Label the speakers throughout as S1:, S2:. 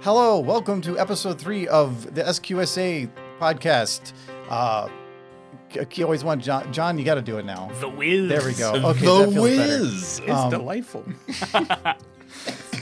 S1: Hello, welcome to episode three of the SQSA podcast. Uh, I I always want John. John, you got to do it now.
S2: The Wiz.
S1: There we go. Um, Okay,
S3: the
S1: that feels better.
S3: Wiz.
S4: It's delightful.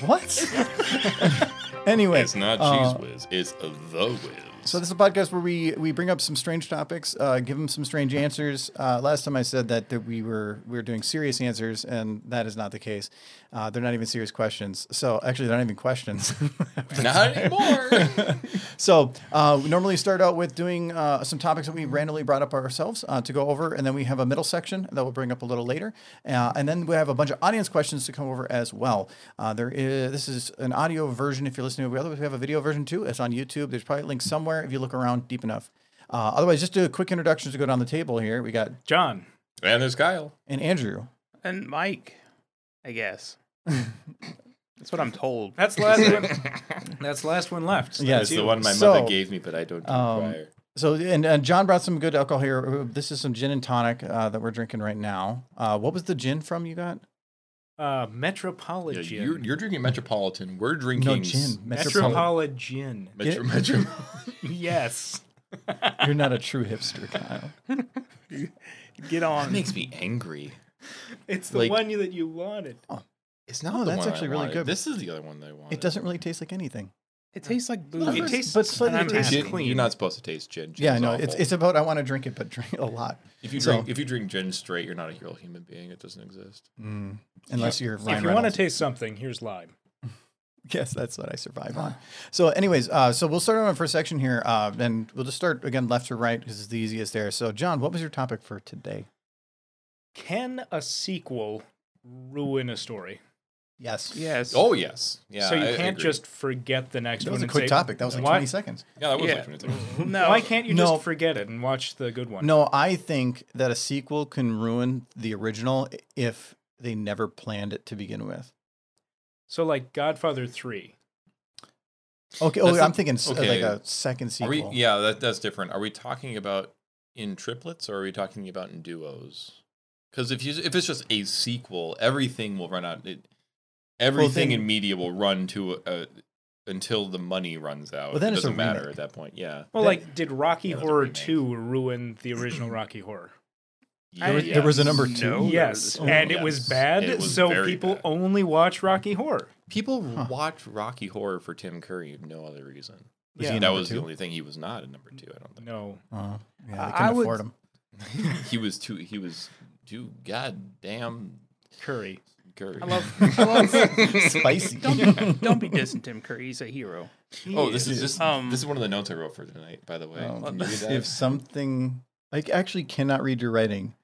S1: What? anyway,
S3: It's not
S1: uh,
S3: Cheese Whiz. It's the Wiz.
S1: So this is a podcast where we we bring up some strange topics, uh, give them some strange answers. Uh, last time I said that that we were we were doing serious answers, and that is not the case. Uh, they're not even serious questions. So actually, they're not even questions.
S3: not anymore.
S1: So uh, we normally start out with doing uh, some topics that we randomly brought up ourselves uh, to go over, and then we have a middle section that we'll bring up a little later, uh, and then we have a bunch of audience questions to come over as well. Uh, there is this is an audio version if you're listening to it. Otherwise, we have a video version too. It's on YouTube. There's probably links somewhere if you look around deep enough. Uh, otherwise, just do a quick introduction to go down the table here. We got
S2: John.
S3: and there's Kyle.
S1: and Andrew.
S4: And Mike, I guess. That's what I'm told.
S2: That's the last one. That's the last one left.
S1: Yeah,
S3: That's the one my
S1: So,
S3: mother gave me, but I don't
S1: um,
S3: require.
S1: So and, and John brought some good alcohol here. This is some gin and tonic uh, that we're drinking right now. Uh, what was the gin from you got?
S2: Uh,
S3: Yeah,
S2: Metropolitan.
S3: you're, you're drinking Metropolitan. We're drinking
S1: No gin. Metropol-
S2: Metropolitan.
S3: Metro,
S1: Yeah.
S3: Metro,
S2: yes.
S1: You're not a true hipster, Kyle.
S4: Get
S3: that
S4: on.
S3: makes me angry.
S2: It's the
S3: Like-
S2: one you, that you wanted.
S3: It's not.
S1: Oh,
S3: the
S1: that's
S3: one I
S1: actually really
S3: wanted.
S1: good.
S3: This is the other one that I wanted.
S1: It doesn't really taste like anything.
S4: It tastes like
S1: Well,
S4: booze.
S1: first-
S2: It tastes
S1: but slightly
S2: and I'm
S1: tastes
S3: Gin,
S2: asking-
S3: you're not supposed to taste gin. gin
S1: yeah, I
S3: is
S1: know.
S3: awful.
S1: It's, it's about I want to drink it, but drink a lot.
S3: if you
S1: so-
S3: drink if you drink gin straight, you're not a real human being. It doesn't exist.
S1: Unless you're Ryan
S2: if you want to
S1: Reynolds.
S2: taste something, here's lime.
S1: Yes, that's what I survive on. So, anyways, uh, so we'll start on our first section here, uh, and we'll just start again left to right because it's the easiest there. So, John, what was your topic for today?
S2: Can a sequel ruin a story?
S1: Yes.
S4: yes.
S3: Oh yes. Yeah.
S2: so you
S3: I
S2: can't
S3: agree.
S2: just forget the next
S1: That
S2: one.
S1: was a
S2: and
S1: quick
S2: say,
S1: topic. That was like
S2: why,
S1: 20 seconds.
S3: Yeah, that was
S4: Yeah.
S3: like 20 seconds.
S4: No.
S2: Why can't you
S1: No.
S2: just forget it and watch the good one?
S1: No, I think that a sequel can ruin the original if they never planned it to begin with.
S2: So like Godfather Three.
S1: Okay. Oh,
S3: That's the-
S1: I'm thinking s- like
S3: okay.
S1: a second
S3: Are
S1: sequel.
S3: we? Yeah, that, that's different. Are we talking about in triplets or are we talking about in duos? Because if you if it's just a sequel, everything will run out. It, everything
S1: then-
S3: in media will run to a, until the money runs out.
S1: Well, then
S3: it
S1: it's a
S3: doesn't matter
S1: remake.
S3: at that point. Yeah.
S2: Well,
S1: That-
S2: like did Rocky
S3: that was a
S2: Horror
S3: remake.
S2: Two ruin the original Rocky Horror?
S1: There was- there was a number two?
S4: No.
S2: yes,
S1: Oh,
S2: and
S3: yes.
S2: it was bad.
S3: It was
S2: so
S3: very
S2: people
S3: bad.
S2: only watch Rocky Horror.
S3: People watch Rocky Horror for Tim Curry. No other reason.
S1: Was
S2: Yeah.
S1: he in
S3: that
S1: number
S3: was
S1: two?
S3: the only thing. He was not in number two. I don't think
S2: No,
S1: Uh, yeah,
S4: I-
S1: they couldn't
S4: I would-
S1: afford them.
S3: he was too. He was too goddamn
S2: Curry.
S3: Curry.
S4: I love. I love
S1: Spicy.
S4: don't, don't be dissing Tim Curry. He's a hero.
S3: Oh, this is this,
S4: Um,
S3: this is one of the notes I wrote for tonight, by the way.
S1: Um,
S3: Can you read that?
S1: if something, I actually cannot read your writing.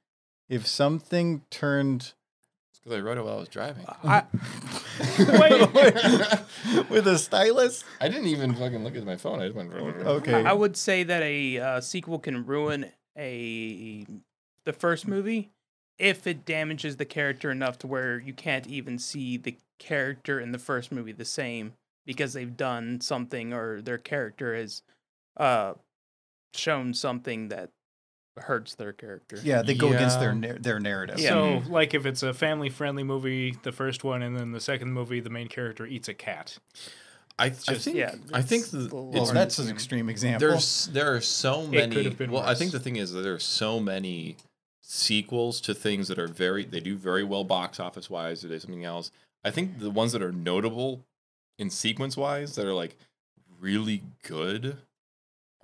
S1: If something turned
S3: Because I wrote it while I was driving.
S4: I,
S1: with a stylus,
S3: I didn't even fucking look at my phone. I just went.
S1: okay.
S4: I would say that a uh, sequel can ruin a the first movie if it damages the character enough to where you can't even see the character in the first movie the same because they've done something or their character has uh, shown something that hurts their character.
S1: yeah, they go against their
S3: Yeah.
S1: nar- their narrative.
S4: Yeah.
S2: So, like, if it's a family-friendly movie, the first one, and then the second movie, the main character eats a cat.
S3: I, I
S2: just-
S3: think.
S4: yeah,
S3: I think
S4: it's
S3: the,
S4: the
S3: it's-
S1: Well, that's an extreme example.
S3: there's there are so many.
S2: could've been
S3: well, I
S2: worse.
S3: think the thing is that there are so many sequels to things that are very they do very well box office wise. They do something else. I think the ones that are notable in sequence wise that are like really good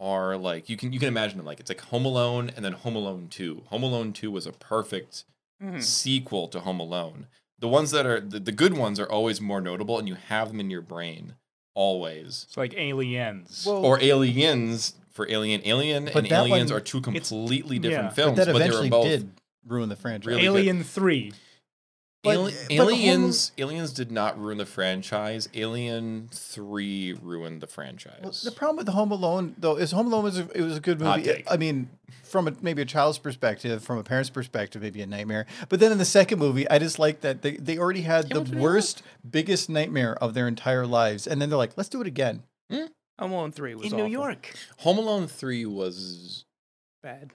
S3: are like you can you can imagine them like it's like Home Alone and then Home Alone Two. Home Alone Two was a perfect
S2: Hmm.
S4: Mhm.
S3: sequel to Home Alone. The ones that are the, the good ones are always more notable, and you have them in your brain always.
S2: It's like Aliens.
S3: Or Aliens for Alien, Alien,
S1: But
S3: and
S1: that
S3: Aliens
S1: one-
S3: are two
S2: It's-
S3: completely
S2: yeah.
S3: different
S2: But
S3: films,
S1: that
S3: but, they
S1: eventually
S3: were both.
S1: did ruin the franchise.
S3: really
S2: Alien Three.
S1: But-
S3: Ali-
S1: but Home-
S3: aliens, Aliens did not ruin the franchise. Alien Three ruined the franchise.
S1: Well, the problem with Home Alone though is Home Alone was a, it was a good
S3: Hot
S1: movie.
S3: take.
S1: I mean, from a, maybe a child's perspective, from a parent's perspective, maybe a nightmare. But then in the second movie, I just like that they, they already had
S3: Yeah,
S1: the
S3: what do you
S1: worst, biggest nightmare of their entire lives, and then they're like, let's do it again.
S4: Home Alone Three was awful.
S2: York.
S3: Home Alone Three was
S4: bad.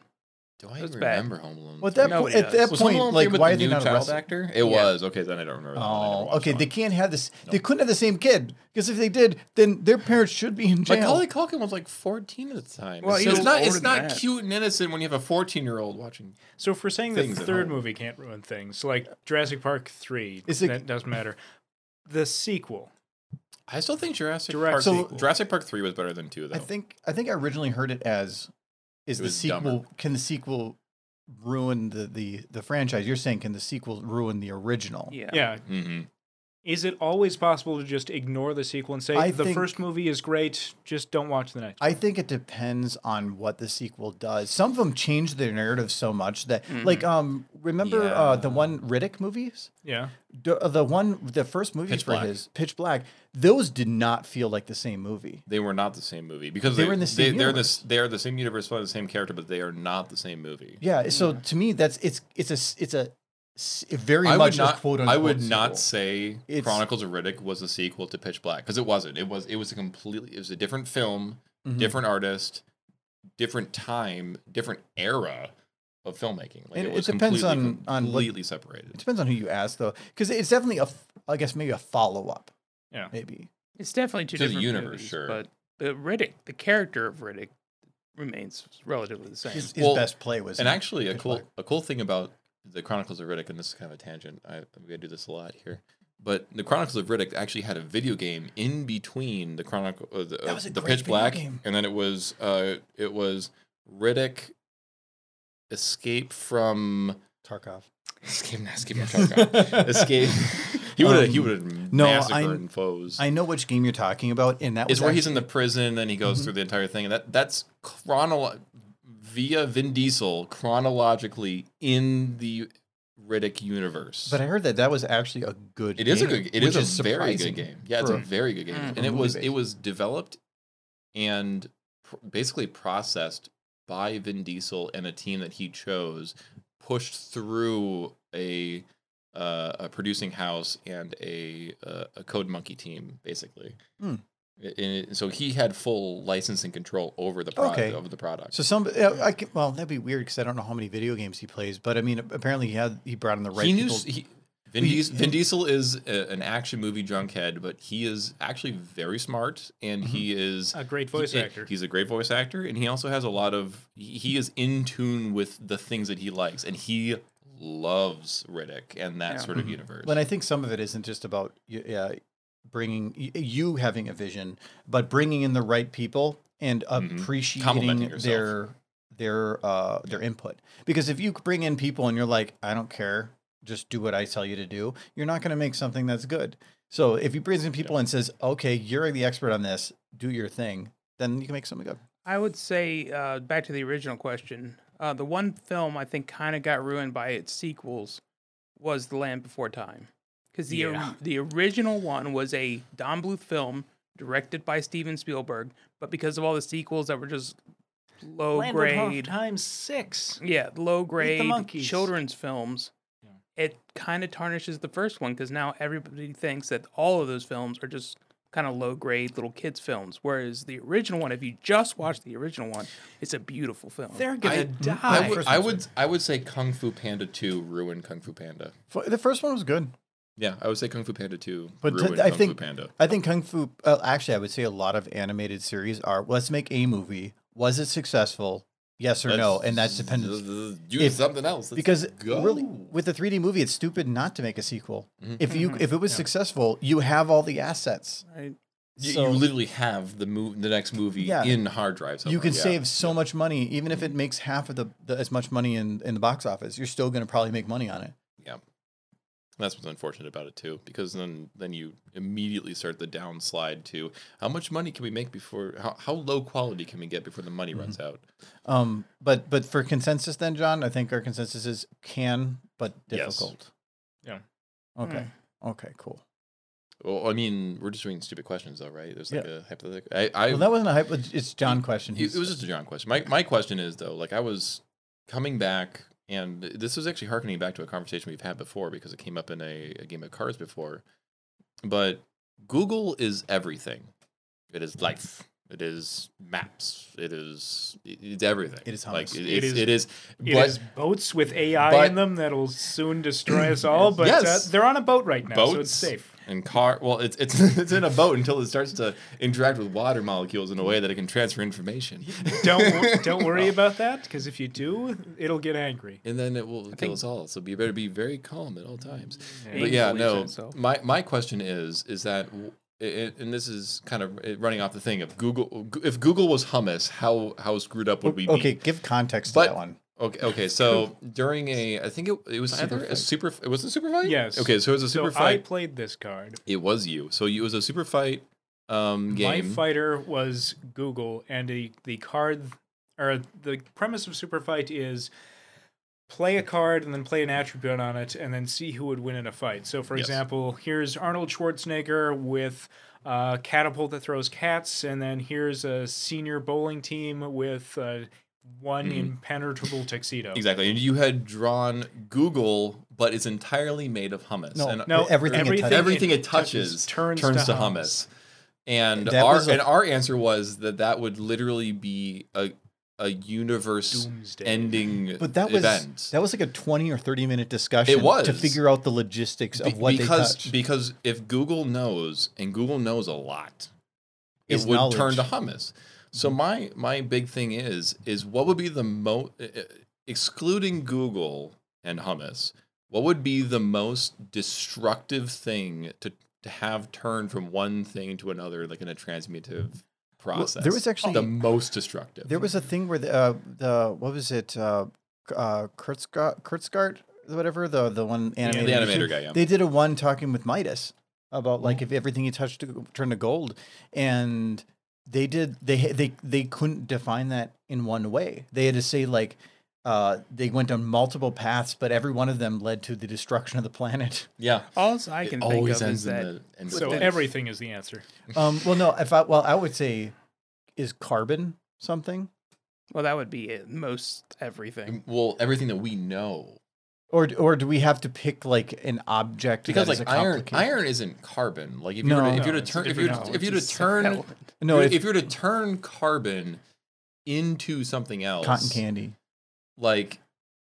S3: Do I
S4: It was
S3: even
S4: bad.
S3: remember Home Alone?
S1: Well, at
S3: three?
S1: that,
S4: Nobody
S1: po- at
S4: does.
S1: that
S3: Was Home
S1: point,
S3: Alone
S1: like,
S3: three with
S1: why
S3: the
S1: are they
S3: new
S1: not a
S3: child
S1: relative?
S3: actor? It
S4: Yeah.
S3: was okay. Then I don't remember. that one. I never
S1: Oh,
S3: watched
S1: okay.
S3: that
S1: They
S3: one.
S1: can't have this. They
S3: Nope.
S1: couldn't have the same kid because if they did, then their parents should be in jail.
S3: Macaulay Culkin was like 14 at the time.
S4: Well,
S3: Well,
S4: he
S3: it's
S4: was
S3: not
S4: older
S3: it's
S4: than
S3: not
S4: that.
S3: cute and innocent when you have a 14 year old watching.
S2: So if we're saying the
S3: Things at
S2: third
S3: home.
S2: movie can't ruin things, like Jurassic Park three,
S1: Is it-
S2: that doesn't matter. The sequel,
S3: I still think Jurassic
S2: Direct
S3: Park.
S1: sequel.
S3: Jurassic Park three was better than two though.
S1: I think I think I originally heard it as is
S3: It
S1: the
S3: was
S1: sequel
S3: dumber.
S1: can the sequel ruin the, the the franchise? You're saying can the sequel ruin the original?
S4: Yeah.
S2: yeah.
S3: hmm
S2: Is it always possible to just ignore the sequel and say
S1: I
S2: the
S1: think-
S2: first movie is great, just don't watch the next?
S1: I think it depends on what the sequel does. Some of them change their narrative so much that like um remember uh, the
S3: Yeah.
S1: one Riddick movies?
S2: Yeah,
S1: The uh, the one the first movie
S3: Pitch
S1: for
S3: Black.
S1: his Pitch Black, those did not feel like the same movie.
S3: They were not the same movie because
S1: They
S3: they,
S1: were in the same
S3: they, are the,
S1: universe.
S3: s- they are the same universe, by the same character, but they are not the same movie.
S1: Yeah, so to me that's it's it's a s- it's a s- very
S3: I
S1: much
S3: would
S1: a
S3: not.
S1: quote
S3: I
S1: unquote
S3: would
S1: sequel.
S3: not say
S1: It's-
S3: Chronicles of Riddick was a sequel to Pitch Black because it wasn't. It was. It was a completely. It was a different film,
S1: Mhm.
S3: different artist, different time, different era of filmmaking. Like
S1: And
S3: it
S1: it
S3: was
S1: depends
S3: completely,
S1: on- on what-
S3: completely
S1: It
S3: separated.
S1: depends on who you ask, though, because it's definitely a, f- I guess maybe a follow up.
S2: Yeah.
S1: maybe.
S4: It's definitely two
S3: To the
S4: different
S3: universe,
S4: movies,
S3: sure.
S4: But the Riddick, the character of Riddick, remains relatively the same.
S1: His, his
S3: Well,
S1: best play was
S3: And actually, a
S1: Pitch
S3: cool
S1: Black.
S3: a cool thing about the Chronicles of Riddick, and this is kind of a tangent. I, I'm gonna do this a lot here, but the Chronicles of Riddick actually had a video game in between the Chronicle, uh, the,
S1: That was a
S3: uh, the
S1: great
S3: Pitch
S1: video
S3: Black,
S1: game.
S3: and then it was uh, it was Riddick Escape from
S1: Tarkov.
S3: Escape, not Escape from Tarkov. Escape. He would have he
S1: Um,
S3: would have
S1: no, I'm-
S3: massacred foes.
S1: I know which game you're talking about, and that Mm-hmm.
S3: It's
S1: was
S3: where he's in
S1: actually-
S3: the prison, then he goes through the entire thing, and that that's chronolo- via Vin Diesel chronologically in the Riddick universe.
S1: But I heard that that was actually a good.
S3: it is a
S1: game,
S3: good, it is
S1: which
S3: a very good
S1: surprising
S3: game. Yeah, it's
S1: for
S3: a very good game,
S4: Mm.
S3: and it was
S1: Movie-based.
S3: it was developed and pr- basically processed by Vin Diesel and a team that he chose, pushed through a. Uh, a producing house and a uh, a Code Monkey team, basically.
S1: Hmm.
S3: I- and so he had full license and control over the product
S1: Okay.
S3: over the product.
S1: So some, yeah, I can, well, that'd be weird because I don't know how many video games he plays, but I mean, apparently he had he brought in the right
S3: he knew
S1: people.
S3: he, Vin,
S1: He-
S3: Diesel, Vin Diesel is a, an action movie junkhead, but he is actually very smart, and he
S1: Mm-hmm.
S3: is
S2: a great voice
S3: he- eh,
S2: actor.
S3: He's a great voice actor, and he also has a lot of. He he is in tune with the things that he likes, and he loves Riddick and that
S4: Yeah.
S3: sort of
S1: Mhm.
S3: universe.
S1: But I think some of it isn't just about y- yeah, bringing y- you having a vision, but bringing in the right people and
S3: Mhm.
S1: appreciating
S3: Complimenting yourself.
S1: their their uh their input. Because if you bring in people and you're like, I don't care, just do what I tell you to do, you're not going to make something that's good. So if you bring in people and says, okay, you're the expert on this, do your thing, then you can make something good.
S4: I would say uh, back to the original question. Uh, the one film I think kind of got ruined by its sequels was The Land Before Time, because the or-
S2: Yeah.
S4: the original one was a Don Bluth film directed by Steven Spielberg, but because of all the sequels that were just
S3: Oh,
S4: low grade,
S2: times six.
S4: yeah, low grade
S2: monkeys.
S4: children's films, it kind of tarnishes the first one because now everybody thinks that all of those films are just kind of low grade little kids films. Whereas the original one, if you just watch the original one, it's a beautiful film.
S2: They're gonna
S3: I-
S2: die.
S3: I
S1: First
S3: would, I
S1: one's
S3: would, I would say Kung Fu Panda Two ruined Kung Fu Panda.
S1: F- The first one was good.
S3: Yeah, I would say Kung Fu Panda Two
S1: But
S3: ruined
S1: I
S3: Kung
S1: think
S3: Fu Panda.
S1: I think Kung Fu. Uh, actually, I would say a lot of animated series are. Let's make a movie. Was it successful? Yes or no? And that's dependent
S3: Do
S1: if-
S3: something else Let's
S1: because
S3: go.
S1: really, with a 3D movie, it's stupid not to make a sequel.
S3: Mhm.
S1: If you if it was successful, you have all the assets.
S4: Right?
S3: You,
S1: So-
S3: you literally have the move, the next movie
S1: Yeah.
S3: in hard drive. Somewhere.
S1: you can
S3: yeah. Mm-hmm.
S1: save so much money, even if it makes half of the, the as much money in in the box office. You're still going to probably make money on it.
S3: That's what's unfortunate about it too, because then then you immediately start the downslide to how much money can we make before how, how low quality can we get before the
S1: Mm-hmm.
S3: money runs out.
S1: Um, but but for consensus, then John, I think our consensus is can but
S3: Yes.
S1: difficult.
S2: Yeah.
S1: Okay. Okay. Cool.
S3: Well, I mean, we're just doing stupid questions though, right? There's like a hypothetical. I, I
S1: Well, that wasn't a hype. It's John question.
S3: It,
S1: He's-
S3: it was just a John question. My my question is though, like I was coming back, and this was actually harkening back to a conversation we've had before because it came up in a, a game of cards before. But Google is everything. It is life. It is maps. It is it's everything.
S1: It is
S3: like
S1: hummus.
S3: it,
S2: It
S3: it's,
S2: is-
S3: it is.
S2: It
S3: but
S2: is boats with AI
S3: but-
S2: in them that'll soon destroy us all. But
S3: Yes.
S2: uh, they're on a boat right now, so it's
S3: Boats.
S2: safe.
S3: and car. Well, it's it's it's in a boat until it starts to interact with water molecules in a way that it can transfer information,
S2: Don't wor- don't worry about that because if you do, it'll get angry.
S3: and then it will kill
S4: think-
S3: us all. So you better be very calm at all times.
S2: Yeah.
S3: But yeah,
S4: Easily
S3: no.
S4: said so.
S3: My my question is is that w- i- i- and this is kind of uh, running off the thing of Google. If Google was hummus, how how screwed up would we be?
S1: Okay, give context
S3: But-
S1: to that one.
S3: Okay. Okay. So during a, I think it, it was either a super. It was a super fight.
S2: Yes.
S3: Okay. So it was a
S2: So
S3: super
S2: I
S3: fight.
S2: played this card.
S3: It was you. So you, it was a super fight um, game.
S2: My fighter was Google, and the the card or the premise of Super Fight is play a card and then play an attribute on it, and then see who would win in a fight. So, for
S3: Yes.
S2: example, here's Arnold Schwarzenegger with a catapult that throws cats, and then here's a senior bowling team with uh, one impenetrable tuxedo.
S3: Mm-hmm. Exactly. And you had drawn Google, but it's entirely made of hummus.
S1: No,
S3: and
S2: No,
S1: Everything it
S2: everything,
S1: touches-
S3: everything it touches, turns, to, hummus. And
S1: That
S3: our
S1: was a-
S3: and our answer was that that would literally be a a universe
S2: Doomsday.
S3: ending
S1: But that was
S3: event.
S1: that was like a twenty or thirty minute discussion.
S3: It was.
S1: to figure out the logistics of
S3: Be-
S1: what
S3: because
S1: they touch.
S3: because if Google knows and Google knows a lot, it
S1: Is
S3: would
S1: knowledge. Mm-hmm.
S3: turn to hummus. So my my big thing is is what would be the most excluding Google and hummus? What would be the most destructive thing to to have turn from one thing to another, like in a transmutive process?
S1: there was actually-
S3: the most destructive.
S1: There was a thing where the uh, the what was it uh, uh, Kurtzga- Kurtzgart whatever the the one
S3: the
S1: animator
S3: animator guy. Yeah. Mm.
S1: They did a one talking with Midas about like if everything he touched to- turned to gold, and they did they they they couldn't define that in one way. They had to say like uh, they went down multiple paths, but every one of them led to the destruction of the planet.
S3: yeah.
S4: All I can
S3: It
S4: think
S3: always
S4: of is
S3: ends in
S4: that
S3: the ends
S2: So
S3: in-
S2: everything is the answer.
S1: Um, well, no, if I well I would say is carbon something
S4: well, that would be it, most everything.
S3: well, everything that we know
S1: or or do we have to pick like an object
S3: because
S1: that is
S3: like
S1: a
S3: iron
S1: complication?
S3: iron isn't carbon like if you were
S1: No.
S3: to, if
S2: No,
S3: you were to
S2: it's a
S3: turn if
S2: different
S3: you were to,
S2: element.
S3: if you were to
S4: It's a
S3: turn
S4: separate element.
S1: no
S3: if,
S1: if,
S3: you were to turn carbon into something else
S1: cotton candy
S3: like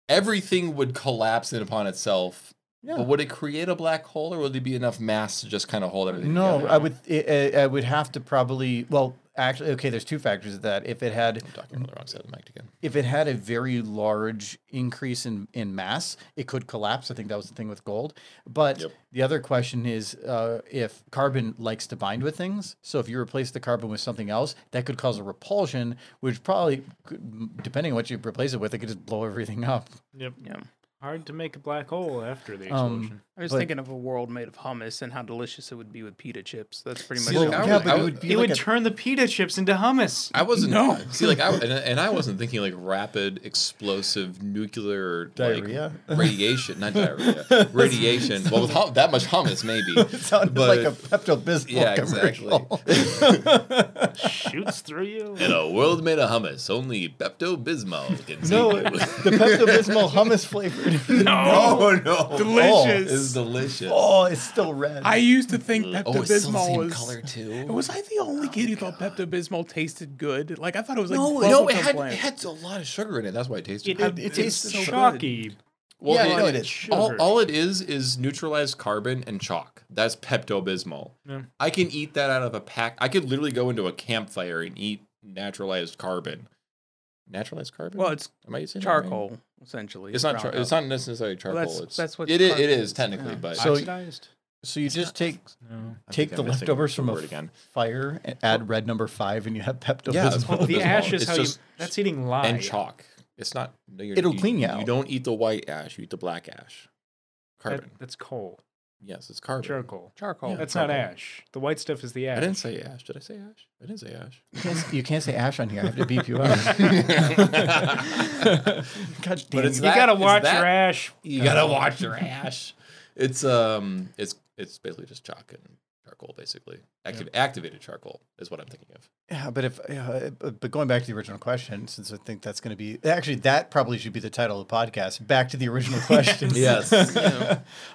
S3: everything would collapse in upon itself
S1: Yeah.
S3: but would it create a black hole or would there be enough mass to just kind of hold everything
S1: No,
S3: together?
S1: I would. I, I- I would have to probably. Well, actually, okay. There's two factors of that. If it had,
S3: I'm talking about the wrong side of the mic again
S1: if it had a very large increase in in mass, it could collapse. I think that was the thing with gold. But
S3: Yep.
S1: the other question is, uh, if carbon likes to bind with things, so if you replace the carbon with something else, that could cause a repulsion, which probably, could, depending on what you replace it with, it could just blow everything up.
S2: Yep.
S4: Yeah.
S2: Hard to make a black hole after the
S1: Um,
S2: explosion.
S4: I was
S1: But-
S4: thinking of a world made of hummus and how delicious it would be with pita chips. That's pretty much
S3: See,
S4: all
S3: like, I
S4: I'm
S3: would-
S1: but
S3: I
S1: it
S3: would-
S1: would be
S2: it
S1: like
S2: would
S1: a-
S2: turn the pita chips into hummus.
S3: I wasn't
S4: No.
S3: see like I and, and I wasn't thinking like rapid explosive nuclear
S1: Diarrhea?
S3: like, radiation not diarrhea radiation well with hum- that much hummus maybe
S1: it sounded
S3: but-
S1: like a Pepto Bismol
S3: yeah
S1: commercial.
S3: exactly
S2: shoots through you.
S3: In a world made of hummus, only Pepto Bismol can see.
S1: No,
S3: you.
S1: the Pepto Bismol hummus flavored.
S3: no, Oh, no.
S1: Delicious.
S3: It's delicious.
S1: Oh, it's still red.
S4: I used to think Pepto
S3: Oh, it's still the
S4: Bismol
S3: same
S4: was.
S3: color too.
S4: Was I
S3: Oh
S4: the only kid who thought Pepto Bismol tasted good? Like I thought it was like
S3: no, no, it had, it had a lot of sugar in it. That's why it tasted.
S2: It,
S3: good.
S2: it,
S1: it
S2: tastes
S1: tastes so
S2: chalky.
S3: well,
S1: yeah, I know it
S3: it-
S1: is.
S2: Sugar.
S3: all, all it is is neutralized carbon and chalk. That's Pepto Bismol.
S2: Yeah.
S3: I can eat that out of a pack. I could literally go into a campfire and eat naturalized carbon. Naturalized carbon?
S4: Well, it's
S3: Am I saying that right?
S4: charcoal essentially.
S3: It's not. Char-
S4: ground
S3: it's
S4: up.
S3: not necessarily charcoal.
S4: that's-
S3: it's,
S4: that's what
S3: it is. It
S4: charcoal
S3: is
S4: is.
S3: technically,
S4: Yeah.
S3: but
S1: So-
S2: Oxidized?
S1: so you just take
S2: No.
S3: I
S1: take the
S3: think
S1: Oh.
S3: I'm missing
S1: leftovers
S3: the
S1: from a
S3: word again.
S1: fire, and add red number five, and you have Pepto
S3: Yeah, that's
S1: Bismol.
S3: what
S2: The
S3: Bismol.
S2: ash is
S3: Oh, It's
S2: how you.
S3: just-
S2: That's eating lye.
S3: and chalk. It's not. no, you're-
S1: It'll clean you
S3: You
S1: out.
S3: don't eat the white ash. You eat the black ash.
S2: That-
S3: Carbon.
S2: that's coal.
S3: yes, it's carbon.
S2: Charcoal.
S4: charcoal.
S2: That's
S3: charcoal.
S2: not ash. The white stuff is the ash.
S3: I didn't say ash. Did I say ash? I didn't say ash.
S1: You can't, you can't say ash on here. I have to beep you out. God damn
S3: it's
S1: you.
S2: You
S3: that-
S2: gotta
S3: is
S2: watch
S3: that-
S2: your ash.
S3: you gotta watch your ash. It's um, it's it's basically just chalk and charcoal, basically. Active activated charcoal is what I'm thinking of.
S1: Yeah, but if uh, but but going back to the original question, since I think that's going to be actually that probably should be the title of the podcast. Back to the original question.
S3: Yes.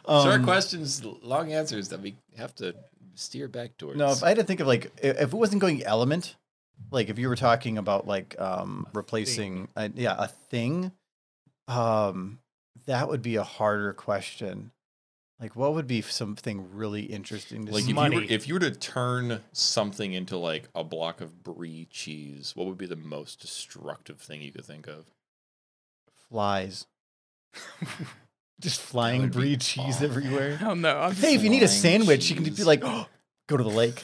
S1: Um,
S3: Short questions, long answers that we have to steer back towards.
S1: No, if I had to think of like i- if it wasn't going element, Like if you were talking about like um, replacing, a, yeah, a thing. Um, that would be a harder question. Like, what would be something really interesting to
S3: Like if
S1: see?
S3: you, were,
S2: Money.
S3: if you were to turn something into like a block of brie cheese, what would be the most destructive thing you could think of?
S1: flies, just flying
S3: would be
S1: brie cheese
S3: awful.
S1: everywhere.
S4: Oh no, I'm just,
S1: Hey, if you need a
S3: Flying
S1: sandwich, you can be
S3: cheese.
S1: like, go to the lake.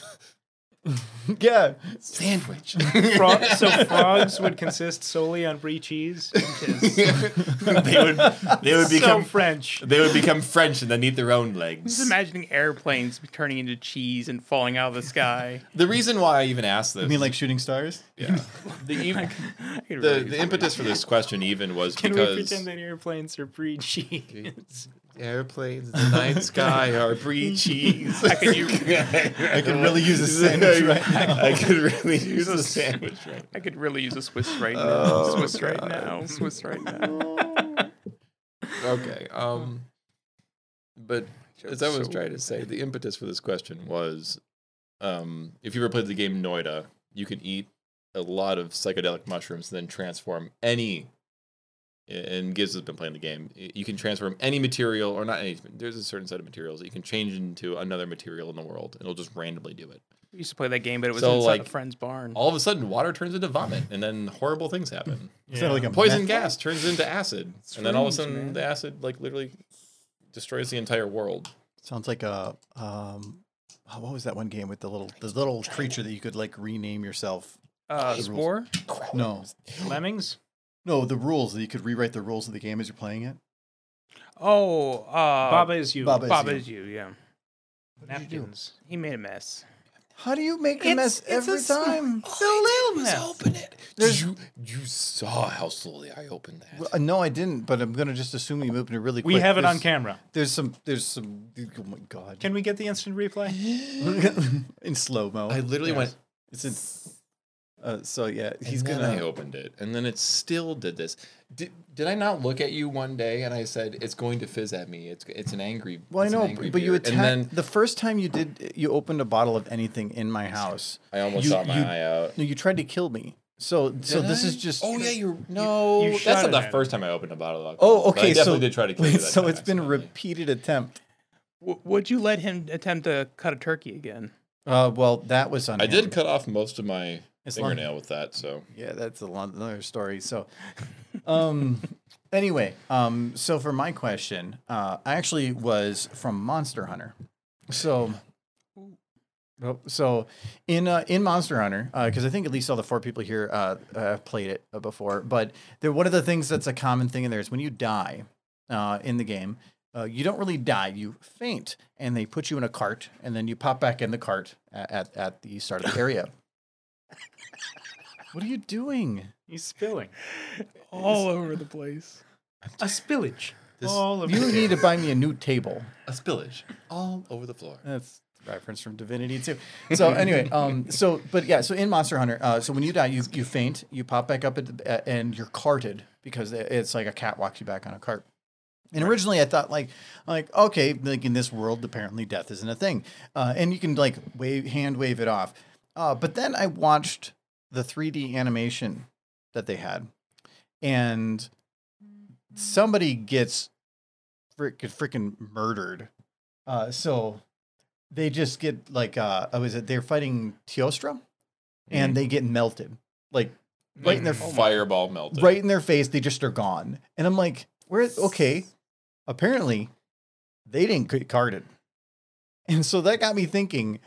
S1: yeah,
S3: Sandwich.
S2: Frog, so frogs would consist solely on brie cheese.
S3: they would they would
S2: so
S3: become
S2: French.
S3: they would become French and then eat their own
S4: I'm just
S3: legs.
S4: imagining airplanes turning into cheese and falling out of the sky.
S3: The reason why I even asked this,
S1: I mean, like shooting stars.
S3: yeah. the, ev-
S4: I could
S3: the
S4: really
S3: the
S4: use
S3: impetus for this question even was
S2: Can we
S3: because
S2: pretend that airplanes are brie cheese?
S3: airplanes, in the night sky are brie cheese. I
S4: could u-
S3: I
S1: could really use a sandwich right now.
S3: I could really use a sandwich right
S4: I could really use a Swiss right now.
S3: Oh,
S4: Swiss right
S3: God.
S4: now. Swiss right now.
S3: now. Okay. Um, but as I was trying to say, the impetus for this question was, um, if you ever played the game Noida, you can eat a lot of psychedelic mushrooms and then transform any. And Giz has been playing the game. y- You can transform any material, or not any. There's a certain set of materials that you can change into another material in the world, and it'll just randomly do it.
S4: We used to play that game, but it was
S3: So,
S4: inside
S3: like,
S4: a friend's barn.
S3: All of a sudden, water turns into vomit, and then horrible things happen.
S1: Is that like a
S3: poison
S1: meth-
S3: gas turns into acid, and then all of a
S4: strange,
S3: sudden
S4: man.
S3: the acid like literally destroys the entire world.
S1: Sounds like a um, oh, what was that one game with the little the little creature that you could like rename yourself?
S4: uh, Spore?
S1: No,
S2: Lemmings?
S1: no, the rules that you could rewrite the rules of the game as you're playing it.
S4: Oh, uh,
S2: Baba is you.
S1: Baba-
S4: Baba is you, yeah.
S2: Napkins.
S4: He made a mess.
S1: How do you make a
S4: It's-
S1: mess
S4: it's a
S1: every
S4: sm-
S1: time?
S4: It's a little mess.
S3: open it.
S1: There's-
S3: you you saw how slowly I opened that.
S1: Well, uh, no, I didn't. But I'm gonna just assume you moved it really quick.
S2: We have it
S1: there's,
S2: on camera.
S1: There's some. There's some. Oh my god.
S2: Can we get the instant replay?
S1: in slow mo.
S3: I literally went.
S1: It's in. Uh, so yeah, he's
S3: He's gonna. I
S1: gonna.
S3: opened it, and then it still did this. Did, did I not look at you one day and I said it's going to fizz at me? It's it's an angry.
S1: Well, I
S3: it's an
S1: know,
S3: angry
S1: but, but you
S3: beer."
S1: attacked
S3: And then
S1: the first time you did. You opened a bottle of anything in my house.
S3: I almost
S1: you-
S3: saw my
S1: you-
S3: eye out.
S1: No, you tried to kill me. So so
S3: Did
S1: this is
S3: I?
S1: just.
S3: Oh yeah, you're no.
S2: you shot
S3: that's not
S2: it
S3: the
S2: at-
S3: first time I opened a bottle of alcohol.
S1: Oh,
S3: but
S1: okay.
S3: I definitely
S1: so,
S3: did try to kill you. That
S1: so
S3: time
S1: it's been a
S3: accidentally.
S1: repeated attempt.
S4: W- would you let him attempt to cut a turkey again?
S1: Uh, well, that was on.
S3: I
S1: him.
S3: did cut off most of my
S1: It's
S3: fingernail with that, so
S1: Yeah, that's a lot, another story. So, um, anyway, um, so for my question, uh, I actually was from Monster Hunter. So, oh, so in uh, in Monster Hunter, because I think at least all the four people here uh, uh, have played it uh, before, but there, one of the things that's a common thing in there is when you die uh, in the game. Uh, you don't really die; you faint, and they put you in a cart, and then you pop back in the cart at, at, at the start of the area. what are you doing?
S2: He's spilling.
S4: All over the place.
S2: A spillage.
S3: This-
S2: All of
S1: You need to buy me a new table.
S3: a spillage all over the floor.
S1: That's a reference from Divinity too. So anyway, um, so but yeah, so in Monster Hunter, uh, so when you die, you you faint, you pop back up, at, the- uh, and you're carted because it's like a cat walks you back on a cart. And originally, I thought like, like okay, like in this world, apparently death isn't a thing, uh, and you can like wave hand wave it off. Uh, but then I watched the 3D animation that they had, and somebody gets freaking freaking murdered. Uh, so they just get like uh, oh, was it they're fighting Teostra, and they get melted like right in their
S3: fireball melted.
S1: right in their face. They just are gone, and I'm like, where? Okay, apparently they didn't get carded, and so that got me thinking,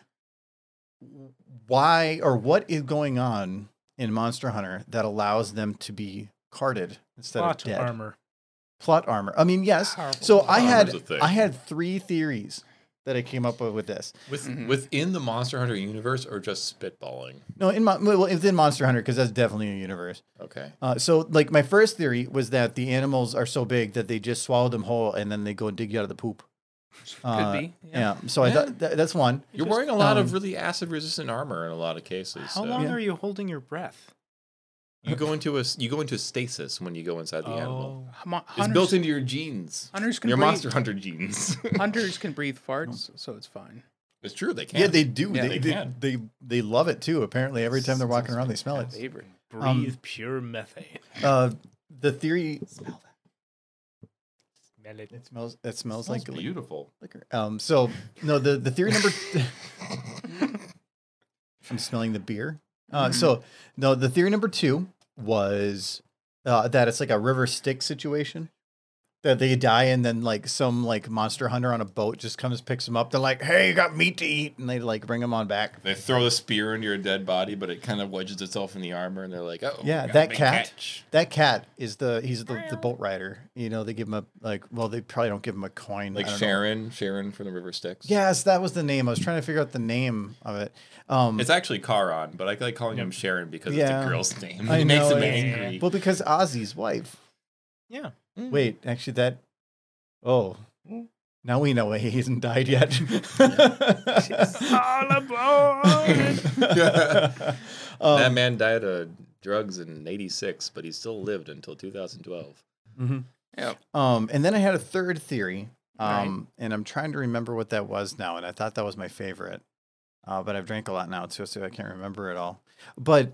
S1: why or what is going on in Monster Hunter that allows them to be carded instead
S2: plot
S1: of dead?
S2: armor.
S1: plot armor. I mean, yes.
S4: Powerful
S1: So I
S3: Armor's
S1: had
S3: a thing.
S1: I had three theories that I came up with with this.
S3: With, Within the Monster Hunter universe or just spitballing?
S1: No, in Mon- well, within Monster Hunter because that's definitely a universe.
S3: Okay.
S1: Uh, so like my first theory was that the animals are so big that they just swallow them whole and then they go and dig you out of the poop. Uh,
S4: be,
S1: Yeah.
S4: yeah.
S1: So I thought that, that's one.
S3: You're wearing a lot
S1: um,
S3: of really acid resistant armor in a lot of cases.
S2: How
S3: so
S2: long
S1: Yeah.
S2: are you holding your breath?
S3: You go into a you go into stasis when you go inside the
S1: Oh.
S3: animal.
S2: Oh.
S4: Hum-
S3: It's
S4: hunters,
S3: built into your genes.
S4: hunters can
S3: Your
S4: breathe,
S3: Monster Hunter genes.
S4: Hunters can breathe farts, so it's fine.
S3: It's true. They can.
S1: Yeah, they do.
S4: Yeah,
S1: they,
S3: they
S1: they,
S3: can.
S1: they they love it too. Apparently, every time they're walking around, they smell it.
S4: Favorite.
S2: Breathe pure methane.
S1: Uh, the theory.
S2: Smell it.
S1: It smells. It
S3: It
S1: smells,
S3: smells
S1: like li-
S3: beautiful.
S1: liquor. Um. So no, the the theory number. I'm smelling the beer. Uh, So no, the theory number two was uh, that it's like a river stick situation. That they die and then like some like monster hunter on a boat just comes picks them up. They're like, "Hey, you got meat to eat," and they like bring them on back.
S3: They throw the spear into your dead body, but it kind of wedges itself in the armor, and they're like, "Oh,
S1: Yeah,
S3: got a
S1: that
S3: big
S1: cat.
S3: catch.
S1: That cat is the he's the, the boat rider. You know, they give him a like. Well, they probably don't give him a coin.
S3: Like
S1: I don't know.
S3: Sharon, Sharon from the River Styx.
S1: Yes, that was the name. I was trying to figure out the name of it. Um,
S3: It's actually Charon, but I like calling him Sharon because it's
S1: Mm. Yeah.
S3: a girl's name.
S1: I
S3: it makes
S1: know,
S3: him
S1: it's-
S3: angry.
S1: well, because Ozzy's wife.
S2: Yeah.
S1: Wait, actually, that. Oh, now we know why he hasn't died yet.
S4: All aboard!
S1: Um,
S3: that man died of drugs in '86, but he still lived until 2012.
S1: mhm.
S4: Yep.
S1: Um, and then I had a third theory, um, and I'm trying to remember what that was now, and I thought that was my favorite, uh, but I've drank a lot now too, so I can't remember it all. But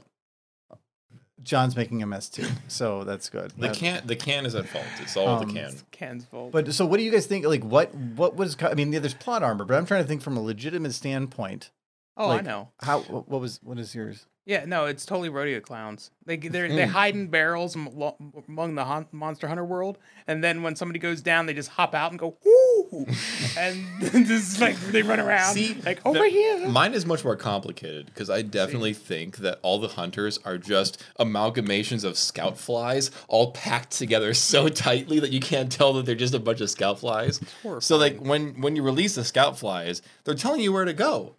S1: John's making a mess too, so that's good.
S3: The
S1: That-
S3: can, the can is at fault. It's all
S1: Um,
S3: the can.
S4: Ken's fault.
S1: But so, what do you guys think? Like, what what was? co- I mean, yeah, there's plot armor, but I'm trying to think from a legitimate standpoint.
S4: oh, I
S1: like-
S4: know.
S1: How? What was? What is yours?
S4: Yeah, no, it's totally rodeo clowns. They they're,
S3: Mm.
S4: they hide in barrels am- lo- among the hon- monster hunter world, and then when somebody goes down, they just hop out and go woo, and just like they run around like over
S3: the-
S4: here.
S3: Mine is much more complicated because I definitely think that all the hunters are just amalgamations of scout flies, all packed together so tightly that you can't tell that they're just a bunch of scout flies. So like when when you release the scout flies, they're telling you where to go.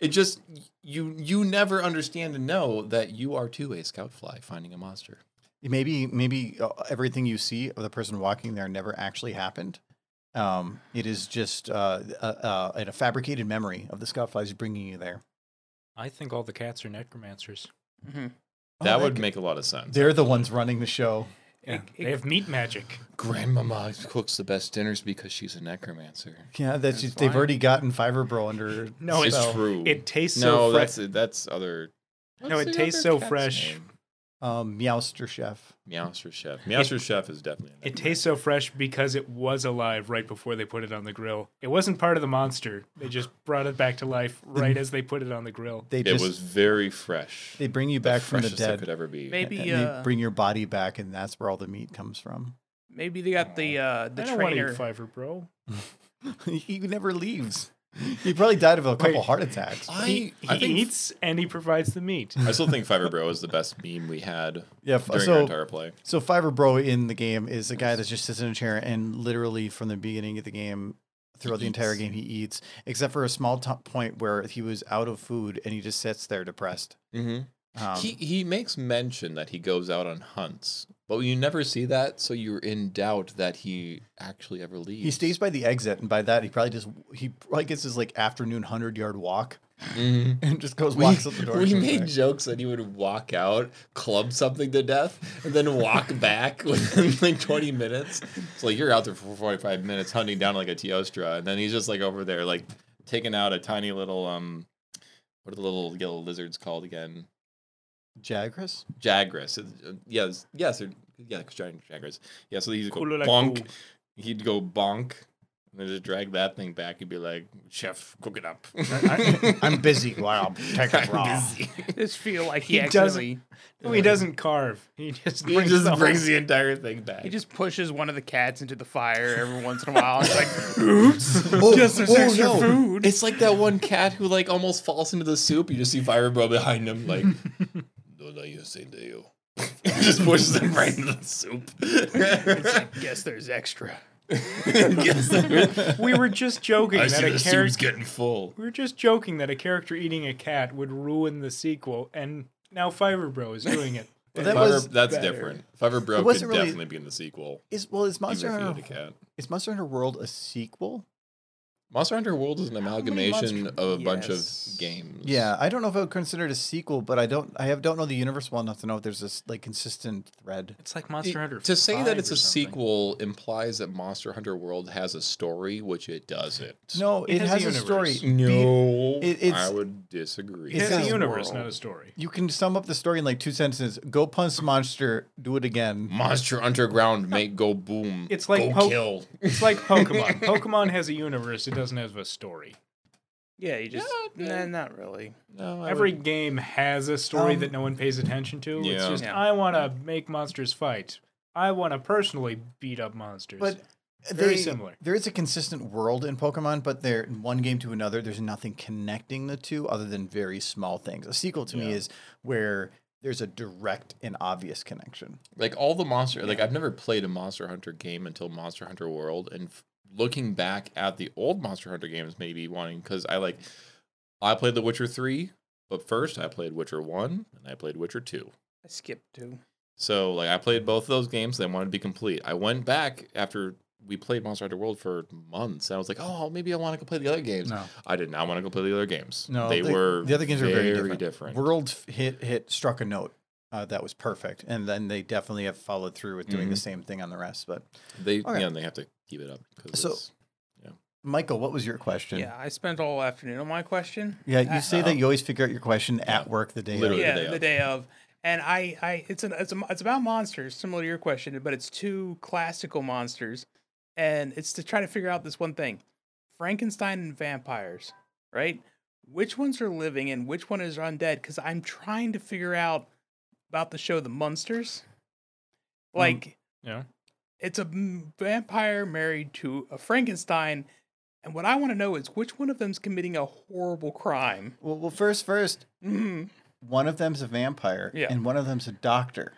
S3: It just you you never understand and know that you are too a scout fly finding a monster.
S1: Maybe maybe uh, everything you see of the person walking there never actually happened. Um, it is just uh, a, uh a fabricated memory of the scoutflies bringing you there.
S2: I think all the cats are necromancers.
S4: Mhm.
S3: Oh, that would
S1: like-
S3: make a lot of sense.
S1: Oh, They're the ones running the show.
S2: Yeah.
S4: It- it-
S2: they have meat magic.
S3: Grandmama cooks the best dinners because she's a necromancer.
S1: Yeah, that's,
S4: That's
S1: just, they've
S4: fine.
S1: already gotten Fibrebro under.
S2: No, it's
S1: spell.
S3: true.
S2: It tastes so
S3: no,
S2: fresh.
S3: that's that's other.
S2: No, it tastes so fresh.
S1: Um, Meowster Chef.
S3: Meowster Chef. Meowster Chef is definitely.
S2: It tastes so fresh because it was alive right before they put it on the grill. It wasn't part of the monster. They just brought it back to life right as they put it on the grill.
S1: They
S3: It
S1: just
S3: was very fresh.
S1: they bring you
S3: The
S1: back from the
S3: freshest it could
S1: dead.
S3: ever be.
S4: Maybe-
S1: And
S4: uh,
S1: they bring your body back, and that's where all the meat comes from.
S4: Maybe they got the uh, the
S2: I don't want to
S4: trainer.
S2: eat fiber, bro.
S1: he never leaves. He probably died of a couple
S2: Wait.
S1: heart attacks.
S3: I,
S2: He,
S3: I
S2: he
S3: think.
S2: eats and he provides the meat.
S3: I still think Fiber Bro is the best meme we had
S1: Yeah. f-
S3: during our
S1: So
S3: entire play.
S1: so Fiber Bro in the game is a guy that just sits in a chair and literally from the beginning of the game throughout the entire
S3: eats.
S1: game he eats, except for a small to point where he was out of food and he just sits there depressed.
S3: Mm-hmm.
S1: Um,
S3: he he makes mention that he goes out on hunts, but you never see that, so you're in doubt that he actually ever leaves.
S1: he stays by the exit, and by that he probably just he probably gets his like afternoon hundred yard walk
S3: Mhm.
S1: and just goes
S3: We,
S1: walks up the door.
S3: we
S1: and comes
S3: made
S1: back.
S3: jokes that he would walk out, club something to death, and then walk back within like 20 minutes. So like you're out there for 45 minutes hunting down like a Teostra, and then he's just like over there, like taking out a tiny little um, what are the little yellow lizards called again?
S1: Jagras.
S3: Jagras. Uh, Yes, yes, or, yeah, giant Jagras. Yeah, so he'd go
S2: Kululaku.
S3: bonk. He'd go bonk. And then just drag that thing back and be like, "Chef, cook it up."
S1: I, am busy. Wow, take it raw.
S4: Just feel like he,
S2: He doesn't-
S4: accidentally
S2: No, he doesn't carve. He just
S3: He
S2: brings
S3: just
S2: the whole-
S3: brings the entire thing back.
S4: he just pushes one of the cats into the fire every once in a while. It's like oops, guess there's extra food.
S3: Oh, It's like that one cat who like almost falls into the soup. You just see Firebro behind him, like "No, no, you say to you." just pushes him right into the soup.
S4: guess there's extra.
S3: Yes.
S2: We were just joking
S3: I
S2: that
S3: see
S2: a
S3: the
S2: character.
S3: soup's getting full.
S2: We were just joking that a character eating a cat would ruin the sequel, and now Fiver Bro is doing it.
S1: Well, that
S3: Fiverr-
S1: was
S3: that's
S2: better.
S3: different. Firebro
S1: It
S3: could
S1: wasn't really-
S3: definitely be in the sequel.
S1: Is well, is Monster
S3: even if he
S1: Hunter
S3: had a cat.
S1: is Monster Hunter World a sequel?
S3: Monster Hunter World is an amalgamation
S4: Monster-
S3: of a bunch
S4: Yes.
S3: of games.
S1: Yeah, I don't know if I would consider it a sequel, but I don't I have don't know the universe well enough to know if there's this like consistent thread.
S2: It's like
S3: It-
S2: Monster Hunter.
S3: to say
S2: 5
S3: that it's
S2: or
S3: a
S2: something.
S3: sequel implies that Monster Hunter World has a story, which it doesn't.
S1: No,
S2: It
S1: it,
S2: has
S1: has,
S2: a
S1: a, story.
S2: universe.
S1: Be-
S3: no,
S1: it- it's-
S3: I would disagree.
S1: It's
S2: It's
S1: got
S2: a
S1: a
S2: universe,
S4: world.
S2: not a story.
S1: You can sum up the story in like two sentences. Go punch monster, do it again.
S3: Monster Underground make go boom.
S2: It's like
S3: go
S2: Poke-
S3: kill.
S2: It's like Pokemon. Pokemon has a universe. It doesn't have a story.
S4: Yeah, you just
S3: Yeah,
S4: nah,
S3: yeah.
S4: not really.
S3: No, I
S2: Every
S3: would-
S2: game has a story
S1: Um,
S2: that no one pays attention to. It's
S3: Yeah.
S2: just
S4: Yeah.
S2: I want to make monsters fight. I want to personally beat up monsters.
S1: But
S2: Very
S1: they-
S2: similar.
S1: There is a consistent world in Pokemon, but there in one game to another, there's nothing connecting the two other than very small things. A sequel to me
S3: Yeah.
S1: is where there's a direct and obvious connection.
S3: like all the monster like I've never played a Monster Hunter game until Monster Hunter World, and f- looking back at the old Monster Hunter games, maybe wanting because I like I played The Witcher three, but first I played Witcher one and I played Witcher two.
S4: I skipped two.
S3: So like I played both of those games. They wanted to be complete. I went back after we played Monster Hunter World for months. And I was like, oh, maybe I want to go play the other games.
S1: No.
S3: I did not want to go play the other games.
S1: No,
S3: they
S1: the-
S3: were
S1: the other games were very different.
S3: different.
S1: World f- hit hit struck a note uh, that was perfect, and then they definitely have followed through with doing the same thing on the rest. But
S3: They
S1: Okay.
S3: yeah, and they have to keep it up. 'cause
S1: Oh, So-
S3: it's-
S1: Michael, what was your question?
S4: Yeah, I spent all afternoon on my question.
S1: Yeah, you
S4: I- uh,
S1: say that you always figure out your question at work the day. of.
S3: Literally. the
S4: yeah,
S3: day
S4: the
S3: of.
S4: day of. And I, I, it's an, it's, a, it's about monsters, similar to your question, but it's two classical monsters, and it's to try to figure out this one thing: Frankenstein and vampires, right? Which ones are living and which one is undead? Because I'm trying to figure out about the show The Munsters.
S3: Mm-hmm.
S4: Like,
S2: yeah.
S4: it's a m- vampire married to a Frankenstein, and what I want to know is which one of them's committing a horrible crime.
S1: Well, well, first, first,
S4: Mhm.
S1: one of them's a vampire,
S4: Yeah.
S1: and one of them's a doctor.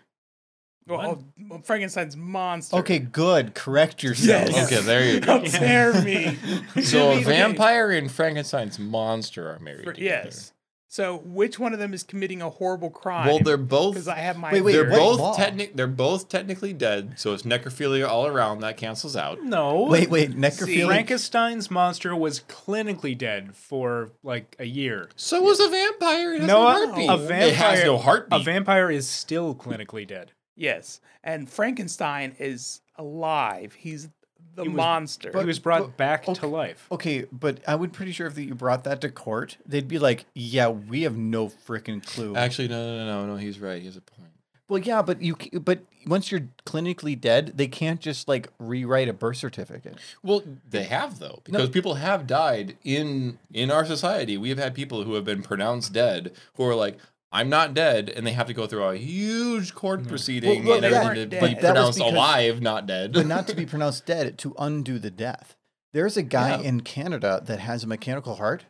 S4: Well, oh, Frankenstein's monster.
S1: Okay, good. Correct yourself.
S4: Yes.
S3: Okay, there you
S4: How
S3: go.
S4: dare me?
S3: so
S4: Okay.
S3: a vampire and Frankenstein's monster are married.
S4: For-
S3: together.
S4: yes. So which one of them is committing a horrible crime?
S3: Well, they're both
S4: because I have my.
S1: Wait, wait,
S3: they're
S1: What law?
S3: both technic they're both technically dead, so it's necrophilia all around. That cancels out.
S2: No.
S1: Wait, wait. Necrophilia.
S2: Frankenstein's monster was clinically dead for like a year.
S3: So was a vampire. It has no,
S2: Noah,
S3: heartbeat.
S2: a vampire,
S3: it has no heartbeat.
S2: A vampire is still clinically dead.
S4: Yes, and Frankenstein is alive. He's the
S2: He was-
S4: monster.
S2: he was brought back to life.
S1: Okay, Oh, but I would pretty sure if that you brought that to court, they'd be like, "Yeah, we have no freaking clue."
S3: Actually, no, no, no, no. He's right. He has a point.
S1: well, yeah, but you, c- but once you're clinically dead, they can't just like rewrite a birth certificate.
S3: Well, they have though, because people have died in in our society. We have had people who have been pronounced dead who are like, "I'm not dead," and they have to go through a huge court proceeding
S1: Well, well,
S3: and
S1: they
S3: everything
S4: weren't
S3: to
S4: dead.
S3: be
S1: But that was
S3: pronounced
S1: because-
S3: alive, not dead.
S1: but not to be pronounced dead to undo the death. There's a guy in Canada that has a mechanical heart,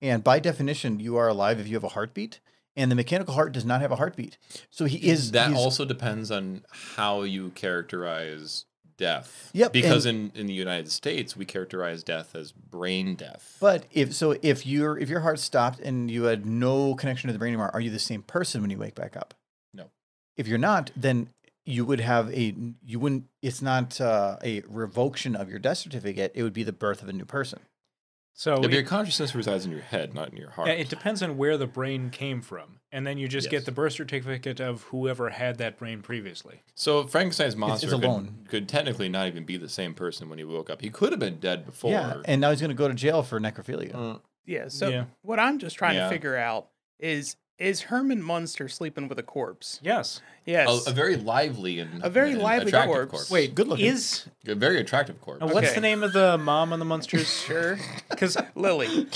S1: and by definition, you are alive if you have a heartbeat. And the mechanical heart does not have a heartbeat, so he is
S3: that
S1: he's-
S3: also depends on how you characterize death.
S1: Yep,
S3: Because in in the United States, we characterize death as brain death.
S1: But if so, if your if your heart stopped and you had no connection to the brain anymore, are you the same person when you wake back up?
S3: No.
S1: If you're not, then you would have a you wouldn't. It's not uh, a revocation of your death certificate. It would be the birth of a new person.
S2: So
S3: Yeah, but your
S2: it,
S3: consciousness resides in your head, not in your heart.
S2: yeah, it depends on where the brain came from, and then you just
S3: Yes.
S2: get the birth certificate of whoever had that brain previously.
S3: So Frankenstein's monster
S1: it's
S3: could-
S1: alone.
S3: Could, technically not even be the same person when he woke up. He could have been dead before.
S1: Yeah, and now he's going to go to jail for necrophilia.
S3: Uh,
S4: yeah. So
S2: Yeah.
S4: what I'm just trying
S3: Yeah.
S4: to figure out is is Herman Munster sleeping with a corpse?
S2: Yes.
S4: Yes.
S3: a, a very lively and
S4: A very
S3: and
S4: lively
S3: attractive
S4: corpse.
S1: Wait, good looking.
S2: Is
S3: a very attractive corpse.
S2: now what's
S4: Okay.
S2: the name of the mom on the monsters?
S4: sure.
S2: Because
S4: Lily.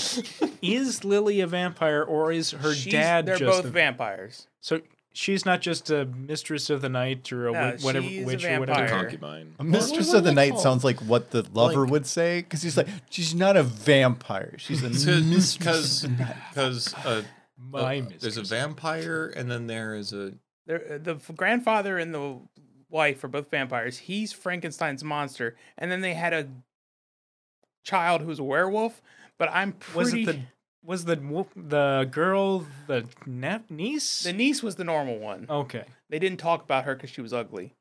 S2: is Lily a vampire or is her
S4: She's-
S2: dad?
S4: They're
S2: just
S4: both
S2: a-
S4: vampires.
S2: So she's not just a mistress of the night or a
S4: No,
S2: wi- whatever
S4: she's a
S2: witch or whatever.
S3: A
S4: vampire.
S3: concubine.
S1: A mistress
S3: What-
S1: of the
S3: what are they
S1: night
S3: called?
S1: sounds like what the lover would say because he's like, she's not a vampire. She's a mistress.
S3: because because uh,
S2: My
S3: uh,
S2: mistress.
S3: there's a vampire and then there is a
S4: They're, uh, the f- grandfather and the wife are both vampires. He's Frankenstein's monster, and then they had a child who's a werewolf. But I'm
S2: was
S4: pretty.
S2: it the was the wo- the girl the na- niece?
S4: the niece was the normal one.
S2: okay.
S4: They didn't talk about her because she was ugly.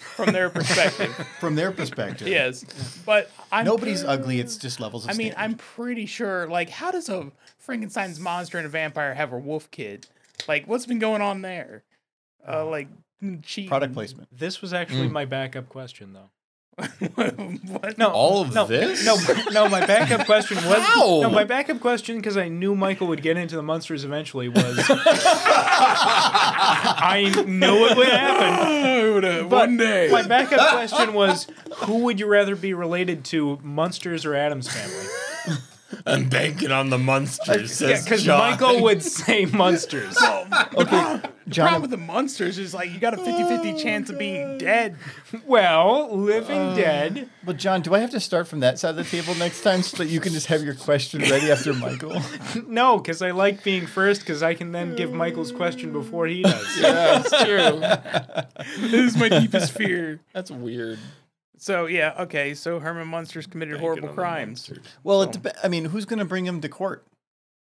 S4: from their perspective.
S1: from their perspective.
S4: yes, but I'm
S1: Nobody's
S4: pretty-
S1: ugly. It's just levels of
S4: I mean,
S1: standard.
S4: I'm pretty sure. Like, how does a Frankenstein's monster and a vampire have a wolf kid? Like, what's been going on there? Uh, like, cheating.
S1: product placement.
S2: This was actually
S3: Mm.
S2: my backup question, though.
S4: what?
S2: No,
S3: All of
S2: no,
S3: this?
S2: No, no. My backup question was
S3: How?
S2: no. My backup question, because I knew Michael would get into the monsters eventually, was I knew it would happen. But
S4: one day.
S2: My backup question was, who would you rather be related to, monsters or Adam's family?
S3: I'm banking on the monsters. says
S2: Because
S3: John.
S2: Michael would say monsters.
S4: The problem with the monsters is like you got a
S1: Oh,
S4: 50-50 chance of being dead.
S2: well, living
S3: Uh,
S2: dead.
S1: But John, do I have to start from that side of the table next time so that you can just have your question ready after Michael?
S2: No, because I like being first, because I can then give Michael's question before he does.
S3: Yeah, it's true.
S4: This is my deepest fear.
S3: That's weird.
S4: So yeah, okay. So Herman Munster's committed horrible crimes.
S1: Well, it dep- I mean, who's going to bring him to court?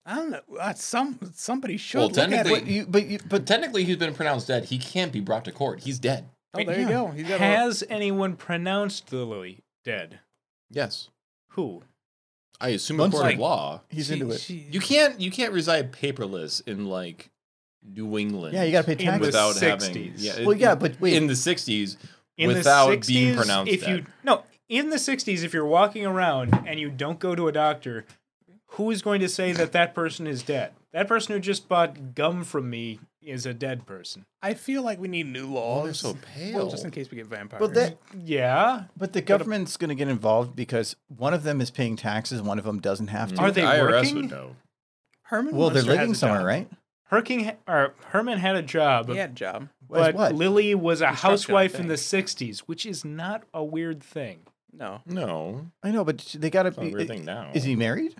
S4: I don't know. Uh, some somebody should.
S3: Well,
S4: look at
S3: technically-
S4: what-
S1: But you, but you,
S3: But technically, he's been pronounced dead. He can't be brought to court. He's dead.
S4: Oh, there you
S2: Yeah.
S4: go. He's got a,
S2: Has anyone pronounced Lily dead?
S3: Yes,
S2: Who?
S3: I assume
S1: Bunsen.
S3: in court
S1: Like-
S3: of law.
S1: he's
S4: she-
S1: into it.
S4: she-
S3: You can't you can't reside paperless in like New England.
S1: yeah, you got to pay
S2: In
S1: taxes.
S2: the
S3: without having.
S2: 60s.
S3: Yeah,
S1: well, yeah, but wait.
S3: in the '60s,
S2: In
S3: without
S2: the 60s,
S3: being pronounced
S2: if you
S3: dead.
S2: no in the 60s if you're walking around and you don't go to a doctor who is going to say that that person is dead that person who just bought gum from me is a dead person
S4: I feel like we need new laws.
S3: they're so
S4: Well,
S3: pale.
S4: just in case we get vampires.
S1: but that,
S2: yeah
S1: but the government's going to get involved because one of them is paying taxes, one of them doesn't have to.
S2: Are they
S3: the IRS
S2: working?
S3: would know.
S4: Herman
S1: well, they're
S4: Munster
S1: living
S4: has a
S1: somewhere,
S4: job.
S1: right?
S2: Herking, ha- or herman had a job
S4: He had a job.
S1: As
S2: but
S1: what?
S2: lily was a
S4: Construction, I
S2: housewife in
S4: think.
S2: the 60s which is not a weird thing
S4: No.
S3: No,
S1: I know, but they got to
S3: it's not a
S1: be.
S3: weird thing now.
S1: Is he married?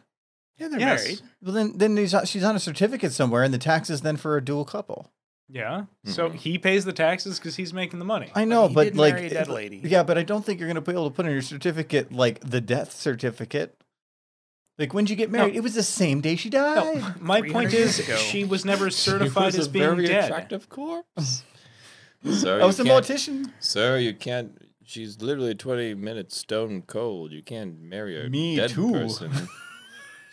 S4: Yeah, they're
S2: Yes.
S4: married.
S1: Well, then, then he's, she's on a certificate somewhere, and the taxes then for a dual couple.
S2: yeah so he pays the taxes because he's making the money
S1: I know,
S4: he
S1: but
S4: did
S1: like, uh,
S4: marry a dead lady.
S1: yeah, but I don't think you're gonna be able to put on your certificate like the death certificate. Like, when'd you get married? It was the same day she died.
S2: no, my point
S4: 300
S2: is
S4: years ago.
S2: she was never
S3: He
S2: certified
S3: was
S2: as
S3: a
S2: being
S3: very
S2: dead
S3: attractive corpse. Sir,
S1: I was a
S3: you can't-
S1: mortician.
S3: Sir, you can't. She's literally 20 minutes stone cold. You can't marry a
S1: Me
S3: dead
S1: too.
S3: person.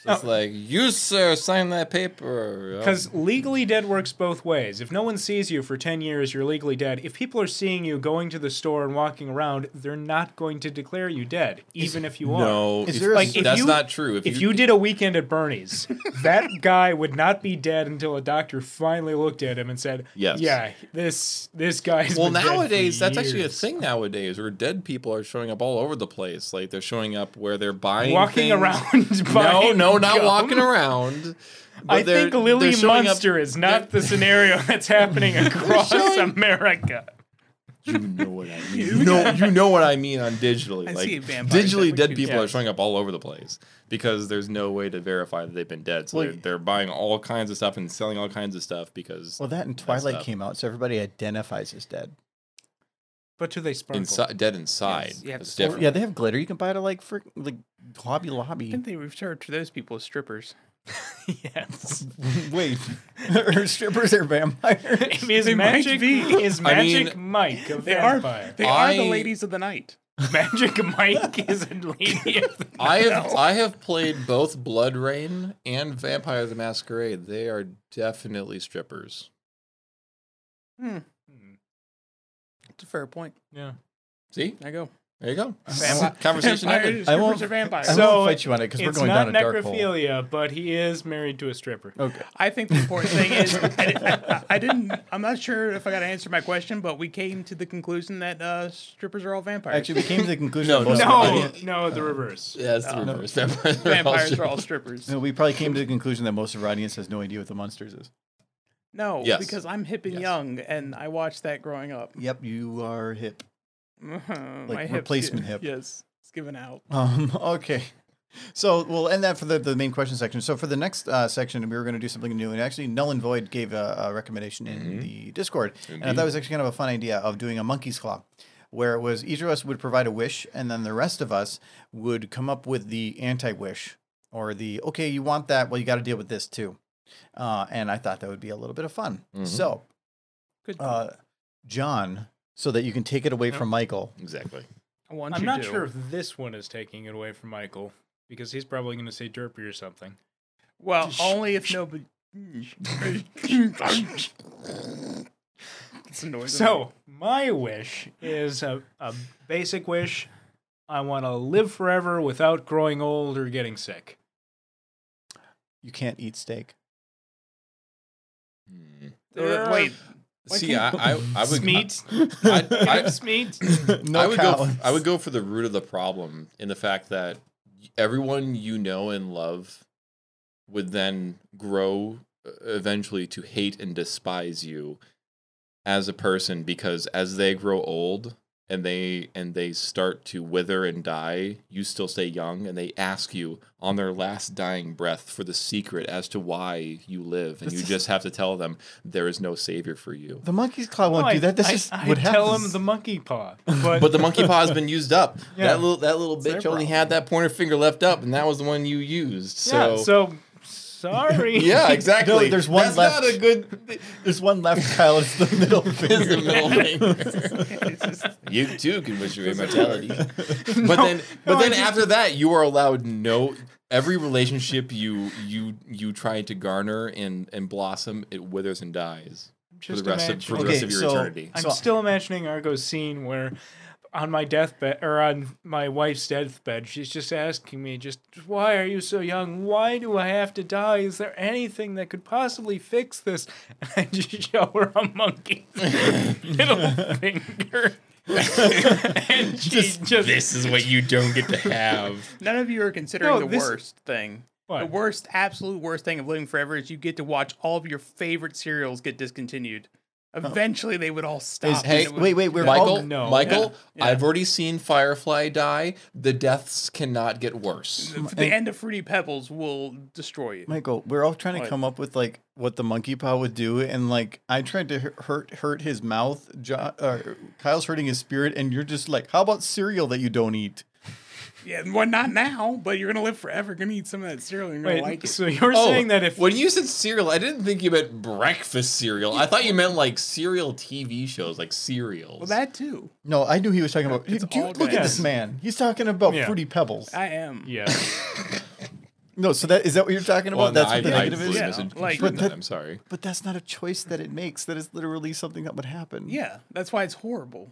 S3: So it's like, you, sir, sign that paper.
S2: Because legally dead works both ways. If no one sees you for 10 years, you're legally dead. If people are seeing you going to the store and walking around, they're not going to declare you dead, even if you are.
S3: no,
S1: Is
S3: if-
S1: there a-
S2: Like, if
S3: that's
S2: you-
S3: not true. If,
S2: If you did a weekend at Bernie's, that guy would not be dead until a doctor finally looked at him and said,
S3: Yes.
S2: Yeah, this this guy's
S3: well,
S2: been dead for
S3: nowadays that's actually a
S2: years."
S3: thing. Nowadays, where dead people are showing up all over the place. Like they're showing up where they're buying,
S2: Walking
S3: things.
S2: around.
S3: No,
S2: buying
S3: no, not
S2: gum.
S3: walking around. But
S2: I
S3: they're-
S2: think
S3: they're
S2: Lily
S3: showing up-
S2: Munster is not the scenario that's happening across America.
S3: You know what I mean. You know, you know what I mean on digitally.
S4: I
S3: like
S4: see vampires
S3: digitally,
S4: that
S3: dead
S4: would
S3: people
S2: yeah.
S3: are showing up all over the place because there's no way to verify that they've been dead. So
S1: Well,
S3: they're, they're buying all kinds of stuff and selling all kinds of stuff because
S1: Well, that and Twilight
S3: up.
S1: came out, so everybody identifies as dead.
S2: But do they sparkle?
S3: inside, dead inside.
S4: Yes, you have
S3: is
S4: to sort-
S3: different.
S1: Yeah, they have glitter. You can buy it at like for like Hobby
S4: I
S1: Lobby.
S4: think they refer to those people as strippers.
S2: yes.
S1: Wait, are strippers or vampires?
S2: Is
S4: They might
S2: magic
S4: be.
S2: is
S3: I mean,
S2: magic Mike a
S4: They are.
S2: vampire?
S4: They are
S3: I-
S4: the ladies of the night.
S2: magic Mike is a lady. Of the
S3: I have I have played both Blood Rain and Vampire the Masquerade. They are definitely strippers.
S4: It's a fair point.
S2: yeah.
S3: See,
S4: I go.
S3: there you go.
S4: Vampi-
S3: Conversation ended.
S4: Vampires,
S1: I
S4: strippers
S1: won't-
S4: are vampires.
S1: I
S2: So-
S1: won't fight you on it because we're
S2: It's
S1: going
S2: not
S1: down a dark hole.
S2: necrophilia, but he is married to a stripper.
S1: Okay.
S4: I think the important thing is I, di- I, I didn't. I'm not sure if I got to answer my question, but we came to the conclusion that uh, strippers are all vampires.
S1: Actually, we came to the conclusion.
S3: No,
S1: of both
S3: no.
S1: of us-
S2: No, no, the reverse.
S3: Yeah, that's the reverse. Vampires,
S4: vampires are
S3: strippers.
S4: all strippers.
S1: No, we probably came to the conclusion that most of our audience has no idea what the monsters is.
S4: No,
S3: Yes.
S4: because I'm hip and young, and I watched that growing up.
S1: Yep, you are hip.
S4: My hips
S1: replacement
S4: get-
S1: hip.
S4: Yes, it's given out.
S1: Um, okay. So we'll end that for the, the main question section. So for the next uh, section, we were going to do something new, and actually, Null and Void gave a, a recommendation in
S3: Mm-hmm.
S1: the Discord, and
S3: Mm,
S1: I thought it was actually kind of a fun idea of doing a monkey's claw, where it was each of us would provide a wish, and then the rest of us would come up with the anti wish or the okay, you want that, well, you got to deal with this too,
S3: Mm-hmm.
S1: uh, and I thought that would be a little bit of fun. So,
S4: Good.
S1: uh, John so that you can take it away from Michael.
S3: Exactly.
S4: I want
S2: I'm
S4: you
S2: not
S4: to.
S2: sure if this one is taking it away from Michael because he's probably going to say derpy or something.
S4: Well, only if nobody. it's annoying.
S2: So my wish is a, a basic wish. I want to live forever without growing old or getting sick.
S1: You can't eat steak.
S3: Hmm.
S4: Uh, wait,
S3: See, I, I, I would
S2: Smeat.
S3: I, I,
S2: Have Smeet.
S1: No
S3: I would go.
S1: cows.
S3: I would go for the root of the problem in the fact that everyone you know and love would then grow uh, eventually to hate and despise you as a person because as they grow old and they and they start to wither and die you still stay young and they ask you on their last dying breath for the secret as to why you live and you just have to tell them there is no savior for you
S1: The monkey's claw won't
S2: I-
S1: do that. This
S2: I,
S1: just
S2: I
S1: would
S2: tell
S1: happen.
S2: him the monkey paw, but,
S3: But the monkey paw has been used up.
S2: Yeah.
S3: That little that little
S2: their
S3: bitch only had that pointer finger left up, and that was the one you used. So
S2: yeah, so sorry.
S3: Yeah, exactly.
S1: No, there's one
S3: That's
S1: left.
S3: not a good.
S1: There's one left, Kyle. It's the middle
S3: It's the
S1: finger.
S3: middle finger. you too can wish your immortality. But then, but
S2: no, I
S3: then
S2: just-
S3: after that, you are allowed no. Every relationship you you you try to garner and and blossom, it withers and dies
S2: Just
S3: for the rest of for the
S2: imagine-
S3: rest
S1: Okay,
S3: of your
S1: so-
S3: eternity.
S2: I'm
S1: So-
S2: still imagining Argo's scene where on my deathbed or on my wife's deathbed, she's just asking me, just why are you so young? Why do I have to die? Is there anything that could possibly fix this? And I just show her a monkey middle finger. and she just,
S3: this is what you don't get to have.
S4: none of you are considering
S2: No,
S4: the
S2: this-
S4: worst thing. The
S2: What?
S4: worst, absolute worst thing of living forever is you get to watch all of your favorite serials get discontinued.
S1: Oh.
S4: Eventually, they would all stop. and
S3: hey,
S4: it would-
S1: Wait, wait, we're
S3: Michael,
S1: all.
S2: no.
S3: Michael,
S4: Yeah.
S3: I've already seen Firefly die. The deaths cannot get worse.
S4: The, the end of Fruity Pebbles will destroy you.
S1: Michael, we're all trying to
S4: What?
S1: come up with like what the monkey paw would do, and like I tried to hu- hurt hurt his mouth. Jo- uh, Kyle's hurting his spirit, and you're just like, how about cereal that you don't eat?
S4: Yeah, well, not now, but you're gonna live forever. Gonna eat some of that cereal. And you're
S2: Wait,
S4: gonna like it.
S2: so you're
S3: Oh,
S2: saying that if
S3: when you said cereal, I didn't think you meant breakfast cereal. I thought you meant like cereal TV shows, like cereals.
S4: well, that too.
S1: No, I knew he was talking about.
S4: It's
S1: Dude,
S4: all
S1: look at this
S2: good.
S1: man. He's talking about
S2: Yeah.
S1: fruity pebbles.
S4: I am.
S2: yeah,
S1: No, so that is that what you're talking about?
S3: Well,
S1: that's
S3: no,
S1: what the
S3: I, I
S1: negative is.
S3: totally
S4: Yeah,
S3: misinterpreted
S4: like-
S3: that.
S1: But that-
S3: I'm sorry.
S1: But that's not a choice that it makes. That is literally something that would happen.
S4: Yeah, that's why it's horrible.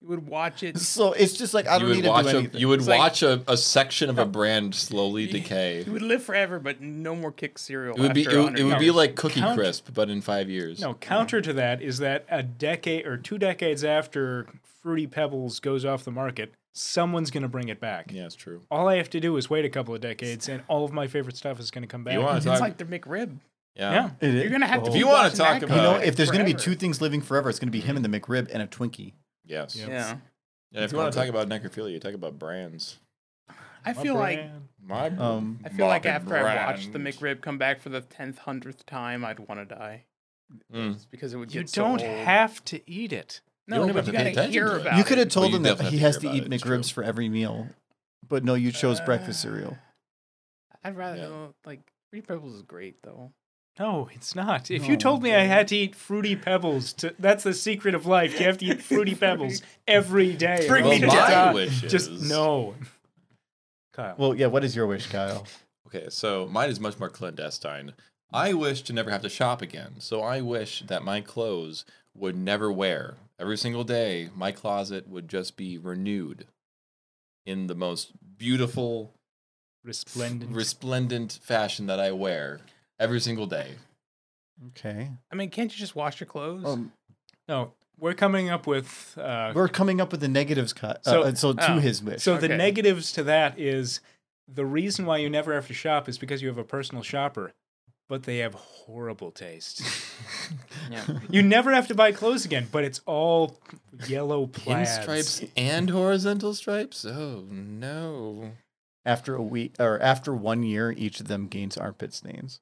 S4: You would watch it.
S1: So it's just like I
S3: You
S1: don't need
S3: would
S1: to
S3: watch
S1: do
S3: a
S1: anything.
S3: you would
S4: It's like-
S3: watch a, a section of a brand slowly decay.
S4: You would live forever, but no more kick cereal.
S3: It would be it,
S4: after
S3: would- it
S4: 100
S3: would be
S4: years.
S3: like Cookie
S2: Count-
S3: Crisp, but in five years.
S2: No, counter to that is that a decade or two decades after Fruity Pebbles goes off the market, someone's going to bring it back.
S3: Yeah, it's true.
S2: All I have to do is wait a couple of decades, and all of my favorite stuff is going to come back.
S3: You want to
S4: it's
S3: talk?
S4: like the McRib.
S2: yeah.
S1: It is-
S4: You're gonna have to.
S1: If
S4: keep
S3: you wanna
S4: watching
S3: talk
S4: that
S3: about-
S1: You know,
S4: guy
S1: if there's going to be two
S4: forever.
S1: things living forever, it's going to be him and the McRib and a Twinkie.
S3: Yes.
S2: Yeah.
S4: yeah,
S3: And if you want to talk about necrophilia, talk about brands.
S4: I feel like
S3: My
S1: Um,
S4: I feel like after I watched
S3: watched
S4: the McRib come back for the tenth hundredth time, I'd want to die.
S3: Mm.
S4: It's because it would.
S2: you
S4: get so
S2: don't
S4: old.
S2: have to eat it.
S4: No,
S3: don't
S4: but
S3: have
S4: you
S3: to pay
S4: gotta
S3: attention to
S4: hear
S3: it.
S4: about.
S1: you could have
S4: it.
S3: Well,
S1: told
S3: you
S1: him that
S3: definitely
S1: he
S3: have
S1: has
S3: to
S1: to
S3: hear
S1: eat
S3: about it, it's
S1: McRibs for every meal, but no, you chose breakfast cereal.
S4: I'd rather
S3: Yeah.
S4: uh, like Three Pebbles is great though.
S2: No, it's not. If you told me I had to eat Fruity Pebbles, to, that's the secret of life. You have to eat Fruity Pebbles every day.
S4: Bring
S2: Well,
S4: me to
S2: my
S4: die.
S3: wishes.
S2: Just no. Kyle.
S1: Well, yeah. What is your wish, Kyle?
S3: Okay, so mine is much more clandestine. I wish to never have to shop again. So I wish that my clothes would never wear. Every single day, my closet would just be renewed in the most beautiful,
S2: Resplendent.
S3: resplendent fashion that I wear every single day.
S1: Okay.
S4: I mean, can't you just wash your clothes?
S1: Um,
S2: no, we're coming up with uh,
S1: we're coming up with the negatives cut. So,
S2: So-
S1: uh, so to
S4: oh.
S1: his wish.
S2: So
S4: Okay.
S2: the negatives to that is the reason why you never have to shop is because you have a personal shopper, but they have horrible taste.
S4: yeah.
S2: you never have to buy clothes again, but it's all yellow plaids.
S3: Pinstripes and horizontal stripes? Oh no.
S1: after a week or after one year, each of them gains armpit stains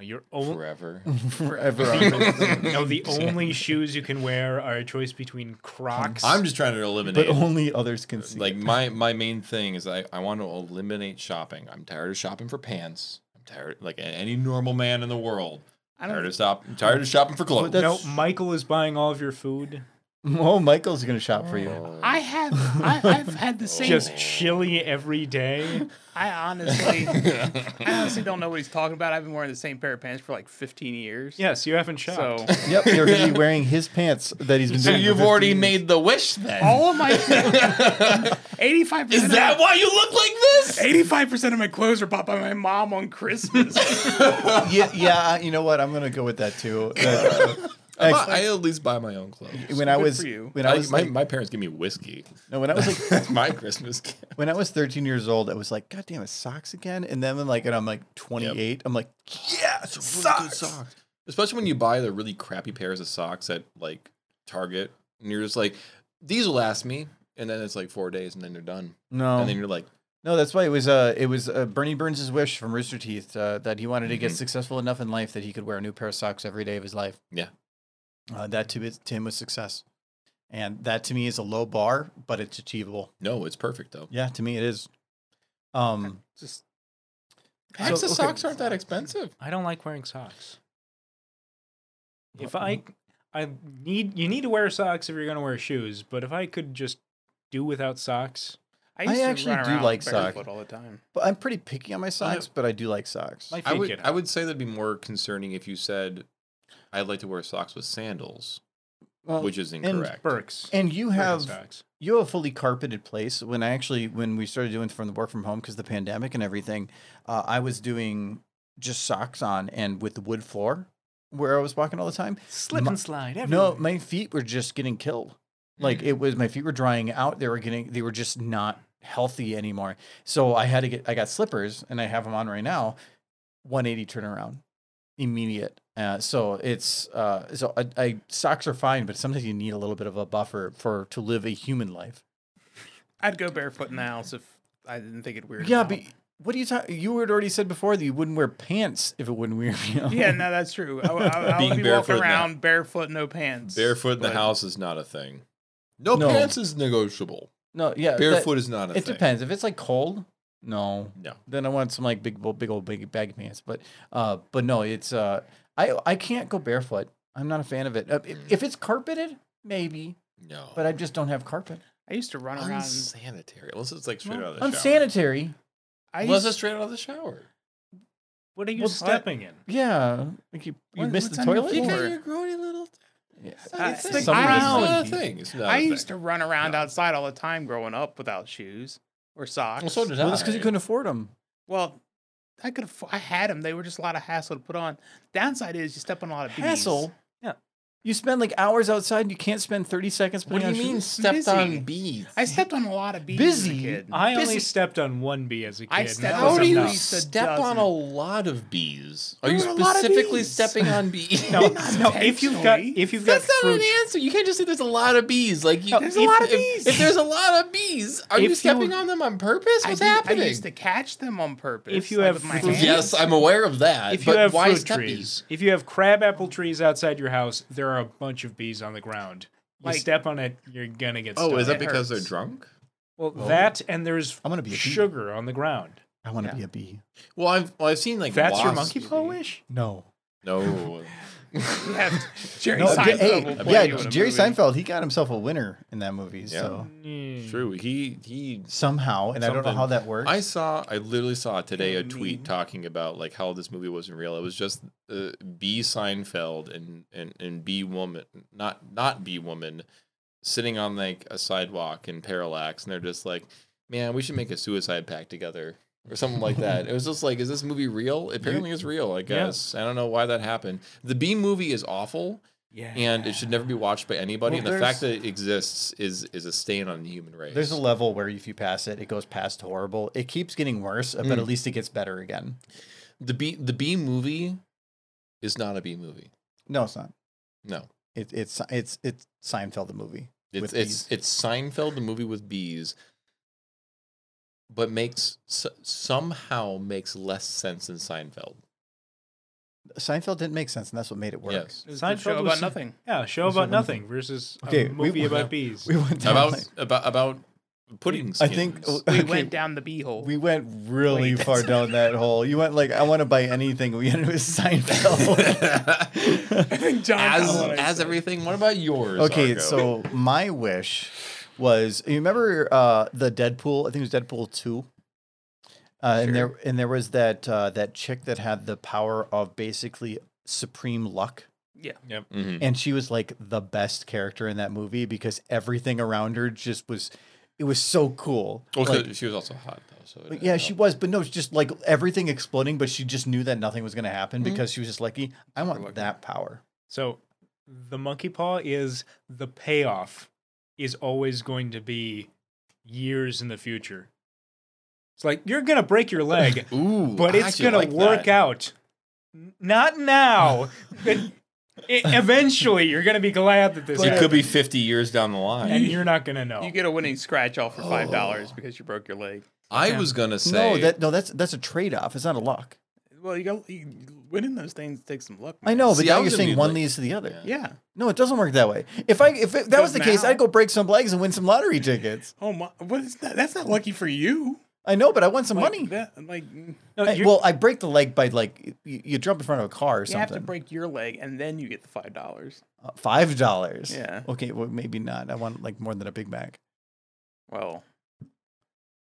S2: Your only
S3: Forever.
S1: forever. armpit stains.
S2: no, the only shoes you can wear are a choice between Crocs.
S3: I'm just trying to eliminate
S1: but only others can see.
S3: like my my main thing is I, I want to eliminate shopping. I'm tired of shopping for pants. I'm tired like a- any normal man in the world.
S4: I
S3: Tired
S4: don't.
S3: of stop. Tired of shopping for clothes.
S1: But that's-
S2: No, Michael is buying all of your food.
S1: Oh, Michael's gonna shop for you.
S4: I have. I, I've had the same.
S2: Just chili every day.
S4: I honestly, I honestly don't know what he's talking about. I've been wearing the same pair of pants for like 15 years.
S2: Yes, you haven't shopped.
S4: So
S1: Yep, you're gonna be wearing his pants that he's been.
S3: so
S1: doing for
S3: you've
S1: 15
S3: already
S1: years.
S3: made the wish then.
S4: all of my 85
S3: Is that why you look like this?
S4: 85% of my clothes are bought by my mom on Christmas.
S1: Yeah, yeah. You know what? I'm gonna go with that too. That-
S3: I, buy-
S1: Actually-
S3: I at least buy my own clothes.
S1: when I
S4: Good
S1: was
S4: for you.
S1: when I
S3: I,
S1: was
S3: my,
S1: like,
S3: my parents give me whiskey.
S1: no, when I was like
S3: That's my Christmas gift.
S1: when I was 13 years old, I was like, God damn it, socks again. And then when, like, and I'm like 28, I'm like, yeah, socks.
S3: Especially when you buy the really crappy pairs of socks at like Target, and you're just like, these will last me. And then it's like four days, and then they're done.
S1: No,
S3: And then you're like,
S1: no, that's why it was. Uh, it was uh, Bernie Burns' wish from Rooster Teeth uh, that he wanted to get
S3: Mhm.
S1: successful enough in life that he could wear a new pair of socks every day of his life.
S3: Yeah.
S1: uh, that to, his- to him was success, and that to me is a low bar, but it's achievable.
S3: no, it's perfect though.
S1: Yeah, to me it is. Um,
S4: Just
S3: Hacks
S1: So,
S3: of
S1: okay.
S3: socks aren't that expensive.
S2: I don't like wearing socks. If I I need you need to wear socks if you're gonna wear shoes, but if I could just do without socks,
S4: I, used to
S1: actually
S4: run
S1: do
S4: around
S1: like
S4: barefoot
S1: sock.
S4: all the time.
S1: but I'm pretty picky on my socks, but I do like socks.
S2: my feet
S3: I would
S2: get
S3: I would say that'd be more concerning if you said, I'd like to wear socks with sandals,
S1: Well,
S3: which is incorrect.
S2: Burks.
S1: and you
S2: Birkin
S1: have
S2: socks.
S1: you have a fully carpeted place when i actually when we started doing from the work from home because the pandemic and everything uh, i was doing just socks on and with the wood floor where i was walking all the time
S2: slip
S1: my-
S2: and slide.
S1: no
S2: everywhere.
S1: my feet were just getting killed
S4: Mm.
S1: like it was my feet were drying out they were getting they were just not healthy anymore so i had to get i got slippers and i have them on right now 180 turnaround immediate uh, so it's uh, so I, I socks are fine but sometimes you need a little bit of a buffer for to live a human life
S4: I'd go barefoot in the house if I didn't think it weird.
S1: Yeah,
S4: out.
S1: but what do you talk? You had already said before that you wouldn't wear pants if it wouldn't weird you out.
S4: yeah, no, that's true. I, I, I
S3: Being
S4: would be
S3: barefoot
S4: walking
S3: in the-
S4: around barefoot, no pants.
S3: Barefoot in the
S4: But-
S3: house is not a thing. No,
S1: No.
S3: pants is negotiable.
S1: no, yeah, that-
S3: Barefoot is not a
S1: it
S3: thing.
S1: depends. If it's like cold, no,
S3: No.
S1: then I want some like big, old- big old big baggy pants. But, uh, but no, it's uh, I I can't go barefoot. I'm not a fan of it. Uh, if, if it's carpeted, maybe,
S3: No.
S1: but I just don't have carpet.
S4: I used to run around.
S3: unsanitary. Unless it's like straight out of the shower.
S1: Unsanitary.
S4: I
S3: Unless
S4: used,
S3: it's straight out of the shower.
S2: What are you
S1: Well, I-
S2: stepping in?
S1: Yeah, like you, you
S4: What-
S1: missed the
S4: what's on your
S1: toilet.
S4: feet?
S1: Or-
S4: Or-
S3: grody little.
S1: Yeah.
S4: Uh, it's
S3: thing.
S4: the
S3: It's not
S1: ground.
S3: a thing. It's not a
S4: I
S3: thing.
S4: used to run around outside all the time growing up without shoes or socks.
S3: Well, so did
S1: Well,
S3: I.
S1: that's because you couldn't afford them.
S4: Well, I could have. I had them. They were just a lot of hassle to put on. Downside is you step on a lot of bees.
S1: Hassle.
S2: Yeah.
S1: You spend like hours outside and you can't spend 30 seconds
S3: What
S1: putting
S3: do you
S1: on
S3: mean
S1: shoes?
S3: stepped
S4: Busy.
S3: on bees?
S4: I stepped on a lot of bees. As
S1: Busy?
S4: a kid.
S2: I only
S1: Busy-
S2: stepped on one bee as a kid.
S4: Mm. I
S2: and that
S4: stepped on
S3: How
S2: was
S3: do you
S2: enough.
S4: Almost a
S3: step on
S4: dozen.
S3: a lot of bees? Are you
S1: There were a lot of
S3: specifically
S1: bees.
S3: stepping on bees?
S2: No, no. If you've got,
S4: intentionally.
S2: if you've got
S3: That's not
S2: fruit,
S3: an answer. You can't just say there's a lot of bees. Like you,
S4: There's a lot of
S3: if-
S4: bees.
S3: If there's a lot of bees, are
S2: If
S3: you
S2: you-
S3: stepping on them on purpose?
S4: I
S3: What's
S4: did-
S3: happening?
S4: I used to catch them on purpose.
S2: If you
S4: like
S2: have
S4: with my
S2: fruit-
S4: hands.
S3: yes, I'm aware of that.
S2: if you
S3: but
S2: have
S3: why
S2: fruit
S3: step
S2: trees, if you have crab apple trees outside your house, there are a bunch of bees on the ground. You
S4: Like-
S2: step on it, you're gonna get.
S3: Oh,
S2: stung.
S3: is that
S4: It
S3: because
S4: hurts.
S3: they're drunk?
S2: Well, that and there's
S1: I'm gonna be a bee.
S2: sugar on the ground.
S1: I want to
S4: Yeah.
S1: be a bee.
S3: Well, I've well, I've seen like
S2: That's your
S3: wasps-
S2: monkey paw wish.
S1: No.
S3: No,
S4: Yeah, Jerry
S1: No,
S4: Seinfeld.
S1: hey,
S4: will play
S1: yeah,
S4: you in a
S1: Jerry
S4: movie.
S1: Seinfeld, he got himself a winner in that movie. So
S4: Hmm.
S2: Mm.
S3: true. He he
S1: somehow, and I don't
S3: Something.
S1: know how that works.
S3: I saw, I literally saw today a
S4: Mean.
S3: tweet talking about like how this movie wasn't real. It was just uh, B Seinfeld and and and B woman, not not B woman, sitting on like a sidewalk in parallax, and they're just like, man, we should make a suicide pact together or something like that. it was just like, is this movie real? Apparently, it's real. I guess I don't know why that happened. The B movie is awful.
S2: Yeah.
S3: And it should never be watched by anybody.
S1: Well,
S3: and the
S1: there's-
S3: fact that it exists is is a stain on the human race.
S1: There's a level where if you pass it, it goes past horrible. It keeps getting worse, but at least it gets better again.
S3: the B the B movie is not a B movie.
S1: No, it's not.
S3: No,
S1: It, it's it's it's Seinfeld the movie.
S3: it's
S1: With
S3: it's it's Seinfeld the movie with bees, but makes s- somehow makes less sense than Seinfeld.
S1: Seinfeld didn't make sense, and that's what made it work.
S3: Yes.
S4: It was a
S2: Seinfeld
S4: show
S2: was
S4: about
S2: some-
S4: nothing.
S2: Yeah, a show
S1: There's
S2: about
S1: another
S2: nothing versus
S1: Okay,
S2: a
S1: we-
S2: movie about bees.
S1: We went down
S3: About
S1: like-
S3: about about pudding
S1: I
S3: skins.
S1: think
S4: We
S1: okay,
S4: went down the beehole.
S1: We went really
S4: Wait.
S1: far down that hole. You went like, I want to buy anything. We ended with Seinfeld.
S4: John
S3: as
S4: Oliver.
S3: as everything. What about yours?
S1: okay,
S3: Argo?
S1: so my wish was you remember uh, the Deadpool? I think it was Deadpool two. Uh, And there and there was that uh, that chick that had the power of basically supreme luck.
S2: Yep.
S3: Mhm.
S1: and she was like the best character in that movie because everything around her just was it was so cool
S3: Well, so
S1: Like,
S3: she was also hot though. So it
S1: but
S3: didn't
S1: yeah she
S3: help.
S1: was but no it's just like everything exploding but she just knew that nothing was going to happen because she was just lucky i want
S3: Mm-hmm. lucky.
S1: that power
S2: So the monkey paw is the payoff is always going to be years in the future. It's like you're gonna break your leg,
S3: Ooh,
S2: but
S3: I
S2: it's
S3: actually
S2: gonna
S3: like
S2: work
S3: that.
S2: out. N- Not now. but e- eventually, you're gonna be glad that this.
S3: It could
S2: happened,
S3: be fifty years down the line.
S2: and you're not gonna know.
S4: You get a winning scratch off for five dollars
S3: Oh.
S4: because you broke your leg.
S3: I
S2: Yeah.
S3: was gonna say
S1: no that no that's that's a trade-off it's not a luck
S4: Well, you got you, winning those things takes some luck.
S1: i know but
S3: See, I
S1: now you're
S3: was
S1: saying
S3: immune,
S1: one
S3: like-
S1: leads to the other
S3: Yeah.
S4: Yeah.
S1: no it doesn't work that way if i if it, that was
S4: Does
S1: the case
S4: now.
S1: i'd go break some legs and win some lottery tickets
S4: Oh my! What is that? That's not lucky for you.
S1: i know but i want some
S4: Like,
S1: money
S4: That, like you
S2: No,
S1: I-
S2: you're-
S1: well i break the leg by like you, you jump in front of a car or something
S4: have to break your leg and then you get the five dollars.
S1: Uh, Five dollars.
S4: Yeah.
S1: Okay. Well, maybe not. I want like more than a Big Mac.
S4: Well,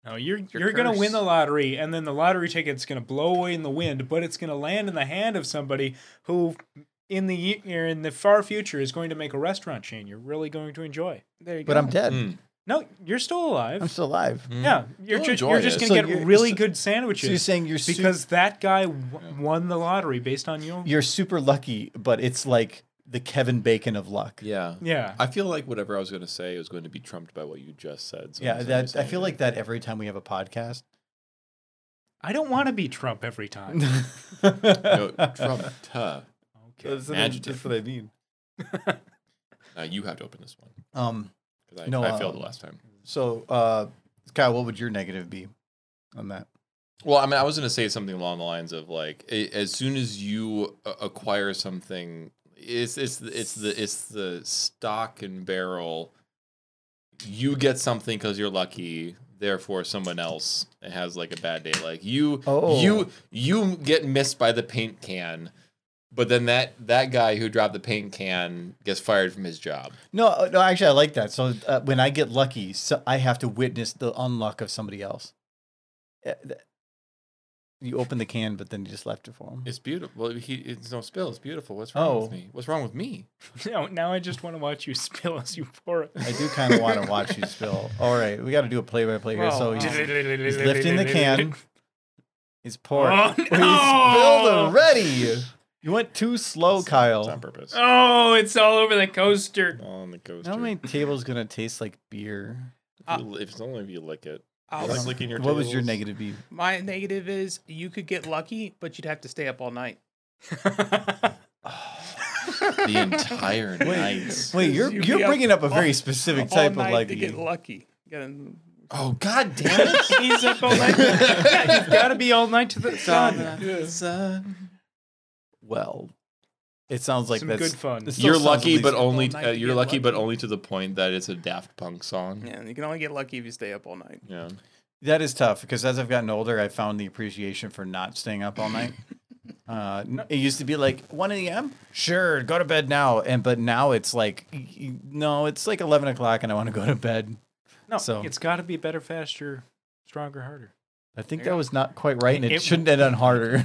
S2: No, you're
S4: Your
S2: you're gonna win
S4: curse.
S2: the lottery, and then the lottery ticket's gonna blow away in the wind, but it's gonna land in the hand of somebody who, in the ye- or in the far future, is going to make a restaurant chain. You're really going to enjoy.
S4: there you
S1: But
S4: go.
S1: I'm dead.
S3: Mm,
S2: No, you're still alive.
S1: I'm still alive.
S3: mm.
S2: Yeah, you're
S3: You'll
S2: just
S3: enjoy
S2: you're just
S3: it.
S2: gonna
S1: So
S2: get
S1: you're-
S2: really
S1: so-
S2: good
S1: So you're
S2: sandwiches
S1: saying you're su-
S2: because that guy w- won the lottery based on your
S1: you're super lucky, but it's like the Kevin Bacon of luck.
S3: yeah.
S2: yeah.
S3: I feel like whatever I was going to say was going to be trumped by what you just said. so
S1: Yeah.
S3: I'm
S1: That
S3: sorry
S1: I
S3: to
S1: feel
S3: say
S1: like that every time we have a podcast.
S2: I don't want to be Trump every time.
S3: No, trumped. huh.
S2: Okay.
S1: what I-
S3: Adjective.
S1: what I mean.
S3: Uh, you have to open this one
S1: Um.
S3: because I,
S1: No,
S3: I
S1: uh,
S3: failed the last time.
S1: So, uh, Kyle, what would your negative be on that?
S3: Well, I mean, I was going to say something along the lines of like, a- as soon as you a- acquire something, it's it's it's the it's the stock and barrel. You get something because you're lucky. Therefore, someone else has like a bad day. Like you,
S1: Oh.
S3: you, you get missed by the paint can, but then that that guy who dropped the paint can gets fired from his job.
S1: No, uh, no. Actually, I like that. So uh, when I get lucky, so I have to witness the unluck of somebody else. Uh, th- You open the can, but then you just left it for him.
S3: It's beautiful. Well, he it's no spill. It's beautiful. What's wrong
S1: Oh.
S3: with me? What's wrong with me?
S2: No, now I just want to watch you spill as you pour it.
S1: I do kind of want to watch you spill. All right, we got to do a play by play here. So
S4: Wow.
S1: he's, he's lifting the can. He's pouring.
S2: Oh,
S1: He
S2: no!
S1: spilled already. You went too slow,
S3: It's on
S1: Kyle.
S3: purpose.
S4: Oh, it's all over the coaster.
S3: On the coaster.
S1: How many tables gonna taste like beer?
S3: If you- if it's only if you lick it.
S4: I
S3: Like
S4: was-
S3: licking your
S1: What was your
S3: tables.
S1: negative be?
S4: my negative is you could get lucky, but you'd have to stay up all night.
S3: The entire night.
S1: Wait, you're
S4: You
S1: you're
S4: be up
S1: bringing up a
S4: all-
S1: very specific
S4: all
S1: type of
S4: night
S1: lucky.
S4: to get lucky. Gotta-
S3: Oh god damn it.
S2: He's up all night. yeah, you've got to be all night to the sun.
S1: Well, it sounds like
S2: Some
S1: that's
S2: good fun.
S1: it still
S3: You're
S1: sounds
S3: lucky,
S1: at least-
S3: but only
S4: All night
S3: uh,
S4: to
S3: you're
S4: get
S3: lucky, but
S4: lucky.
S3: only to the point that it's a Daft Punk song.
S4: Yeah, you can only get lucky if you stay up all night.
S3: Yeah.
S1: that is tough because as I've gotten older, I found the appreciation for not staying up all night. Uh, n- it used to be like 1 a.m. Sure, go to bed now, and but now it's like y- y- no, it's like 11 o'clock, and I want to go to bed.
S2: No,
S1: So-
S2: it's got to be better, faster, stronger, harder.
S1: I think
S4: There you
S1: that
S4: go.
S1: was not quite right, and it,
S2: It-
S1: shouldn't have done harder.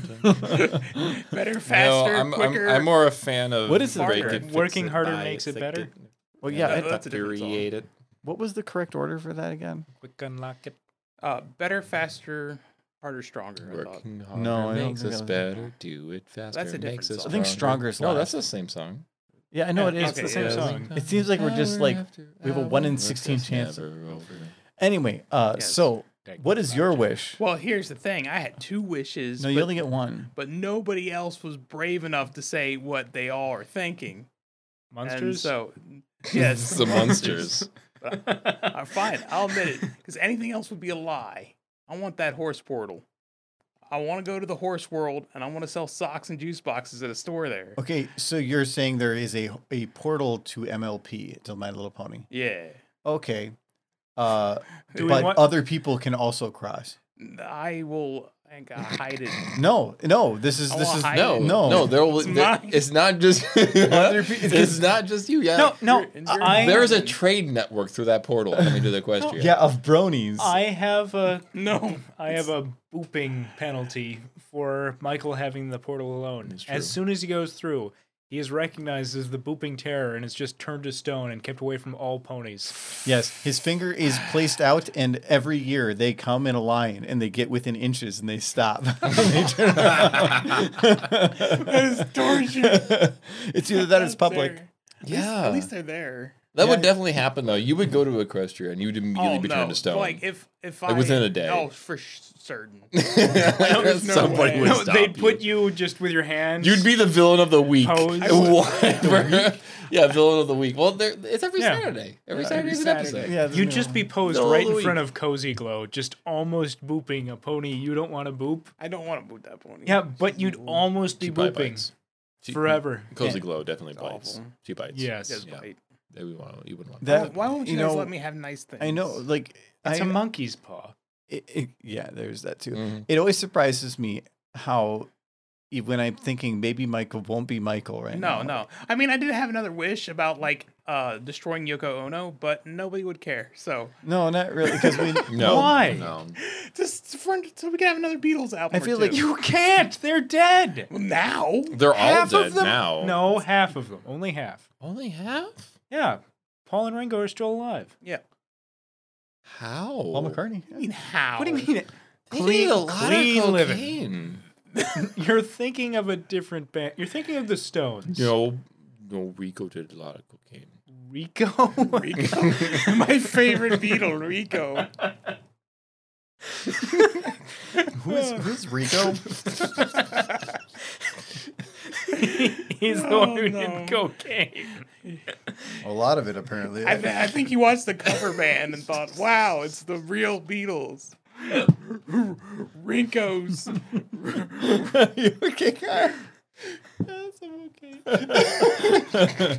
S4: Better, faster,
S3: no, I'm,
S4: quicker.
S3: I'm, I'm more a fan of
S1: What is it?
S3: break
S4: Harder.
S3: fix
S2: Working harder
S3: buy
S2: makes it
S3: fix
S2: better?
S1: well,
S3: Yeah,
S1: yeah.
S4: that-
S1: it-
S4: that's a different song.
S3: infuriate it.
S1: what was the correct order for that again?
S2: Quick unlock it.
S4: uh, better, faster, harder, stronger. I thought.
S3: Working harder
S1: No, I don't
S3: makes
S1: think
S3: us
S1: that was-
S3: better. Do it faster.
S4: That's a different
S3: makes us
S4: song.
S1: I think Stronger is
S3: No,
S1: last.
S3: that's the same song.
S1: Yeah, I know it
S2: Yeah,
S1: is.
S2: it's
S4: okay,
S2: the same
S4: yeah.
S2: song.
S1: It seems like we're just like we have a one in 16 chance. Anyway, uh,
S4: Yes.
S1: so what is your wish?
S4: Well, here's the thing. I had two wishes,
S1: No,
S4: but,
S1: you only get one.
S4: but nobody else was brave enough to say what they all are thinking. And
S2: Monsters.
S4: so, yes,
S3: the monsters.
S4: Uh, fine, I'll admit it, because anything else would be a lie. I want that horse portal. I want to go to the horse world, and I want to sell socks and juice boxes at a store there.
S1: Okay, so you're saying there is a a portal to MLP to My Little Pony.
S4: Yeah,
S1: Okay, Uh,
S2: Do we
S1: but
S2: want-
S1: other people can also cross.
S5: I will. I gotta hide it.
S1: No, no. This is
S2: Oh,
S5: I
S1: this
S5: wanna
S1: is
S5: hide
S1: no,
S5: it.
S1: no,
S3: No, no. There will.
S5: It's
S3: there-
S5: mine.
S3: it's not just. it's not just you. Yeah.
S2: No, no.
S5: You're- you're-
S2: I,
S3: There is a trade network through that portal coming to the question.
S1: Yeah, of bronies.
S2: I have a
S5: No.
S2: I have a booping penalty for Michael having the portal alone.
S6: It's true.
S2: As soon as he goes through, he is recognized as the booping terror and is just turned to stone and kept away from all ponies.
S1: Yes, his finger is placed out, and every year they come in a line and they get within inches and they stop. They turn around. it's either that or it's public.
S3: Yeah.
S4: At least they're there.
S3: that would
S1: Yeah.
S3: definitely happen though. You would go to Equestria and you would immediately
S5: Oh,
S3: be
S5: no.
S3: turned to stone.
S5: Like if if I
S3: within a day.
S5: Oh, for sh- certain.
S4: there's no
S3: Somebody
S4: way.
S3: would
S4: No,
S3: stop
S2: they'd
S3: you.
S2: put you just with your hands.
S3: You'd be the villain of the week.
S2: Pose. I
S3: Whatever. yeah, villain of the week. Well, there, it's every
S2: Yeah.
S3: Saturday. Every
S2: Yeah,
S3: Saturday
S2: every
S3: is an
S2: Saturday.
S3: episode.
S1: Yeah,
S2: You'd just be posed
S3: Middle of
S2: right
S3: the
S2: in front
S3: week.
S2: of Cozy Glow, just almost booping a pony you don't want to boop.
S4: I don't want to boot that pony.
S2: Yeah, but you'd almost be
S6: She probably
S2: booping
S6: bites. She-
S2: forever.
S6: Cozy glow definitely bites.
S4: awful.
S6: She bites.
S2: Yes.
S5: Just
S6: Yeah.
S5: bite.
S6: They would want- you wouldn't want
S1: That-
S4: Why- why won't you,
S1: you
S4: guys
S1: know,
S4: let me have nice things?
S1: I know, like
S2: It's
S1: I,
S2: a monkey's paw.
S1: it, it, yeah, there's that too.
S3: Mhm.
S1: It always surprises me how e- when I'm thinking maybe Michael won't be Michael right
S5: No,
S1: now.
S5: no. I mean, I did have another wish about like uh destroying Yoko Ono, but nobody would care. So
S1: no, not really, because we.
S3: No.
S2: Why?
S3: No.
S4: Just for, so we can have another Beatles album.
S1: I
S4: or
S1: feel
S4: two.
S1: like
S2: You can't. They're dead.
S4: Well, now.
S3: They're all
S2: Half of
S3: dead
S2: them-
S3: now.
S2: No, half of them. Only half.
S3: Only half?
S2: Yeah. Paul and Ringo are still alive.
S5: yeah.
S3: How?
S1: Paul McCartney.
S5: I mean, how?
S2: What do you mean?
S3: They need a lot
S2: clean
S3: of
S2: living.
S3: cocaine.
S2: You're thinking of a different band. You're thinking of the Stones.
S6: You know, no, Rico did a lot of cocaine.
S2: Rico.
S4: Rico. My favorite Beatle, Rico.
S1: Who's who's Rico?
S2: He's the
S4: Oh,
S2: one who
S4: no.
S2: did cocaine.
S1: a lot of it apparently.
S4: I, th- I think he watched the cover band and thought, wow, it's the real Beatles. Rinko's.
S1: you okay, Kyle?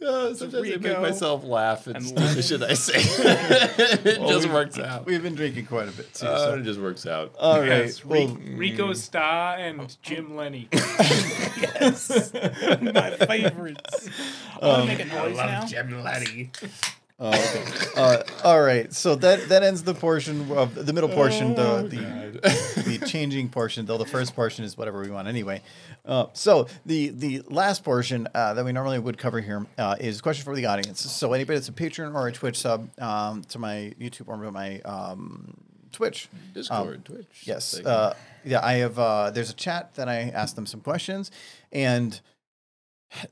S3: Uh, sometimes I make
S4: Rico.
S3: myself laugh and
S5: Lennon.
S3: stupid shit I say. it
S1: Well,
S3: just
S1: we-
S3: works out.
S1: We've been drinking quite a bit too.
S3: Uh,
S1: so.
S3: it just works out.
S1: All right.
S2: Yes, Ri-
S1: well,
S2: Rico Starr and Jim Lenny.
S4: yes. My favorites.
S5: Um,
S4: I want to make a noise now.
S5: Gem Laddie.
S1: Oh, okay. uh, all right. So that that ends the portion of the middle portion, the the, the changing portion. Though the first portion is whatever we want anyway. Uh, so the the last portion uh, that we normally would cover here uh, is question for the audience. So anybody that's a patron or a Twitch sub um, to my YouTube or my um, Twitch.
S3: Discord, Twitch.
S1: Yes.
S3: thing.
S1: Uh, yeah, I have. Uh, there's a chat that I asked them some questions, and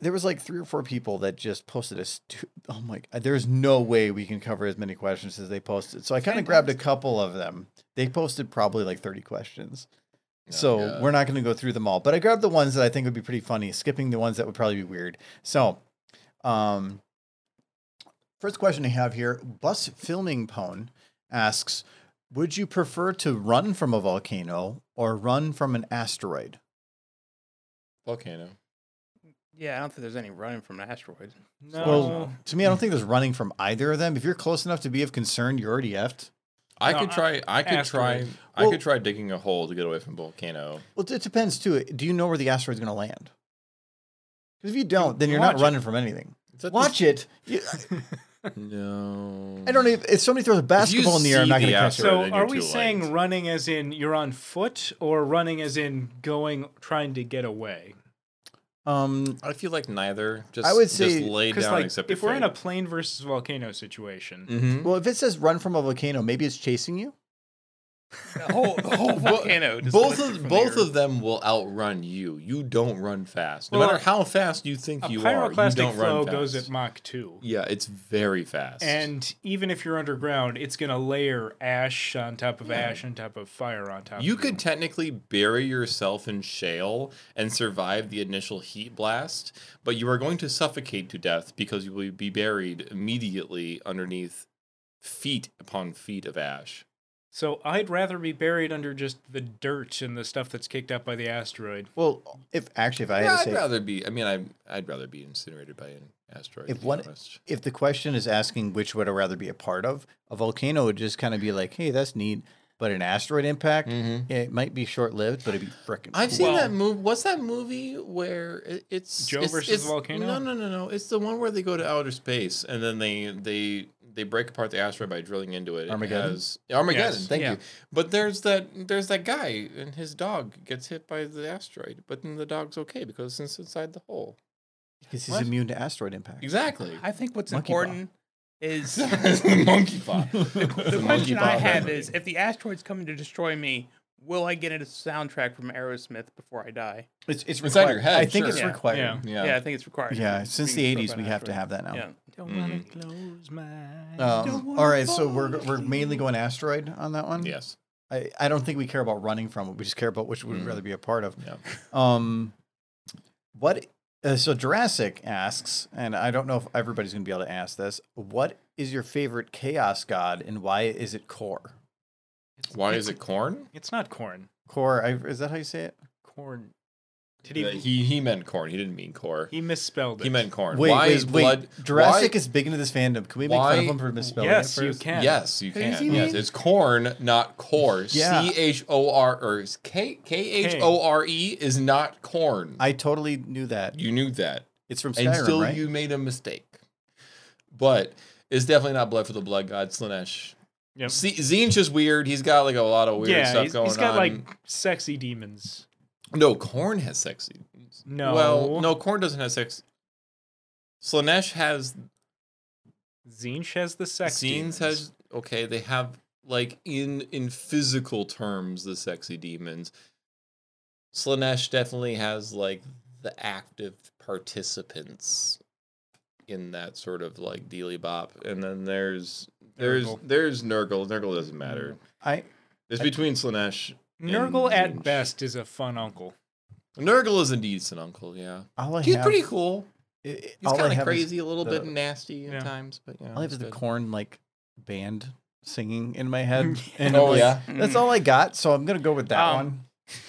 S1: there was like three or four people that just posted us. Stu- oh my! There's no way we can cover as many questions as they posted. So I kind of grabbed a couple of them. They posted probably like 30 questions. So
S3: yeah.
S1: we're not going to go through them all, but I grabbed the ones that I think would be pretty funny, skipping the ones that would probably be weird. So, um, first question I have here: Bus filming pone asks, "Would you prefer to run from a volcano or run from an asteroid?"
S3: volcano.
S5: Yeah, I don't think there's any running from an asteroid.
S2: No.
S1: Well, to me, I don't think there's running from either of them. If you're close enough to be of concern, you're already effed.
S3: I
S2: No,
S3: could
S2: I-
S3: try. I could try.
S2: asteroid.
S3: I
S1: Well-
S3: could try digging a hole to get away from volcano.
S1: Well, it depends too. Do you know where the asteroid's going to land? Because if you don't, then you're
S2: watch
S1: not
S2: it.
S1: running from anything.
S3: Is that
S1: Watch it. You,
S3: the- No.
S1: I don't. If, if somebody throws a basketball in the air, I'm
S3: see
S1: not going to
S3: the
S1: catch it.
S3: asteroid,
S2: so
S3: then you're
S2: are we
S3: too
S2: saying
S3: late.
S2: running as in you're on foot or running as in going trying to get away?
S1: Um,
S3: I feel like neither. Just
S1: I would
S3: just
S1: say-
S3: lay
S2: Because
S3: down.
S2: like
S3: except
S2: if we're in a plane versus volcano situation,
S3: Mm-hmm.
S1: well, if it says run from a volcano, maybe it's chasing you.
S5: The whole, the whole volcano. Just
S3: Both
S5: lifted
S3: of
S5: from
S3: both
S5: the earth.
S3: of them will outrun you. You don't run fast, no
S2: Well,
S3: matter how fast you think
S2: a
S3: you are. You
S2: pyroclastic
S3: don't
S2: flow
S3: run fast.
S2: goes at Mach 2.
S3: yeah, it's very fast.
S2: And even if you're underground, it's going to layer ash on top of ash on top of fire on top
S3: You
S2: of
S3: could technically bury yourself in shale and survive the initial heat blast, but you are going to suffocate to death because you will be buried immediately underneath feet upon feet of ash.
S2: So I'd rather be buried under just the dirt and the stuff that's kicked up by the asteroid.
S1: Well, if actually, if I
S3: Yeah,
S1: had to
S3: I'd
S1: say,
S3: rather be. I mean, I'm, I'd rather be incinerated by an asteroid.
S1: If
S3: to be
S1: one-
S3: honest.
S1: if the question is asking which would I rather be a part of, a volcano would just kind of be like, hey, that's neat. But an asteroid impact, yeah, it might be short lived, but it'd be freaking.
S3: Mm-hmm. I've
S1: cool.
S3: seen
S4: Well-
S3: that movie. What's that movie where it- it's
S2: Joe
S3: it's-
S2: versus
S3: it's-
S2: Volcano?
S3: No, no, no, no. It's the one where they go to outer space and then they they they break apart the asteroid by drilling into it. It
S1: Armageddon?
S3: has- Armageddon.
S2: Yes,
S3: Thank
S2: yeah.
S3: you. But there's that there's that guy and his dog gets hit by the asteroid, but then the dog's okay because it's inside the hole.
S1: because he's
S3: What?
S1: immune to asteroid impact.
S3: Exactly.
S4: I think what's
S1: Monkey paw.
S4: important is
S3: monkey paw.
S4: the question I have is if the asteroid's coming to destroy me, will I get a soundtrack from Aerosmith before I die?
S1: It's it's
S3: It's on
S1: required.
S3: your head,
S1: I think
S3: sure.
S1: it's
S4: Yeah.
S1: required.
S2: Yeah.
S1: Yeah,
S3: yeah.
S4: Yeah, I think it's required.
S1: since the
S4: Being struck
S1: '80s,
S4: by
S1: we
S4: an
S1: have to
S4: asteroid.
S1: have that now.
S4: Yeah.
S2: Don't wanna close my eyes.
S1: Um, all right, so we're we're mainly going asteroid on that one.
S3: Yes.
S1: I, I don't think we care about running from it. We just care about which we'd
S3: Mhm.
S1: rather be a part of.
S3: Yeah.
S1: Um, what? Uh, so Jurassic asks, and I don't know if everybody's going to be able to ask this. What is your favorite chaos god, and why is it Core?
S3: Why is it corn?
S2: It's not corn.
S1: Core, I, is that how you say it?
S2: Corn. Did
S3: He,
S2: he?
S3: he he meant corn. He didn't mean core.
S2: He misspelled it.
S3: Uh, He meant corn.
S1: Wait,
S3: why
S1: wait,
S3: is
S1: wait.
S3: blood
S1: Jurassic
S3: why-
S1: is big into this fandom. Can we make fun
S3: why-
S1: of him for misspelling
S2: Yes,
S1: it
S2: you
S1: first?
S2: can.
S3: Yes, you
S4: Have you
S3: can.
S4: seen
S3: yes,
S4: these?
S3: it's corn, not core.
S1: Yeah.
S3: C H O R or is K K H O R E is not corn.
S1: I totally knew that.
S3: you knew that,
S1: It's from
S3: and
S1: Skyrim,
S3: still
S1: right?
S3: you made a mistake. But it's definitely not blood for the blood god Slanesh.
S2: Yep.
S3: Z- Zine's just weird. He's got like a lot of weird
S2: yeah,
S3: stuff
S2: he's-
S3: going
S2: he's got
S3: on.
S2: like sexy demons.
S3: no, corn has sexy.
S2: No.
S3: Well, no, corn doesn't have sex. Slanesh has
S2: Zinch has the sex. demons.
S3: scenes has okay they have like in in physical terms the sexy demons slanesh definitely has like the active participants in that sort of like dealy bop and then there's there's
S2: Nurgle.
S3: there's nurgle nurgle doesn't matter
S1: Mm. I
S3: it's between slanesh
S2: Nurgle
S3: Zinch.
S2: at best is a fun uncle.
S3: nurgle is a decent uncle yeah
S1: all I
S3: he's
S1: have,
S3: pretty cool
S1: i- i-
S3: he's
S1: all I
S3: kind of
S1: have is-
S3: crazy a little bit
S1: the-
S3: and nasty at
S2: Yeah.
S3: times but yeah
S1: All I have is the corn like band singing in my head. And
S3: oh
S1: I'm like,
S3: yeah
S2: Mm-hmm.
S1: that's all I got. So I'm gonna go with that
S4: Um,
S1: one.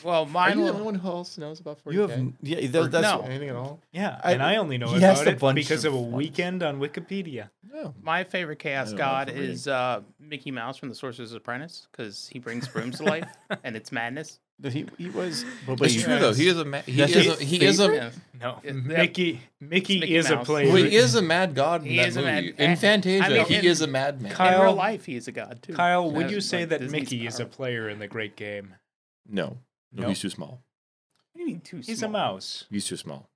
S4: Well,
S3: are
S4: mine
S3: you the only
S4: will.
S3: one who else knows about 40K?
S1: You have n- yeah, th- that's
S4: no.
S3: anything at all?
S2: Yeah,
S1: I-
S2: and I only know
S1: he has
S2: about
S1: a
S2: it
S1: bunch
S2: because of,
S1: of
S2: a
S1: ones.
S2: weekend on Wikipedia.
S3: No.
S4: My favorite
S3: I
S4: chaos
S3: don't know
S4: god
S3: if I'm reading.
S4: is uh, Mickey Mouse from The Sorcerer's Apprentice because he brings brooms to life and it's madness.
S1: But he he was. But
S3: It's
S1: wait,
S3: true though. He is a ma- he
S1: That's
S3: is
S1: his
S3: a, he is a
S4: Yeah.
S2: No,
S4: Yeah, yeah.
S2: Mickey. Mickey,
S4: Mickey
S2: is a
S4: Mouse.
S3: well,
S2: player.
S3: he is a mad god in
S4: He
S3: that
S4: is a mad-
S3: movie. in Fantasia,
S4: I mean, in-
S3: he is a madman.
S2: Kyle-
S4: In real life, he is a god too.
S2: Kyle, would
S4: That's
S2: you say
S4: like
S2: that
S4: Disney's
S2: Mickey is a
S4: power.
S2: player in the Great Game?
S3: no, no,
S2: No.
S3: he's too small.
S4: What do you mean too
S2: He's
S4: small?
S2: a mouse.
S3: He's too small.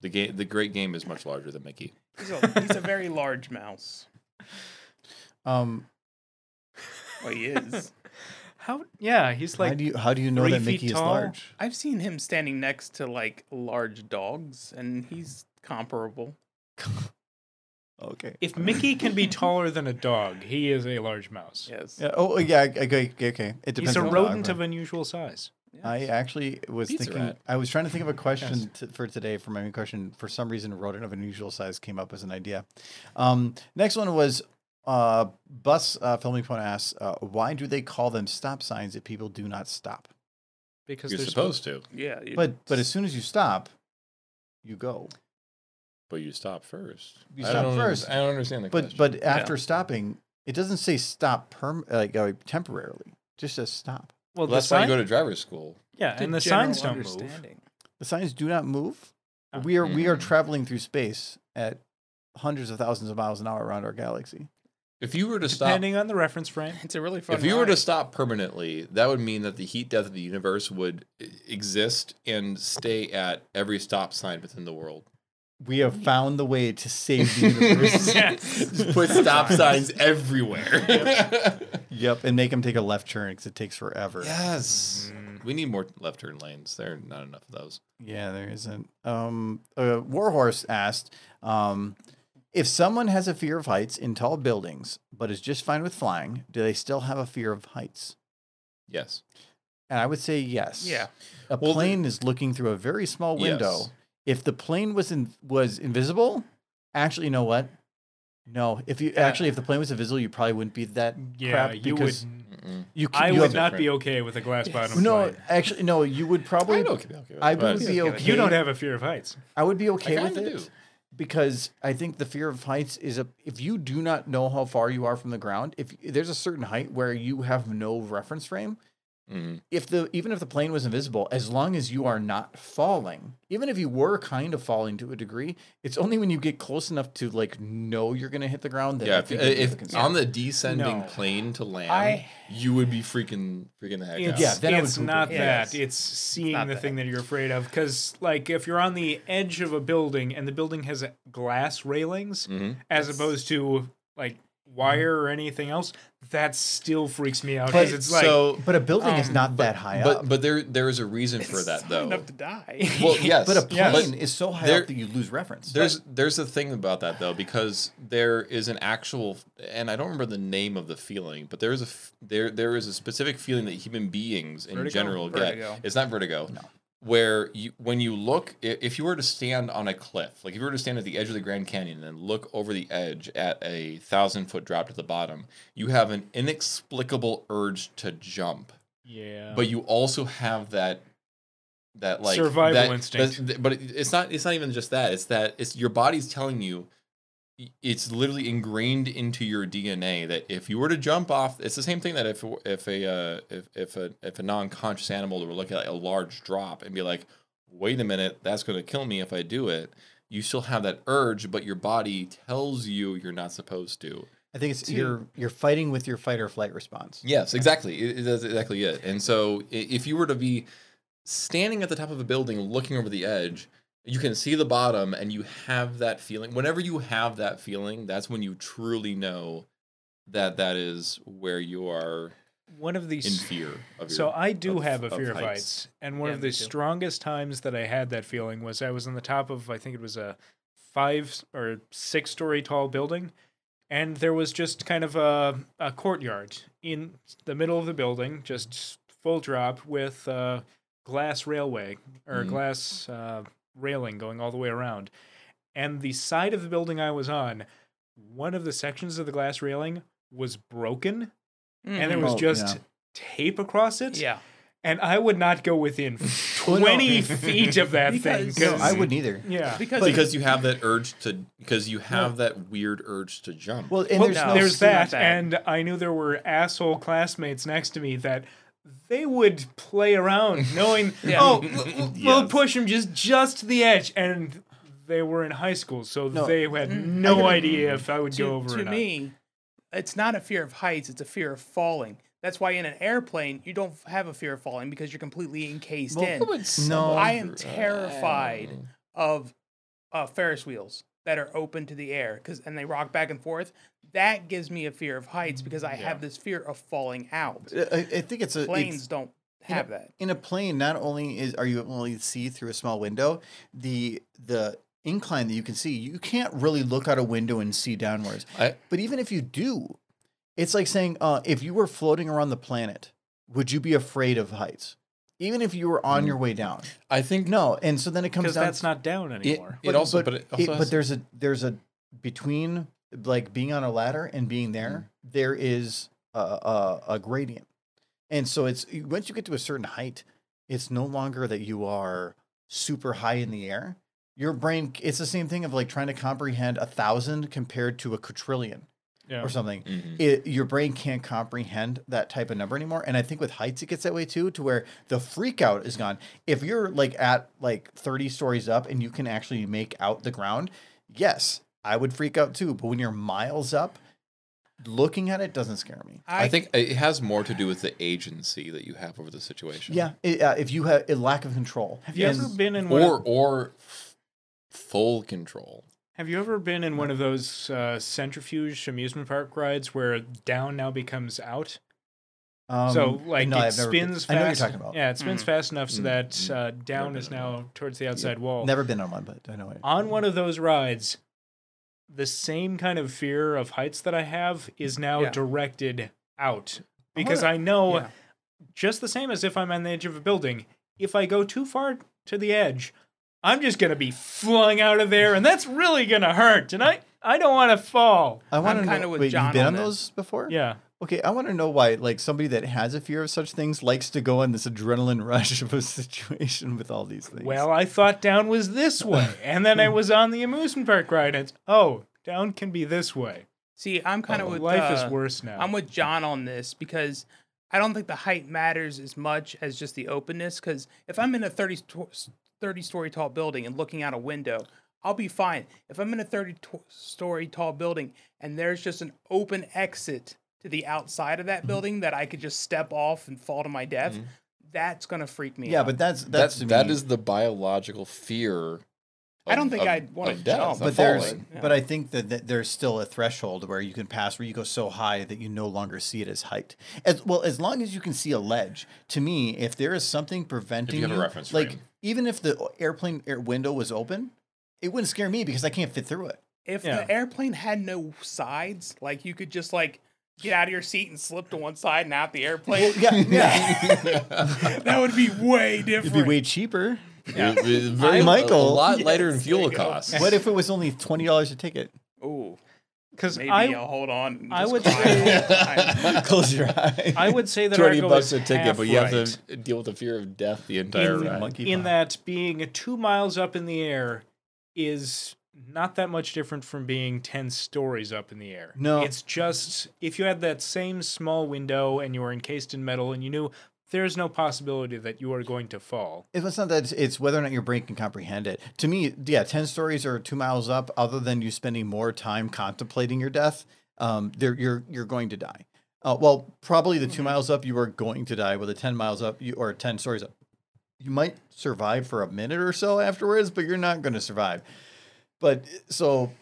S3: The game, the great game, is much larger than Mickey.
S4: He's a, he's a very large mouse.
S1: um,
S4: Well, he is.
S2: How? Yeah, he's
S1: how
S2: like
S1: do you how do you know
S2: three
S1: that
S2: feet
S1: Mickey is
S2: tall?
S1: large?
S4: I've seen him standing next to like large dogs, and he's comparable.
S1: Oh, Okay.
S2: if Mickey can be taller than a dog, he is a large mouse.
S4: Yes.
S1: Yeah. Oh yeah. Okay. Okay. okay. It depends.
S2: He's a
S1: on the
S2: rodent
S1: dog,
S2: of unusual size.
S1: but
S2: uh,
S1: I actually was
S3: Pizza
S1: thinking.
S3: rat.
S1: I was trying to think of a question
S2: Yes.
S1: to, for today for my main question. For some reason, rodent of unusual size came up as an idea. Um, next one was. Uh, Bus uh, filming phone asks, uh, why do they call them stop signs if people do not stop?
S2: Because
S3: You're
S2: there's
S3: supposed to,
S4: Yeah. it-
S1: But but as soon as you stop, you go.
S3: but you stop first.
S1: You
S3: I
S1: stop
S3: don't under-
S1: first.
S3: I don't understand the
S1: But
S3: question.
S1: but after stopping, it doesn't say stop perm like uh, temporarily. It just says stop.
S2: well,
S3: well,
S2: the
S3: that's why you
S2: sign,
S3: go to driver's school.
S2: yeah,
S4: the
S2: and the
S4: general
S2: signs don't move.
S4: understanding.
S1: The signs do not move.
S2: Ah.
S1: We are we are
S3: Mhm.
S1: traveling through space at hundreds of thousands of miles an hour around our galaxy.
S3: If you were to stop,
S2: Depending on the reference frame,
S4: It's a really fun.
S3: if you were to
S4: ride.
S3: stop permanently, that would mean that the heat death of the universe would e- exist and stay at every stop sign within the world.
S1: We have found the way to save the universe.
S3: Just put stop signs everywhere.
S1: yep, and make them take a left turn because it takes forever.
S3: yes. We need more left turn lanes. There are not enough of those.
S1: Yeah, there isn't. Um, uh, Warhorse asked um, if someone has a fear of heights in tall buildings, but is just fine with flying. Do they still have a fear of heights?
S3: Yes.
S1: And I would say yes.
S4: Yeah.
S1: a
S3: Well, the-
S1: plane is looking through a very small window.
S3: Yes.
S1: If the plane was in, was invisible, actually, you know what? No, if you actually, if the plane was invisible, you probably wouldn't be that
S2: Yeah,
S1: crap
S2: you
S1: because
S2: would.
S1: you
S2: I
S1: you
S2: would
S1: have-
S2: not be okay with a glass bottom.
S1: No,
S2: plane.
S1: actually, no. You would probably.
S3: I'd okay- be okay with
S1: I
S3: it, but-
S1: would be okay.
S2: you don't have a fear of heights.
S1: I would be okay
S3: I
S1: with
S3: kinda
S1: it
S3: do.
S1: because I think the fear of heights is a. If you do not know how far you are from the ground, if there's a certain height where you have no reference frame,
S3: Mm-hmm.
S7: Mhm.
S1: if the even if the plane was invisible, as long as you are not falling, even if you were kind of falling to a degree, it's only when you get close enough to like know you're gonna hit the ground that
S7: Yeah,
S1: I
S7: if,
S1: think it'd be
S7: if,
S1: a concern.
S7: on the descending
S2: No.
S7: plane to land,
S2: I-
S7: you would be freaking freaking the heck
S2: It's,
S7: out.
S1: Yeah, then I would
S2: it's
S1: poop
S2: not
S4: it.
S2: that.
S4: Yes.
S2: It's seeing
S4: not
S2: the
S4: that.
S2: thing that you're afraid of. Because, like, if you're on the edge of a building and the building has a- glass railings
S7: Mhm.
S2: as opposed to, like, wire or anything else, that still freaks me out.
S1: But-
S2: Because it's like,
S3: so,
S1: but a building is
S2: um,
S1: not that high up.
S3: but but there there is a reason for that though.
S8: enough to die.
S3: Well, yes,
S1: But a
S3: yes.
S1: plane is so high
S3: there-
S1: up that you lose reference.
S3: There's there's a thing about that though because there is an actual and I don't remember the name of the feeling, but there is a f- there there is a specific feeling that human beings in
S2: Vertigo?
S3: general
S4: Vertigo.
S3: get. It's not vertigo. No. Where you when you look i- if you were to stand on a cliff, like if you were to stand at the edge of the Grand Canyon and look over the edge at a 1000 foot drop to the bottom, you have an inexplicable urge to jump
S2: yeah.
S3: but you also have that that like
S2: Survival
S3: that-
S2: instinct.
S3: that- that- but it- it's not it's not even just that. It's that it's your body's telling you. It's literally ingrained into your DNA that if you were to jump off, it's the same thing that if if a uh, if if a if a non-conscious animal were to look at a large drop and be like, wait a minute, that's going to kill me if I do it. You still have that urge, but your body tells you you're not supposed to.
S1: I think it's you're you're fighting with your fight or flight response.
S3: Yes, exactly. It, it- that's exactly it. And so, i- if you were to be standing at the top of a building, looking over the edge, you can see the bottom, and you have that feeling. Whenever you have that feeling, that's when you truly know that that is where you are
S2: one of
S3: in
S2: these
S3: fear of. Your,
S2: So I do
S3: of-
S2: have a
S3: of
S2: fear of heights. and one
S4: Yeah,
S2: of
S4: me
S2: the
S4: too.
S2: strongest times that I had that feeling was I was on the top of I think it was a five s- or six story tall building, and there was just kind of a, a courtyard in the middle of the building, just full drop with uh, glass railway or
S3: Mhm.
S2: glass uh, railing going all the way around, and the side of the building I was on, one of the sections of the glass railing was broken and there was
S1: Oh,
S2: just
S1: yeah.
S2: tape across it.
S4: Mm-hmm. yeah,
S2: And I would not go within 20 feet of that thing.
S4: Because-
S1: No, I wouldn't either.
S2: Yeah.
S4: because
S3: because you have that urge to because you have that weird urge to jump.
S1: Well, and
S2: Well,
S1: there's
S2: there's,
S1: no,
S4: there's- still
S2: that,
S4: not that.
S2: and I knew there were asshole classmates next to me that they would play around, knowing,
S4: Yeah.
S2: oh, we'll- we'll push him just just to the edge, and they were in high school, so
S1: No,
S2: they had no idea if I would
S4: to,
S2: go over
S4: to
S2: or not.
S4: me, it's not a fear of heights; it's a fear of falling. That's why in an airplane you don't have a fear of falling because you're completely encased in.
S1: no.
S4: I am terrified of uh, Ferris wheels that are open to the air because and they rock back and forth. That gives me a fear of heights because I have this fear of falling out.
S1: I, I think it's a it's-
S4: Planes don't have that.
S1: in a plane. Not only is are you only to see through a small window, the the incline that you can see, you can't really look out a window and see downwards.
S3: I-
S1: but even if you do, it's like saying uh, if you were floating around the planet, would you be afraid of heights? Even if you were on your way down,
S3: Mm. I think
S1: no. And so then it comes
S2: Because
S1: down.
S2: that's not down
S3: it,
S2: anymore.
S3: it also but, it also
S1: it- but
S3: has-
S1: there's a there's a between like being on a ladder and being there
S3: Mm.
S1: there is a, a a gradient and so it's once you get to a certain height it's no longer that you are super high in the air your brain it's the same thing of like trying to comprehend a thousand compared to a quadrillion
S2: Yeah.
S1: or something
S3: Mhm.
S1: it, your brain can't comprehend that type of number anymore. And I think with heights, it gets that way too, to where the freak out is gone. If you're like at like 30 stories up and you can actually make out the ground, yes, I would freak out too. But when you're miles up, looking at it doesn't scare me.
S3: I, think it has more to do with the agency that you have over the situation.
S1: Yeah, it, uh, if you have a lack of control,
S2: Have you
S1: And-
S2: ever been in one of-
S3: or or f- full control.
S2: Have you ever been in one of those uh, centrifuge amusement park rides where down now becomes out?
S1: um,
S2: so like
S1: no,
S2: it
S1: I've never been-
S2: spins
S1: I know what you're
S2: fast.
S1: talking about.
S2: Yeah, it spins fast enough so
S3: Mm,
S2: that
S3: mm.
S2: uh, down
S3: Never
S2: is
S3: been
S2: now towards the outside wall.
S1: Never been on one, but I know it.
S2: On one of those rides, the same kind of fear of heights that I have is now
S4: Yeah.
S2: directed out because I know
S4: yeah.
S2: just the same as if I'm on the edge of a building. If I go too far to the edge, I'm just gonna be flung out of there, and that's really gonna hurt. And I I don't want to fall.
S1: I want to
S4: I'm
S1: know.
S4: kinda with
S1: wait,
S4: John
S1: you've been on
S4: on this.
S1: those before?
S2: Yeah.
S1: Okay, I want to know why, like, somebody that has a fear of such things likes to go on this adrenaline rush of a situation with all these things.
S2: Well, I thought down was this way, and then I was on the amusement park ride. And it's, oh, down can be this way.
S4: See, I'm kind of with
S2: Oh, Life
S4: uh,
S2: is worse now.
S4: I'm with John on this because I don't think the height matters as much as just the openness. Because if I'm in a 30, sto- 30 story tall building and looking out a window, I'll be fine. If I'm in a 30 to- story tall building and there's just an open exit to the outside of that
S2: Mm-hmm.
S4: building that I could just step off and fall to my death, that's going to freak me
S1: yeah,
S4: out.
S1: but that's that's
S9: That's
S1: to
S9: that
S1: me-
S9: is the biological fear.
S4: I don't think
S9: of-
S4: I'd wanna
S9: of death,
S4: jump.
S9: of
S4: the
S1: but there's
S9: falling.
S1: but I think that, that there's still a threshold where you can pass where you go so high that you no longer see it as height. As well as long as you can see a ledge. To me, if there is something preventing
S3: have a reference
S1: like
S3: frame.
S1: even if the airplane air window was open, it wouldn't scare me because I can't fit through it.
S4: if
S2: Yeah.
S4: the airplane had no sides, like you could just like get out of your seat and slip to one side and out the airplane,
S1: Yeah, yeah.
S4: that would be way
S1: It'd
S4: different.
S1: be way cheaper.
S9: It- it's very,
S1: Michael.
S9: a lot lighter in fuel costs.
S1: What if it was only twenty dollars a ticket?
S4: Ooh.
S2: Because
S4: Maybe
S2: I,
S4: I'll hold on. and
S2: I
S4: just
S2: would
S4: cry the
S2: say-
S4: whole time.
S1: Close your eyes.
S2: I would say that
S9: Twenty
S2: Argo
S9: bucks
S2: is
S9: a ticket,
S2: half
S9: but you have
S2: right
S9: to deal with the fear of death the entire
S2: In-
S9: ride.
S1: Monkey
S2: in
S1: paw.
S2: that being two miles up in the air is not that much different from being 10 stories up in the air.
S1: No.
S2: It's just if you had that same small window and you were encased in metal and you knew there's no possibility that you are going to fall.
S1: It's not that it's, it's whether or not your brain can comprehend it. To me, yeah, ten stories or two miles up. Other than you spending more time contemplating your death, um, there you're you're going to die. Uh, well, probably the two miles up, you are going to die. With the ten miles up, you or ten stories up, you might survive for a minute or so afterwards, but you're not going to survive. But so,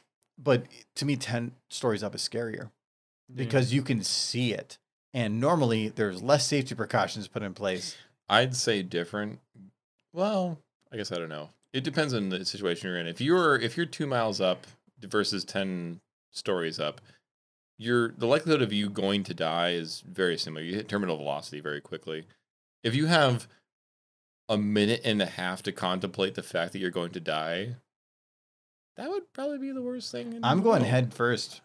S1: but to me, ten stories up is scarier because you can see it, and normally there's less safety precautions put in place.
S3: I'd say different. Well, I guess I don't know. It depends on the situation you're in. If you're if you're two miles up versus ten stories up, you're the likelihood of you going to die is very similar. You hit terminal velocity very quickly. If you have a minute and a half to contemplate the fact that you're going to die, that would probably be the worst thing. in the
S1: I'm going
S3: world.
S1: head first.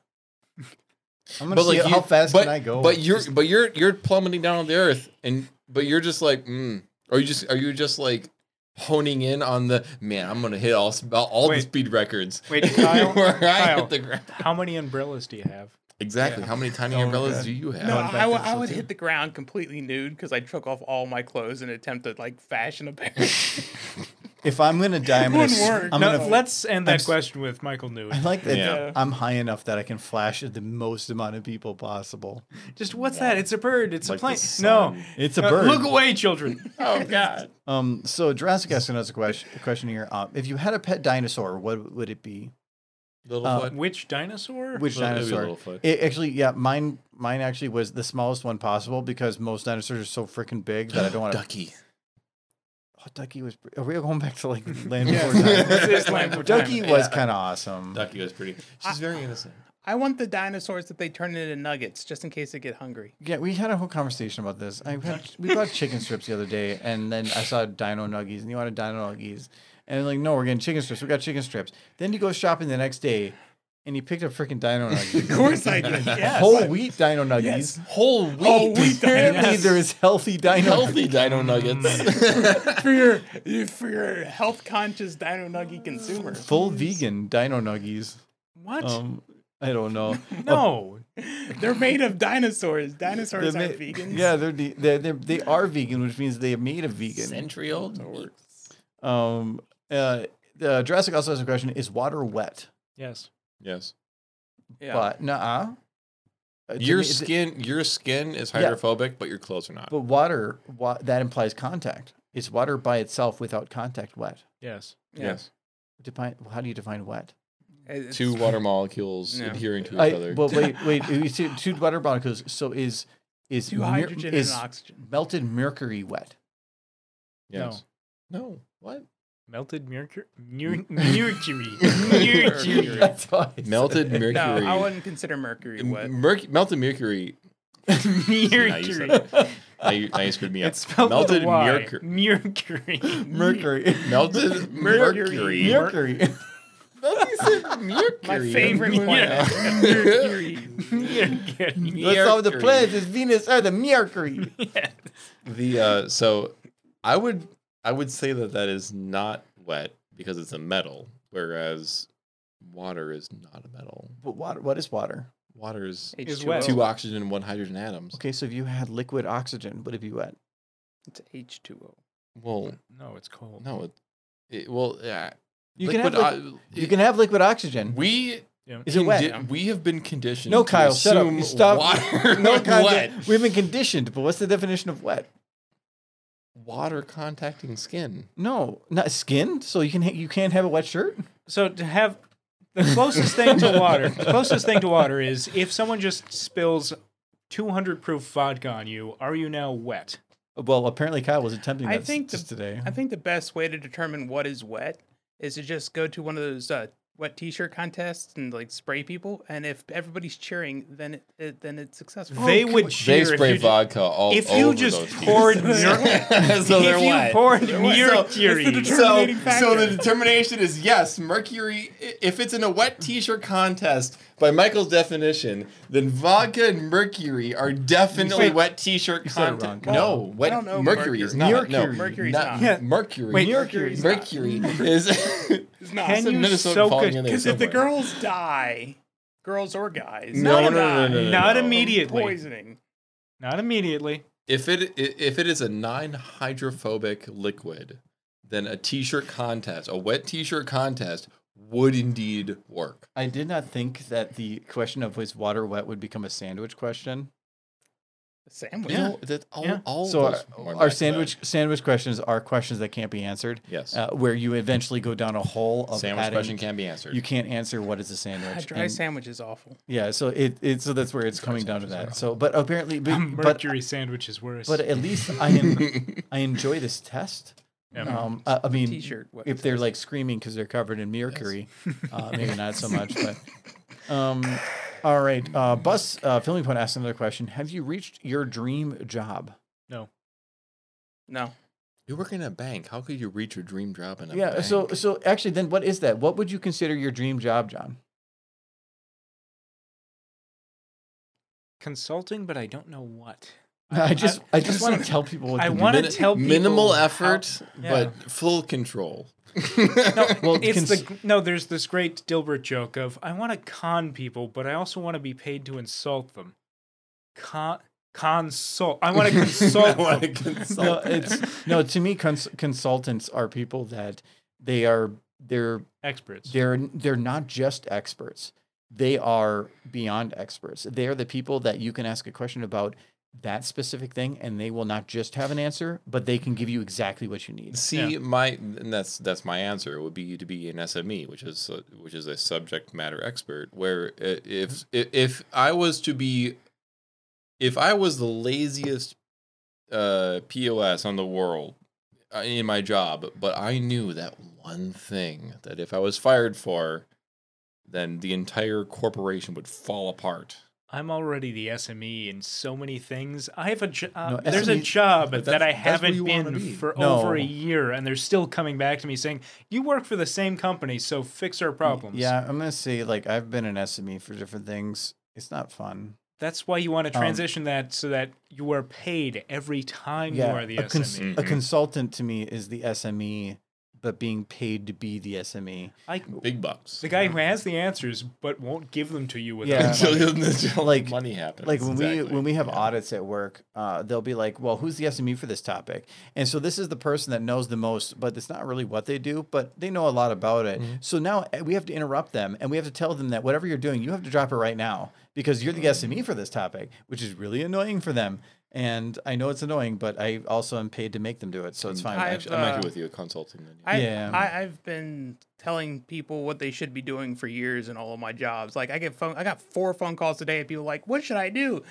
S1: I'm
S9: Oh.
S1: gonna
S9: But
S1: see
S9: like
S1: how
S9: you-
S1: fast
S9: but-
S1: can I go.
S9: But you're but you're you're plummeting down on the earth, and but you're just like, mm. are you just are you just like honing in on the man? I'm gonna hit all all, all the
S2: Wait.
S9: speed records.
S2: Wait, Kyle,
S9: where I
S2: Kyle,
S9: hit the ground.
S2: how many umbrellas do you have?
S9: Exactly. How many
S1: Oh
S9: tiny umbrellas do you have?
S4: No,
S1: Going back
S4: I, w-
S1: to
S4: I would
S1: Splatoon.
S4: hit the ground completely nude because I took off all my clothes and attempted like fashion a pair.
S1: if I'm gonna die, I'm gonna.
S4: One
S1: s-
S4: word.
S1: I'm
S2: no,
S1: gonna.
S2: let's end
S1: I'm
S2: that
S1: s-
S2: question with Michael Newell.
S1: I like that.
S3: Yeah.
S1: I'm high enough that I can flash at the most amount of people possible.
S2: Just what's that? It's a bird. It's a
S3: Like the
S2: plane. No.
S3: sun.
S1: It's a
S2: Uh,
S1: bird.
S2: Look away, children.
S9: Oh God.
S1: Um. So Jurassic asking us a question. A question here. Um. If you had a pet dinosaur, what would it be?
S9: Littlefoot.
S1: Um,
S2: Which dinosaur?
S1: Which
S3: Well, maybe
S1: dinosaur?
S3: Littlefoot.
S1: It actually, yeah. Mine. Mine actually was the smallest one possible because most dinosaurs are so freaking big that I don't want to.
S9: Ducky.
S1: Oh, Ducky was. Are we going back to like Land Before
S4: This is Land
S1: Time?
S4: Before
S1: Ducky
S4: Time.
S1: was kind of awesome.
S3: Ducky was pretty.
S9: She's very innocent.
S4: I want the dinosaurs that they turn into nuggets just in case they get hungry.
S1: Yeah, we had a whole conversation about this. I had, we bought chicken strips the other day, and then I saw Dino Nuggies, and you wanted Dino Nuggies, and I'm like, no, we're getting chicken strips. We got chicken strips. Then you go shopping the next day, and you picked up freaking Dino Nuggies,
S4: Of course I did. Yes.
S1: whole wheat Dino Nuggies.
S9: Whole wheat.
S1: Apparently, there is healthy Dino.
S9: Healthy dino nuggets.
S1: Mm.
S4: for your for your health conscious dino nuggy consumer.
S1: Full vegan Dino Nuggies.
S2: What?
S1: Um, I don't know.
S2: no.
S4: They're made of dinosaurs. Dinosaurs
S1: They're
S4: aren't
S1: ma-
S4: vegan.
S1: Yeah, they're, de- they're, they're they are vegan, which means they are made of vegan.
S9: Century old.
S1: Um, uh, uh, Jurassic also has a question: Is water wet?
S2: Yes.
S3: Yes.
S4: Yeah.
S1: But Uh, nah.
S3: Your skin your skin is
S1: Yeah.
S3: hydrophobic, but your clothes are not.
S1: But water, wa- that implies contact. Is water by itself without contact wet?
S2: Yes.
S4: Yeah.
S3: Yes.
S1: Define, how do you define wet?
S4: It's-
S9: Two water molecules
S4: No.
S9: adhering to each
S1: I,
S9: other.
S1: well, wait, wait. you see two water molecules. So is is
S4: two
S1: mer-
S4: hydrogen
S1: is
S4: and oxygen.
S1: melted mercury wet?
S3: Yes. No. What?
S2: Melted mercury. Mercury. Mercury.
S1: That's all I said.
S9: Melted mercury.
S4: No, I wouldn't consider mercury wet.
S9: Merc- melted mercury. Now you said
S2: Mercury.
S9: it. Now you, now you screwed me up.
S2: It's spelled
S9: melted
S2: with a Y.
S9: mercury.
S2: Mercury.
S1: mercury.
S9: Melted mercury.
S1: mercury.
S4: My favorite one.
S3: Let's solve the pledge.
S1: It's Venus or the Mercury.
S3: The uh, so I would I would say that that is not wet because it's a metal, whereas water is not a metal.
S1: but water, what is water?
S3: Water is
S2: Is
S4: H2O.
S2: wet.
S3: two oxygen and one hydrogen atoms.
S1: Okay, so if you had liquid oxygen, would it be wet?
S4: It's H2O.
S3: Well,
S2: No, it's cold.
S3: no, it, it well yeah.
S1: You
S3: Liquid
S1: can have
S3: o-
S1: li- you can have liquid oxygen.
S3: we
S1: is it wet?
S3: condi- we have been conditioned.
S1: No,
S3: to
S1: Kyle, shut up. You
S3: assume
S1: stop.
S3: Water,
S1: no
S3: wet.
S1: contact. We've been conditioned, but what's the definition of wet?
S3: Water contacting skin.
S1: No, not skin. So you can ha- you can't have a wet shirt.
S2: So to have the closest thing to water, the closest thing to water is if someone just spills 200 proof vodka on you, are you now wet?
S1: Well, apparently Kyle was attempting
S4: I
S1: that
S4: think
S1: s- s-
S4: the-
S1: today.
S4: I think the best way to determine what is wet is to just go to one of those uh, wet T-shirt contests and like spray people, and if everybody's cheering, then it, it then it's successful. Oh,
S2: they would
S3: They
S2: cheer
S3: spray
S2: if you, ju-
S3: vodka all
S2: if you
S3: over
S2: just
S3: those
S2: poured
S3: pieces.
S2: nur-
S3: so they're
S2: if you
S3: wet.
S2: poured
S3: So-
S2: mercury,
S3: so, so the determination is yes, mercury. i- If it's in a wet T-shirt contest, by Michael's definition, then vodka and mercury are definitely
S1: said-
S3: wet T-shirt
S1: said it
S3: contest.
S1: wrong,
S3: No,
S1: Kyle.
S3: wet
S4: I don't know
S3: mercury is not.
S1: mercury.
S3: No,
S4: Mercury's not.
S2: Yeah.
S3: mercury.
S2: Wait,
S3: mercury.
S4: Mercury's
S3: Mercury is.
S10: It's not.
S2: Can
S3: It's a
S2: you
S3: Minnesota
S2: soak
S3: falling
S2: a
S3: in there
S10: Because if the
S3: somewhere.
S10: girls die, girls or guys,
S3: No,
S4: not
S3: no, no, no, no, no,
S2: Not
S3: no.
S2: immediately.
S4: poisoning.
S2: Not immediately.
S3: If it i- if it is a non-hydrophobic liquid, then a T-shirt contest, a wet T-shirt contest, would indeed work.
S1: I did not think that the question of is water wet would become a sandwich question.
S4: Sandwich.
S3: Yeah, that all,
S2: Yeah.
S3: all
S1: so our,
S3: those are
S1: our
S3: back
S1: sandwich sandwich questions are questions that can't be answered.
S3: Yes.
S1: Uh, where you eventually go down a hole of
S3: sandwich
S1: adding-
S3: question can be answered.
S1: You can't answer what is a sandwich.
S4: dry
S1: and-
S4: sandwich is awful.
S1: Yeah, so it, it so that's where it's coming down to that. So, but apparently, but, but
S2: Mercury sandwich is worse.
S1: but at least I am I enjoy this test.
S2: Yeah.
S1: Um, I, I mean,
S4: T-shirt wet
S1: if they're like screaming because they're covered in mercury, uh, maybe not so much. But um, all right, uh, Bus uh, Filming Point asked another question: Have you reached your dream job?
S4: No.
S3: you work in a bank. How could you reach your dream job in a
S1: yeah.
S3: bank?
S1: So so actually, then what is that? What would you consider your dream job, John?
S2: consulting, but I don't know what.
S1: I just I, just want to tell people. What
S2: I
S1: to do.
S2: wanna
S3: Min-
S2: tell people
S3: minimal
S2: how-
S3: effort,
S2: Yeah.
S3: but full control.
S1: Well,
S2: It's
S1: cons-
S2: the no. There's this great Dilbert joke of I want to con people, but I also want to be paid to insult them. Con consult. I want to
S3: I
S2: consult.
S3: wanna
S2: them.
S3: consult.
S1: no, it's no. To me, cons- consultants are people that they are they're
S2: Experts.
S1: they're they're not just experts. They are beyond experts. They are the people that you can ask a question about that specific thing, and they will not just have an answer, but they can give you exactly what you need.
S3: See, my and that's that's my answer would be to be an SME, which is a- which is a subject matter expert. Where i- if
S4: Mm-hmm.
S3: if, if I was to be, if I was the laziest uh, POS on the world uh, in my job, but I knew that one thing that if I was fired for, then the entire corporation would fall apart.
S2: I'm already the SME in so many things. I have a jo- uh,
S1: No,
S2: there's a
S1: SME
S2: job
S3: E, But
S2: that I
S3: that's- that's where
S2: haven't
S3: you wanna
S2: been
S3: be.
S2: for
S1: No.
S2: over a year, and they're still coming back to me saying, "You work for the same company, so fix our problems."
S1: Yeah, I'm gonna say like I've been an SME for different things. It's not fun.
S2: that's why you want
S3: Um,
S2: to transition that so that you are paid every time you are the E.
S1: a,
S2: SME.
S1: cons- a
S3: Mhm.
S1: consultant to me is the SME, but being paid to be the E. SME.
S2: I,
S3: Big bucks.
S2: the guy who has the answers but won't give them to you without
S1: Yeah.
S3: until, until
S1: Like-
S3: money happens.
S1: like when we
S3: exactly.
S1: when we have audits at work uh, they'll be like well who's the sme for this topic and so this is the person that knows the most but it's not really what they do but they know a lot about it so now uh, we have to interrupt them and we have to tell them that whatever you're doing you have to drop it right now because you're the sme for this topic which is really annoying for them and i know it's annoying but i also am paid to make them do it so it's fine
S3: I'm,
S4: I've,
S3: actually, I'm actually
S4: uh,
S3: with you consulting. Then,
S4: I,
S1: Yeah.
S4: I, I've been telling people what they should be doing for years in all of my jobs. Like I get phone, I got four phone calls today. of People like, what should I do?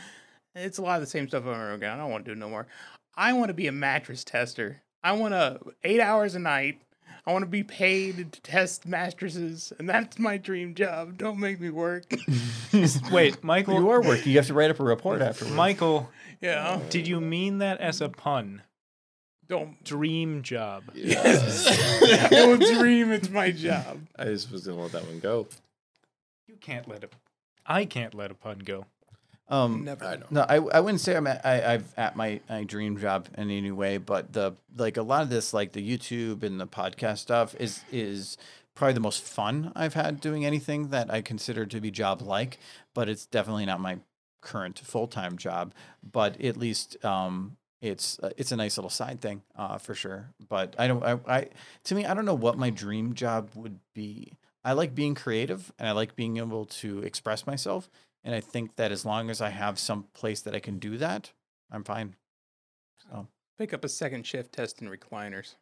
S4: And It's a lot of the same stuff over and over again. I don't want to do it no more. I want to be a mattress tester. I want to eight hours a night. I want to be paid to test mattresses, and that's my dream job. Don't make me work.
S2: Wait, Michael.
S1: you are working you have to write up a report afterwards
S2: Michael,
S4: yeah.
S2: did you mean that as a pun?
S11: Don't.
S2: dream job.
S11: Don't dream it's my job.
S3: I just was gonna let that one go.
S2: You can't let a, I can't let a pun go.
S1: Um,
S11: Never.
S3: I know.
S1: No, I, I wouldn't say I'm at, I, I've at my, my dream job in any way, but the like a lot of this like the YouTube and the podcast stuff is is probably the most fun I've had doing anything that I consider to be job like, but it's definitely not my current full time job. But at least um, it's uh, it's a nice little side thing uh, for sure. But I don't I, I to me I don't know what my dream job would be. I like being creative and I like being able to express myself. And I think that as long as I have some place that I can do that, I'm fine.
S4: Pick up a second shift test in recliners.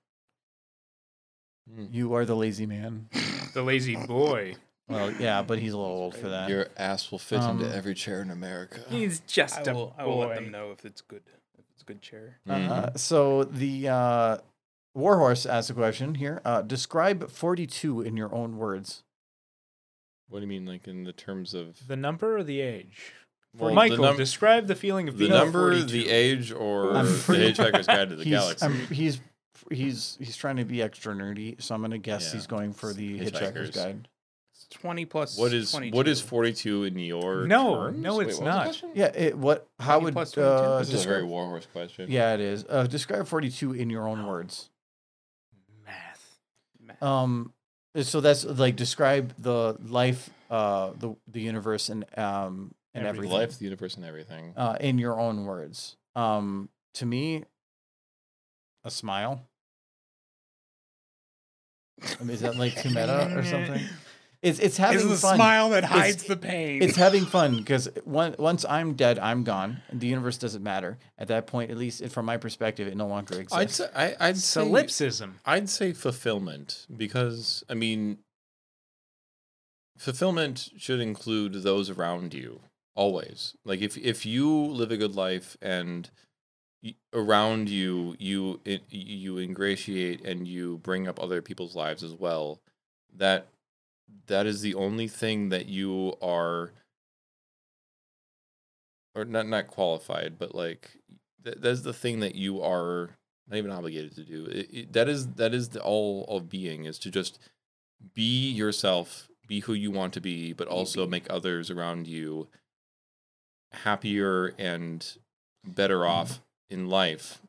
S1: You are the lazy man.
S2: The lazy boy.
S1: Well, yeah, but he's a little old for that.
S9: Your ass will fit
S1: Um,
S9: into every chair in America.
S2: He's just
S4: I will, I will let
S2: boy.
S4: them know if it's good. If it's a good chair.
S3: Mm-hmm.
S1: Uh, so the uh, Warhorse asks a question here. Uh, describe 42 in your own words.
S3: What do you mean, like in the terms of
S2: The number or the age? For
S3: Well, the
S2: Michael,
S3: num-
S2: describe the feeling of
S3: the
S2: being
S3: number,
S2: 42.
S3: the age, or
S1: I'm
S3: the
S1: pretty-
S3: Hitchhiker's Guide to the
S1: He's,
S3: Galaxy?
S1: I'm, he's he's he's trying to be extra nerdy, so I'm gonna guess
S3: Yeah.
S1: he's going for the Hitchhiker's
S3: Hitchhikers.
S1: Guide.
S4: It's twenty plus.
S3: What is
S4: 22.
S3: what is forty two in your
S2: No,
S3: terms?
S2: no, it's
S3: what was the
S2: not.
S3: question?
S1: Yeah, it, what? How
S4: 20
S1: would
S4: plus 22?
S1: uh,
S3: This is a very
S1: describe-
S3: warhorse question.
S1: Yeah, it is. Uh, describe 42 in your own words.
S2: math.
S1: Um, so that's like describe the life, uh, the the universe, and um, and
S2: Everything.
S1: everything.
S3: life, the universe, and everything.
S1: Uh, in your own words. Um, to me, a smile. I mean, is that like too meta or something? It's it's having
S11: It's the
S1: fun.
S11: smile that hides the pain.
S1: It's having fun because once I'm dead, I'm gone. And the universe doesn't matter at that point. At least from my perspective, it no longer exists.
S9: I'd say I, I'd say
S2: Solipsism.
S9: I'd say fulfillment because I mean
S3: fulfillment should include those around you always like if if you live a good life and y- around you you it, you ingratiate and you bring up other people's lives as well that that is the only thing that you are or not not qualified but like th- that's the thing that you are not even obligated to do it, it, that is that is the all of being is to just be yourself, be who you want to be, but
S1: Mm-hmm.
S3: also make others around you happier and better off in life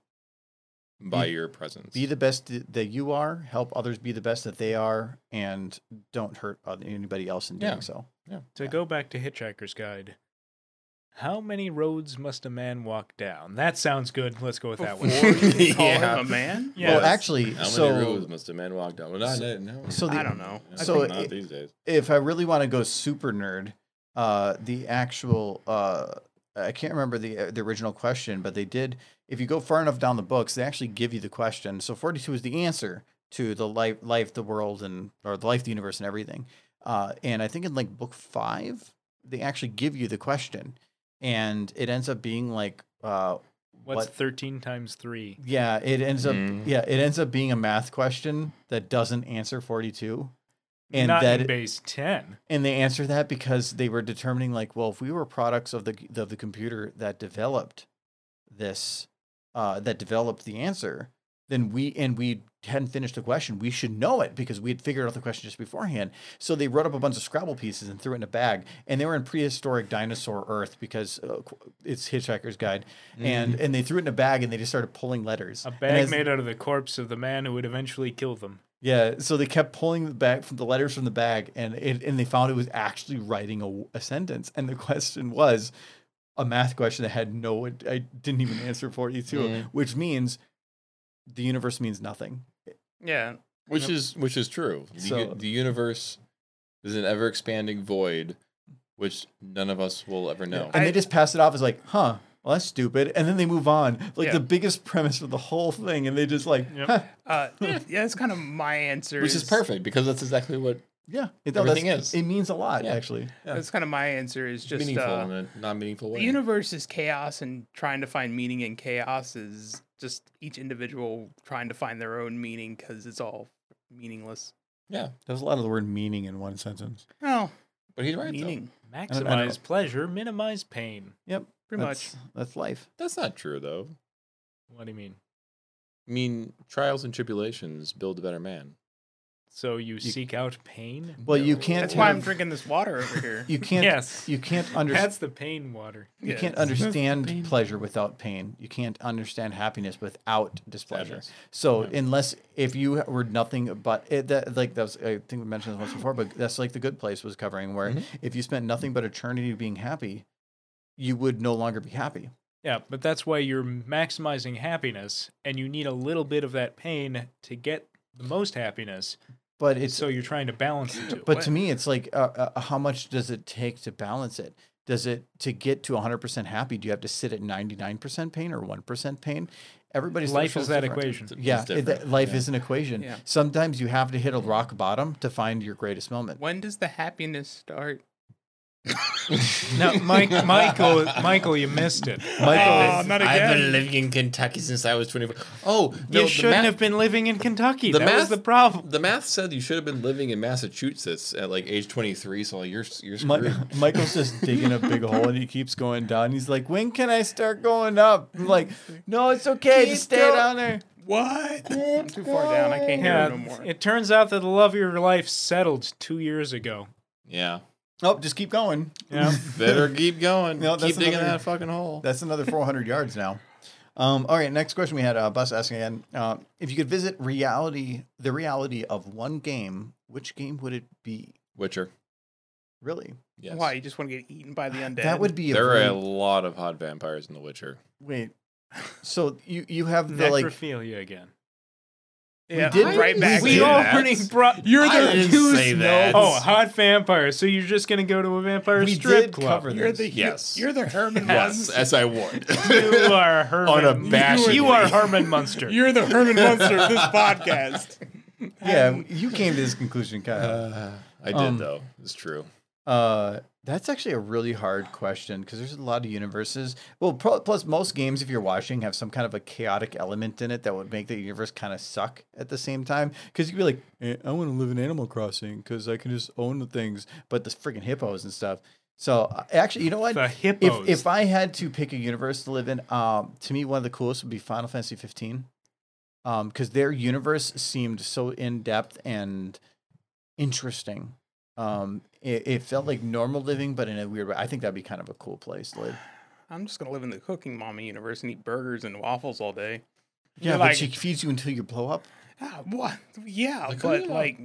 S3: by
S1: Mm-hmm. Be-
S3: your presence.
S1: be the best th- that you are help others be the best that they are and don't hurt oth- anybody else in doing
S3: Yeah.
S1: so
S2: To go back to Hitchhiker's Guide, how many roads must a man walk down? That sounds good. Let's go with that one.
S4: Before you can call
S3: Yeah.
S4: him a man?
S2: Yeah.
S1: well actually
S3: How many
S1: so
S3: roads must a man walk down? Well, not,
S1: so-
S3: no,
S1: so the-
S4: I don't know.
S3: Yeah,
S1: so
S3: not
S1: it-
S3: these days.
S1: if i really want to go super nerd uh the actual uh i can't remember the the original question but they did if you go far enough down the books they actually give you the question so 42 is the answer to the life life the world and or the life the universe and everything uh and i think in like book five they actually give you the question and it ends up being like uh
S2: What's
S1: What?
S2: 13 times 3?
S1: Yeah, it ends up
S3: Mm.
S1: yeah, it ends up being a math question that doesn't answer 42. And
S2: Not
S1: that
S2: in base 10.
S1: and they answer that because they were determining like, well, if we were products of the of the computer that developed this uh that developed the answer, then we and we hadn't finished the question, we should know it because we had figured out the question just beforehand. So they wrote up a bunch of Scrabble pieces and threw it in a bag, and they were in prehistoric dinosaur Earth because uh, qu- it's Hitchhiker's Guide,
S4: Mm-hmm.
S1: and and they threw it in a bag and they just started pulling letters.
S2: Mm. A
S1: And
S2: bag
S1: as-
S2: made out of the corpse of the man who would eventually kill them.
S1: yeah, so they kept pulling the bag from the letters from the bag, and it and they found it was actually writing a, a sentence, and the question was a math question that had no, I didn't even answer forty two, which means the universe means nothing.
S4: Yeah.
S3: Which is which is true. The,
S1: So-
S3: the universe is an ever expanding void, which none of us will ever know.
S1: and
S4: I-
S1: they just pass it off as like, huh, well that's stupid, and then they move on. Like
S4: Yeah.
S1: the biggest premise of the whole thing, and they just like,
S2: Yep.
S1: huh,
S4: Uh, yeah, that's kind of my answer.
S3: which is perfect because that's exactly what
S1: yeah, it,
S3: Everything
S1: that's-
S3: is.
S1: It means a lot,
S3: Yeah.
S1: actually.
S4: That's kind of my answer. Is just
S3: meaningful
S4: uh,
S3: in a non meaningful way.
S4: the universe is chaos, and trying to find meaning in chaos is just each individual trying to find their own meaning because it's all meaningless.
S3: yeah,
S1: There's a lot of the word meaning in one sentence.
S4: Oh,
S3: but he's right. Though.
S4: meaning,
S1: don't-
S2: Maximize pleasure, minimize pain.
S1: Yep,
S4: pretty
S1: that's,
S4: much.
S1: That's life.
S3: That's not true though.
S2: What do you mean?
S9: I mean, trials and tribulations build a better man.
S2: So you, seek out pain?
S1: Well, you can't.
S4: That's why I'm
S1: have-
S4: drinking this water over here.
S1: You can't.
S2: Yes.
S1: You can't understand.
S2: That's the pain water.
S1: You
S4: Yeah.
S1: can't understand pleasure without pain. You can't understand happiness without displeasure.
S3: Sadness.
S1: So unless if you were nothing but it, that, like that was, I think we mentioned this once before, but that's like the good place was covering where
S2: Mm-hmm.
S1: if you spent nothing but eternity being happy, you would no longer be happy.
S2: Yeah, but that's why you're maximizing happiness and you need a little bit of that pain to get the most happiness.
S1: But it's
S2: So you're trying to balance the two.
S1: But to me, it's like, uh, uh, how much does it take to balance it? Does it to get to 100% happy? Do you have to sit at 99% pain or 1% pain? Everybody's
S2: life
S1: threshold's
S2: is that
S1: different.
S2: equation.
S1: Yeah,
S3: It's
S1: it- that-
S3: different.
S1: life
S3: Yeah.
S1: is an equation.
S4: Yeah.
S1: Sometimes you have to hit a rock bottom to find your greatest moment.
S4: When does the happiness start?
S2: No, Mike, Michael, Michael, you missed it.
S1: Michael,
S11: Oh, not
S9: I've been
S11: again.
S9: living in Kentucky since I was 24. Oh, no,
S2: you
S9: the
S2: shouldn't
S9: math-
S2: have been living in Kentucky.
S9: The
S2: that was
S9: math-
S2: the problem.
S9: The math said you should have been living in Massachusetts at like age 23, so you're you're
S1: Mi-
S9: screwed.
S1: Michael's just digging a big hole and he keeps going down. He's like, when can I start going up? I'm like, no, it's okay. Just stay down there.
S11: What?
S4: I'm too far down. I can't hear
S2: Yeah,
S4: it no more.
S2: it turns out that the love of your life settled two years ago.
S9: yeah,
S1: Oh, just keep going.
S2: Yeah.
S9: better keep going.
S1: No, that's
S9: keep digging
S1: another-
S9: that fucking hole.
S1: That's another 400 yards now. Um, all right, next question we had uh, Bus asking again. Uh, if you could visit reality, the reality of one game, which game would it be?
S9: Witcher.
S1: Really?
S9: Yes.
S4: Why? You just want to get eaten by the undead?
S1: That would be a
S9: There are
S1: very-
S9: a lot of hot vampires in The Witcher.
S1: wait. So you you have the like
S2: Necrophilia again.
S4: yeah,
S1: did-
S4: right back.
S2: We
S4: to
S9: all-
S4: that.
S2: already brought. You're
S9: I the- didn't you say know- that.
S2: Oh, hot vampire. So you're just gonna go to a vampire
S1: we
S2: strip
S1: did
S2: club.
S1: cover
S11: You're
S1: this.
S11: the
S9: Yes.
S11: You're the Herman
S9: Yes,
S11: Munster.
S9: as I warned.
S2: You are Herman.
S9: Unabashedly.
S2: You are Herman Munster.
S11: You're the Herman Munster of this podcast.
S1: yeah, you came to this conclusion, Kyle.
S9: Uh, I did
S1: Um,
S9: though. It's true.
S1: Uh, that's actually a really hard question because there's a lot of universes. Well, pro- plus most games, if you're watching, have some kind of a chaotic element in it that would make the universe kind of suck at the same time. Because you'd be like, eh, I want to live in Animal Crossing because I can just own the things, but the freaking hippos and stuff. So uh, actually, you know what?
S2: the
S1: If
S2: hippos.
S1: if I had to pick a universe to live in, um, to me one of the coolest would be Final Fantasy 15, um, because their universe seemed so in depth and interesting. Um, it, it felt like normal living, but in a weird way. I think that'd be kind of a cool place to live.
S4: I'm just gonna live in the cooking mama universe and eat burgers and waffles all day.
S1: Yeah,
S4: You're
S1: but
S4: like-
S1: she feeds you until you blow up.
S4: Ah, what? Yeah,
S9: Like,
S4: but
S9: yeah.
S4: like,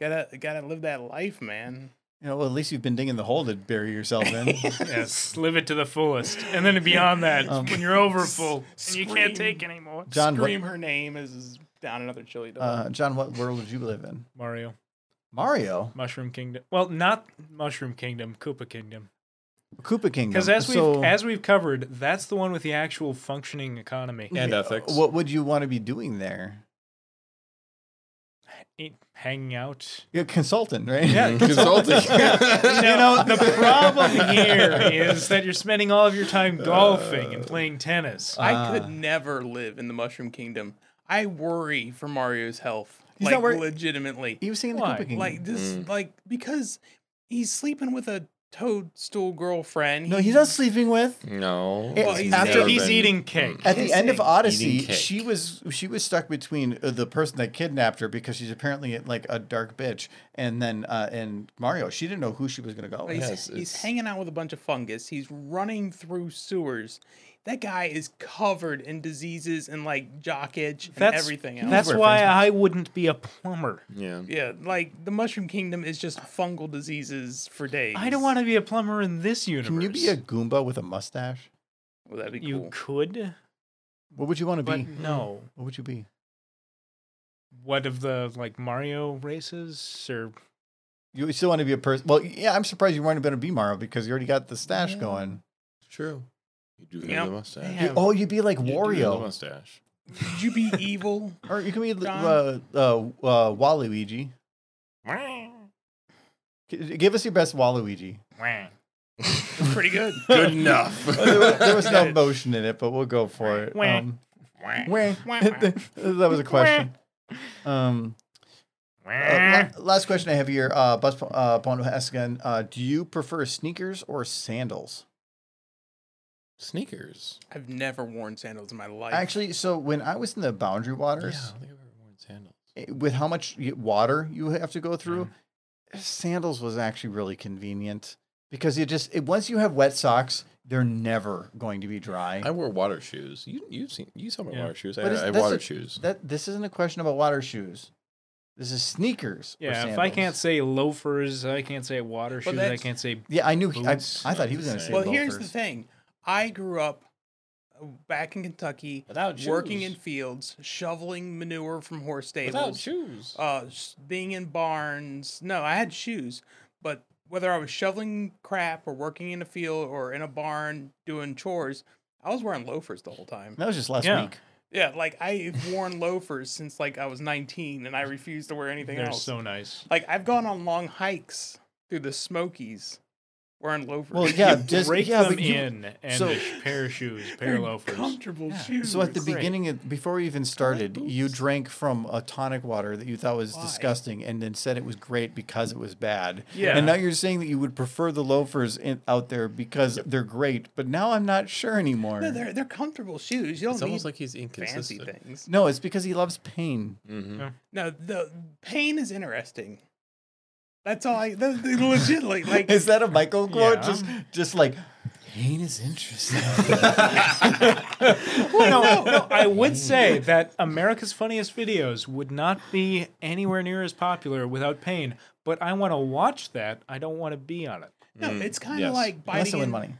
S4: gotta gotta live that life, man.
S1: You know, well, at least you've been digging the hole to bury yourself in.
S2: yes, live it to the fullest, and then beyond that,
S1: Um,
S2: when you're over full and you
S11: scream.
S2: can't take anymore,
S1: John, what,
S4: Scream her name is down another chili dog.
S1: uh, John, what world would you live in?
S2: Mario,
S1: Mario,
S2: Mushroom Kingdom. Well, not Mushroom Kingdom, Koopa Kingdom.
S1: Koopa Kingdom.
S2: Because as we've
S1: So,
S2: as we've covered, that's the one with the actual functioning economy.
S9: And
S1: uh,
S9: ethics.
S1: what would you want to be doing there?
S2: Eat- Hanging out.
S1: You're a consultant, right?
S2: Yeah,
S9: Consulting.
S2: You know, the problem here is that you're spending all of your time golfing and playing tennis.
S4: I
S1: uh,
S4: could never live in the Mushroom Kingdom. I worry for Mario's health,
S1: He's
S4: like
S1: not worried-
S4: legitimately,
S1: He Mm. was saying the
S2: Why?
S1: Koopa Kingdom.
S4: like this, like because he's sleeping with a toadstool girlfriend.
S1: no,
S4: He-
S1: he's not sleeping with.
S9: No.
S1: Well,
S9: it's
S1: he's-
S9: never
S1: after
S2: He's
S9: been-
S2: eating cake.
S1: At the end of Odyssey,
S9: Eating cake.
S1: she was she was stuck between uh, the person that kidnapped her because she's apparently like a dark bitch, and then uh, and Mario. She didn't know who she was gonna go with.
S4: He's,
S9: Yes,
S4: he's
S9: it's-
S4: hanging out with a bunch of fungus. He's running through sewers. That guy is covered in diseases and like jock itch and
S2: That's-
S4: everything else.
S2: That's
S1: Where
S2: why
S1: friends-
S2: I wouldn't be a plumber.
S9: Yeah.
S4: yeah, like the Mushroom Kingdom is just fungal diseases for days.
S2: I don't want to be a plumber in this universe.
S1: Can you be a Goomba with a mustache?
S4: Well, that'd be
S2: You
S4: cool.
S2: could,
S1: What would you want to be?
S2: but no.
S1: What would you be?
S2: What of the like Mario races or
S1: You still want to be a person? Well, yeah, I'm surprised you weren't going to be Mario because you already got the stash going.
S9: It's true. You do have
S4: Yep.
S9: the mustache.
S4: Yeah.
S1: Oh, you'd be like
S9: You do have the
S1: Wario,
S9: mustache.
S4: Would you be evil?
S1: or you can be uh,
S4: John?
S1: uh, uh, Waluigi. G- Give us your best Waluigi.
S4: That's pretty good.
S9: Good enough.
S1: there, was, there was no motion in it, but we'll go for it.
S2: Wah.
S1: Um, wah. that was a question. Um, uh, la- last question I have here. Uh, Bus uh, Bono asks again, uh, do you prefer sneakers or sandals?
S3: Sneakers.
S4: I've never worn sandals in my life.
S1: Actually, so when I was in the Boundary
S3: Yeah, I
S1: Waters,
S3: don't think I've ever worn sandals.
S1: it- with how much y- water you have to go through, sandals was actually really convenient because you just it, once you have wet socks, they're never going to be dry.
S3: I wear water shoes. You you've seen you saw my
S2: Yeah.
S3: water shoes. I,
S1: But it's-
S3: I have
S1: that's
S3: uh, water
S1: a-
S3: shoes.
S1: that this isn't a question about water shoes. This is sneakers. or
S2: Yeah, if I can't
S1: sandals.
S2: say loafers, I can't say water shoes, I
S4: that's-
S2: can't say
S1: Yeah, I knew. He, I, I
S2: Boots
S1: thought he was going to say.
S4: well, here's the
S1: loafers.
S4: thing. I grew up uh, back in Kentucky,
S9: Without
S4: working
S9: shoes.
S4: in fields, shoveling manure from horse
S9: Without
S4: stables,
S9: shoes.
S4: uh, s- being in barns. No, I had shoes, but whether I was shoveling crap or working in a field or in a barn doing chores, I was wearing loafers the whole time.
S1: That was just last
S2: Yeah.
S1: week.
S4: Yeah, like I've worn loafers since like I was 19 and I refuse to wear anything
S2: they're
S4: else.
S2: so nice.
S4: like I've gone on long hikes through the Smokies wearing loafers.
S1: Well, yeah,
S2: You
S1: just
S2: break
S1: yeah,
S2: them
S1: but you-
S2: in and
S1: so-
S2: a sh- pair of shoes, pair of loafers.
S11: Comfortable shoes.
S1: So at the
S2: Great.
S1: beginning, of, before we even started, you drank from a tonic water that you thought was disgusting, and then said it was great because it was bad.
S2: Yeah.
S1: And now you're saying that you would prefer the loafers in, out there because they're great, but now I'm not sure anymore.
S4: no, they're they're comfortable shoes. You don't
S9: It's
S4: need
S9: almost like he's
S4: fancy
S9: inconsistent.
S4: things.
S1: No, it's because he loves pain.
S4: No, the pain is interesting. That's all I. That's the- legitly like
S1: Is that a Michael quote?
S2: Yeah.
S1: Just, just like pain is interesting.
S2: no, no, I
S1: Mm,
S2: would say that America's Funniest Videos would not be anywhere near as popular without pain, but I want to watch that. I don't want to be on it.
S1: mm,
S4: no. It's kind of
S9: yes.
S4: like
S1: Unless I
S4: biting.
S1: win
S4: in-
S1: money.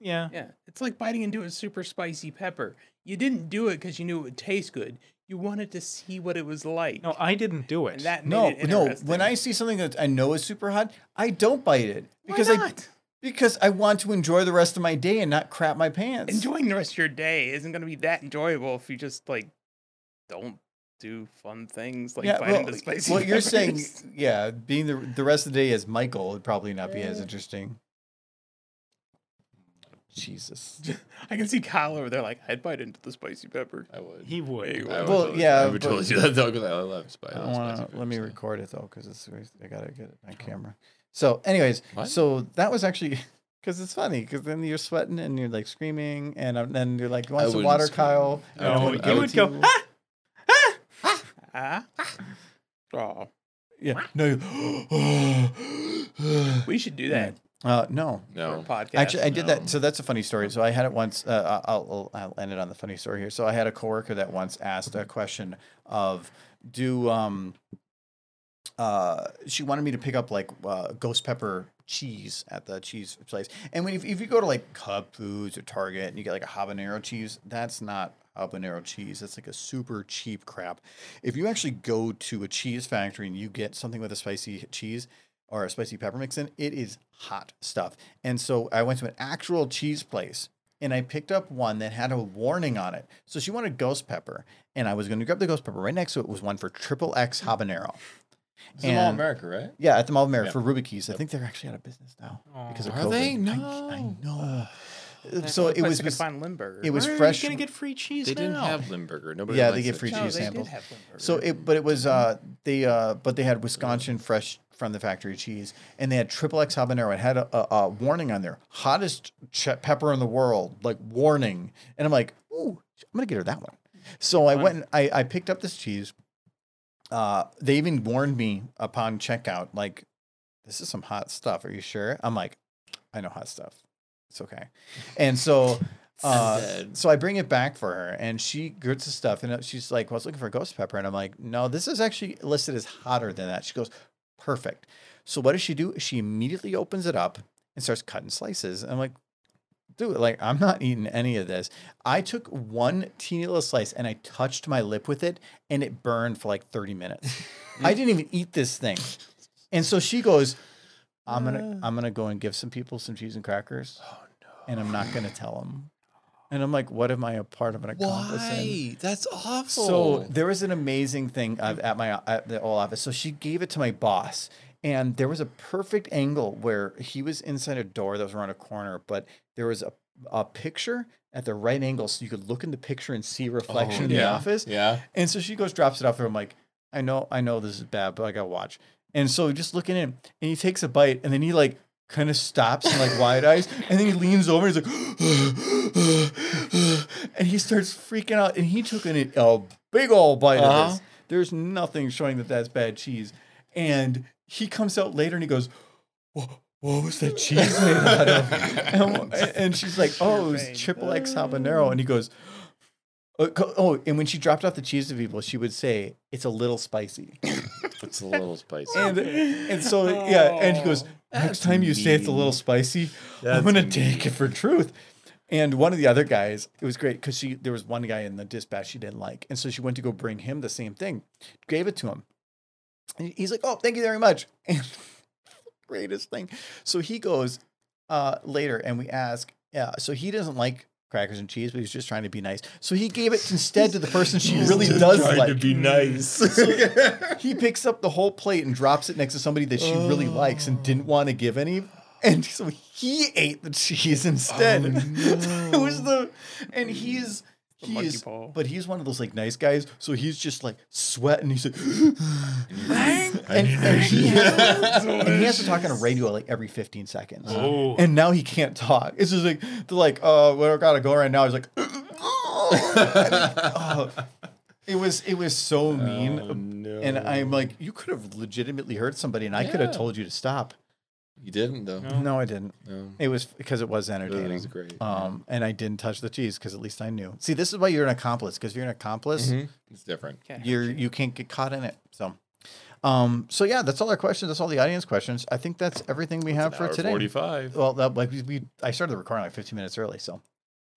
S2: Yeah.
S4: Yeah, it's like biting into a super spicy pepper. You didn't do it because you knew it would taste good. You wanted to see what it was like.
S2: No, I didn't do it.
S4: and that made
S1: No,
S4: it
S1: no.
S4: interesting.
S1: When I see something that I know is super hot, I don't bite it because
S4: Why
S1: I
S4: not?
S1: because I want to enjoy the rest of my day and not crap my pants.
S4: enjoying the rest of your day isn't going to be that enjoyable if you just like don't do fun things like bite into spicy.
S1: what you're saying,
S4: peppers.
S1: yeah, being the the rest of the day as Michael would probably not be as interesting. Jesus.
S4: I can see Kyle over there like I'd bite into the spicy pepper.
S9: I would.
S2: he would.
S9: I would
S1: Well,
S9: totally-
S1: yeah,
S9: I would
S1: but-
S9: totally do that though because I love spice.
S1: I don't want to. Let me record it though, because it's I gotta get it on camera. So, anyways,
S9: Oh. What?
S1: so that was actually because it's funny because then you're sweating and you're like screaming and um, then you're like, "You want
S9: I
S1: some
S9: wouldn't
S1: water,
S9: scream.
S1: Kyle?"
S9: I
S1: And I
S2: No,
S9: would-
S1: give
S9: I
S2: you
S1: it
S2: would
S1: to
S2: go,
S1: you.
S2: ah!
S4: Ah. Oh,
S1: Yeah. No. you-
S4: we should do that
S1: uh, no.
S4: for a
S9: No.
S4: podcast.
S1: Actually, I did
S9: No.
S1: that. So that's a funny story. So I had it once. Uh, I- I'll, I'll, I'll end it on the funny story here. So I had a coworker that once asked a question of, "Do um, uh, she wanted me to pick up like uh, ghost pepper cheese at the cheese place. And when if, if you go to like Cub Foods or Target and you get like a habanero cheese, that's not habanero cheese. That's like a super cheap crap. If you actually go to a cheese factory and you get something with a spicy cheese or a spicy pepper mix in, it is hot stuff. And so I went to an actual cheese place and I picked up one that had a warning on it. So she wanted ghost pepper, and I was going to grab the ghost pepper. Right next to it was one for triple X habanero.
S9: This is all
S1: And-
S9: America, right?
S1: Yeah, at the Mall of America for Ruby Keys. I think they're actually out of business now because of
S9: Are
S1: COVID.
S9: they?
S1: I- I,
S9: No.
S1: know. so it
S4: Plus,
S1: was
S4: I could
S1: bes-
S4: find Limburg.
S1: it was
S2: Where
S1: fresh.
S2: Are you gonna get free cheese
S9: They
S2: now?
S9: didn't have Limburger. Nobody.
S1: Yeah, they
S9: likes
S1: get
S9: that
S1: free
S9: cheese.
S4: no,
S1: cheese
S4: they
S1: sample.
S4: did have Limburg.
S1: so it, but it was uh they uh but they had Wisconsin fresh from the factory cheese, and they had triple X habanero. It had a, a, a warning on there: hottest ch- pepper in the world, like warning. And I'm like, ooh, I'm gonna get her that one. So I went and I, I picked up this cheese. Uh, they even warned me upon checkout, like, this is some hot stuff. Are you sure? I'm like, I know hot stuff. It's okay. And so, uh,
S9: Said.
S1: so I bring it back for her, and she gets the stuff, and uh, she's like, well, "I was looking for ghost pepper," and I'm like, "No, this is actually listed as hotter than that." She goes, "Perfect." So what does she do? She immediately opens it up and starts cutting slices. I'm like, dude, like I'm not eating any of this. I took one teeny little slice and I touched my lip with it and it burned for like 30 minutes. I didn't even eat this thing. And so she goes, I'm gonna I'm gonna go and give some people some cheese and crackers. Uh. Oh no. And I'm not gonna tell them. And I'm like, what am I a part of an accomplice? in?
S9: Why? That's awful.
S1: So there was an amazing thing uh, at my at the old office. So she gave it to my boss, and there was a perfect angle where he was inside a door that was around a corner, but there was a a picture at the right angle, so you could look in the picture and see a
S3: Oh,
S1: reflection in the
S9: yeah.
S1: office.
S9: yeah.
S1: And so she goes, drops it off there. I'm like, I know, I know this is bad, but I gotta watch. And so just looking in, and he takes a bite, and then he like kind of stops and like wide eyes, and then he leans over and he's like, and he starts freaking out. And he took an, a big old bite of this. There's nothing showing that that's bad cheese. And he comes out later and he goes, "Wha- what was that cheese made out of? And, and she's like, oh, it was triple X habanero. And he goes, "Uh, co- oh, and when she dropped off the cheese to people, she would say, it's a little spicy.
S9: It's a little spicy.
S1: And, and so, yeah, and he goes, next time you say it's a little spicy, I'm going to take it for truth. And one of the other guys, it was great because she there was one guy in the dispatch she didn't like, and so she went to go bring him the same thing, gave it to him, and he's like, "Oh, thank you very much." And greatest thing, so he goes uh, later, and we ask, "Yeah, so he doesn't like crackers and cheese, but he's just trying to be nice." So he gave it instead to the person she really does like.
S9: be nice.
S1: he picks up the whole plate and drops it next to somebody that she really
S4: Oh.
S1: likes and didn't want to give any. And so he ate the cheese instead. it was the and he's
S4: Oh, monkey
S1: he's
S4: paw.
S1: but he's one of those like nice guys, so he's just like sweating. He's like, and, and he has, and he has to talk on a radio like every 15 seconds.
S2: Oh.
S1: And now he can't talk. It's just like they're like, uh, where I gotta go right now. He's like, oh. it was it was so
S4: Oh,
S1: mean.
S9: Oh,
S1: And I'm like, you could have legitimately hurt somebody, and I could have
S9: Yeah.
S1: told you to stop.
S9: you didn't though. No.
S1: No, I didn't.
S9: no.
S1: It was because it was entertaining.
S9: was great.
S1: Um, and I didn't touch the cheese because at least I knew. See, this is why you're an accomplice. Because if you're an accomplice,
S9: It's different.
S1: you're you can't get caught in it. So, um, so yeah, that's all our questions. That's all the audience questions. I think that's everything we have for today.
S9: Forty-five.
S1: Well, that, like we, we, I started the recording like 15 minutes early, so.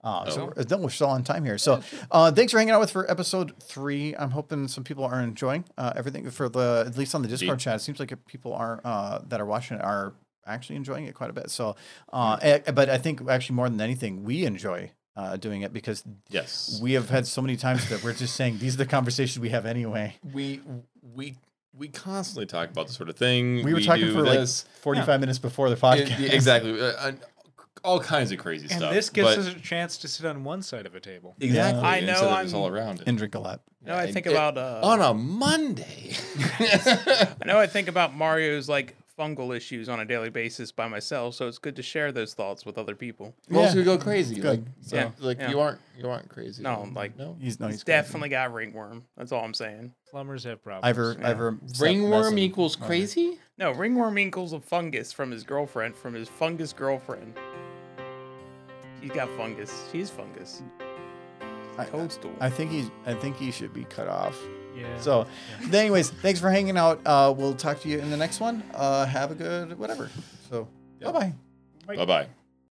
S9: Oh,
S1: Uh, so we're, then we're still on time here. So, uh, thanks for hanging out with for episode three. I'm hoping some people are enjoying uh, everything for the at least on the Discord chat. It seems like people are uh, that are watching it are actually enjoying it quite a bit. So,
S9: Hmm.
S1: uh, eh, but I think actually more than anything, we enjoy uh, doing it because
S9: Yes.
S1: we have had so many times that we're just saying these are the conversations we have anyway.
S9: We we we constantly talk about this sort of thing.
S1: We were talking
S9: do
S1: for
S9: this.
S1: like 45 minutes before the podcast.
S9: Yeah, exactly. Uh, uh, all kinds of crazy
S2: And
S9: stuff.
S2: this gives
S9: but-
S2: us a chance to sit on one side of a table.
S9: exactly.
S4: I
S9: and
S4: know
S9: So that
S4: I'm-
S9: it's all around. It.
S1: and Oh. drink a lot.
S4: No, I
S9: And
S4: think
S9: it-
S4: about uh,
S9: on a Monday.
S4: I know I think about Mario's like fungal issues on a daily basis by myself, so it's good to share those thoughts with other people.
S9: Most people go crazy. Like,
S1: good.
S9: so,
S4: Yeah,
S9: like
S4: yeah.
S9: you aren't you aren't crazy.
S4: No, I'm like-
S9: no.
S1: He's no,
S4: He's
S1: he's good.
S4: definitely got ringworm. That's all I'm saying.
S2: Plumbers have problems.
S1: Ivor, Ivor,
S9: Ringworm
S1: equal.
S9: equals crazy.
S4: No, ringworm equals a fungus from his girlfriend, from his fungus girlfriend. He's got fungus. She's fungus.
S1: I-
S4: Toadstool.
S1: I think he's. I think he should be cut off.
S2: Yeah.
S1: So, anyways, thanks for hanging out. Uh, we'll talk to you in the next one. Uh, have a good whatever. So, bye bye.
S9: Bye bye.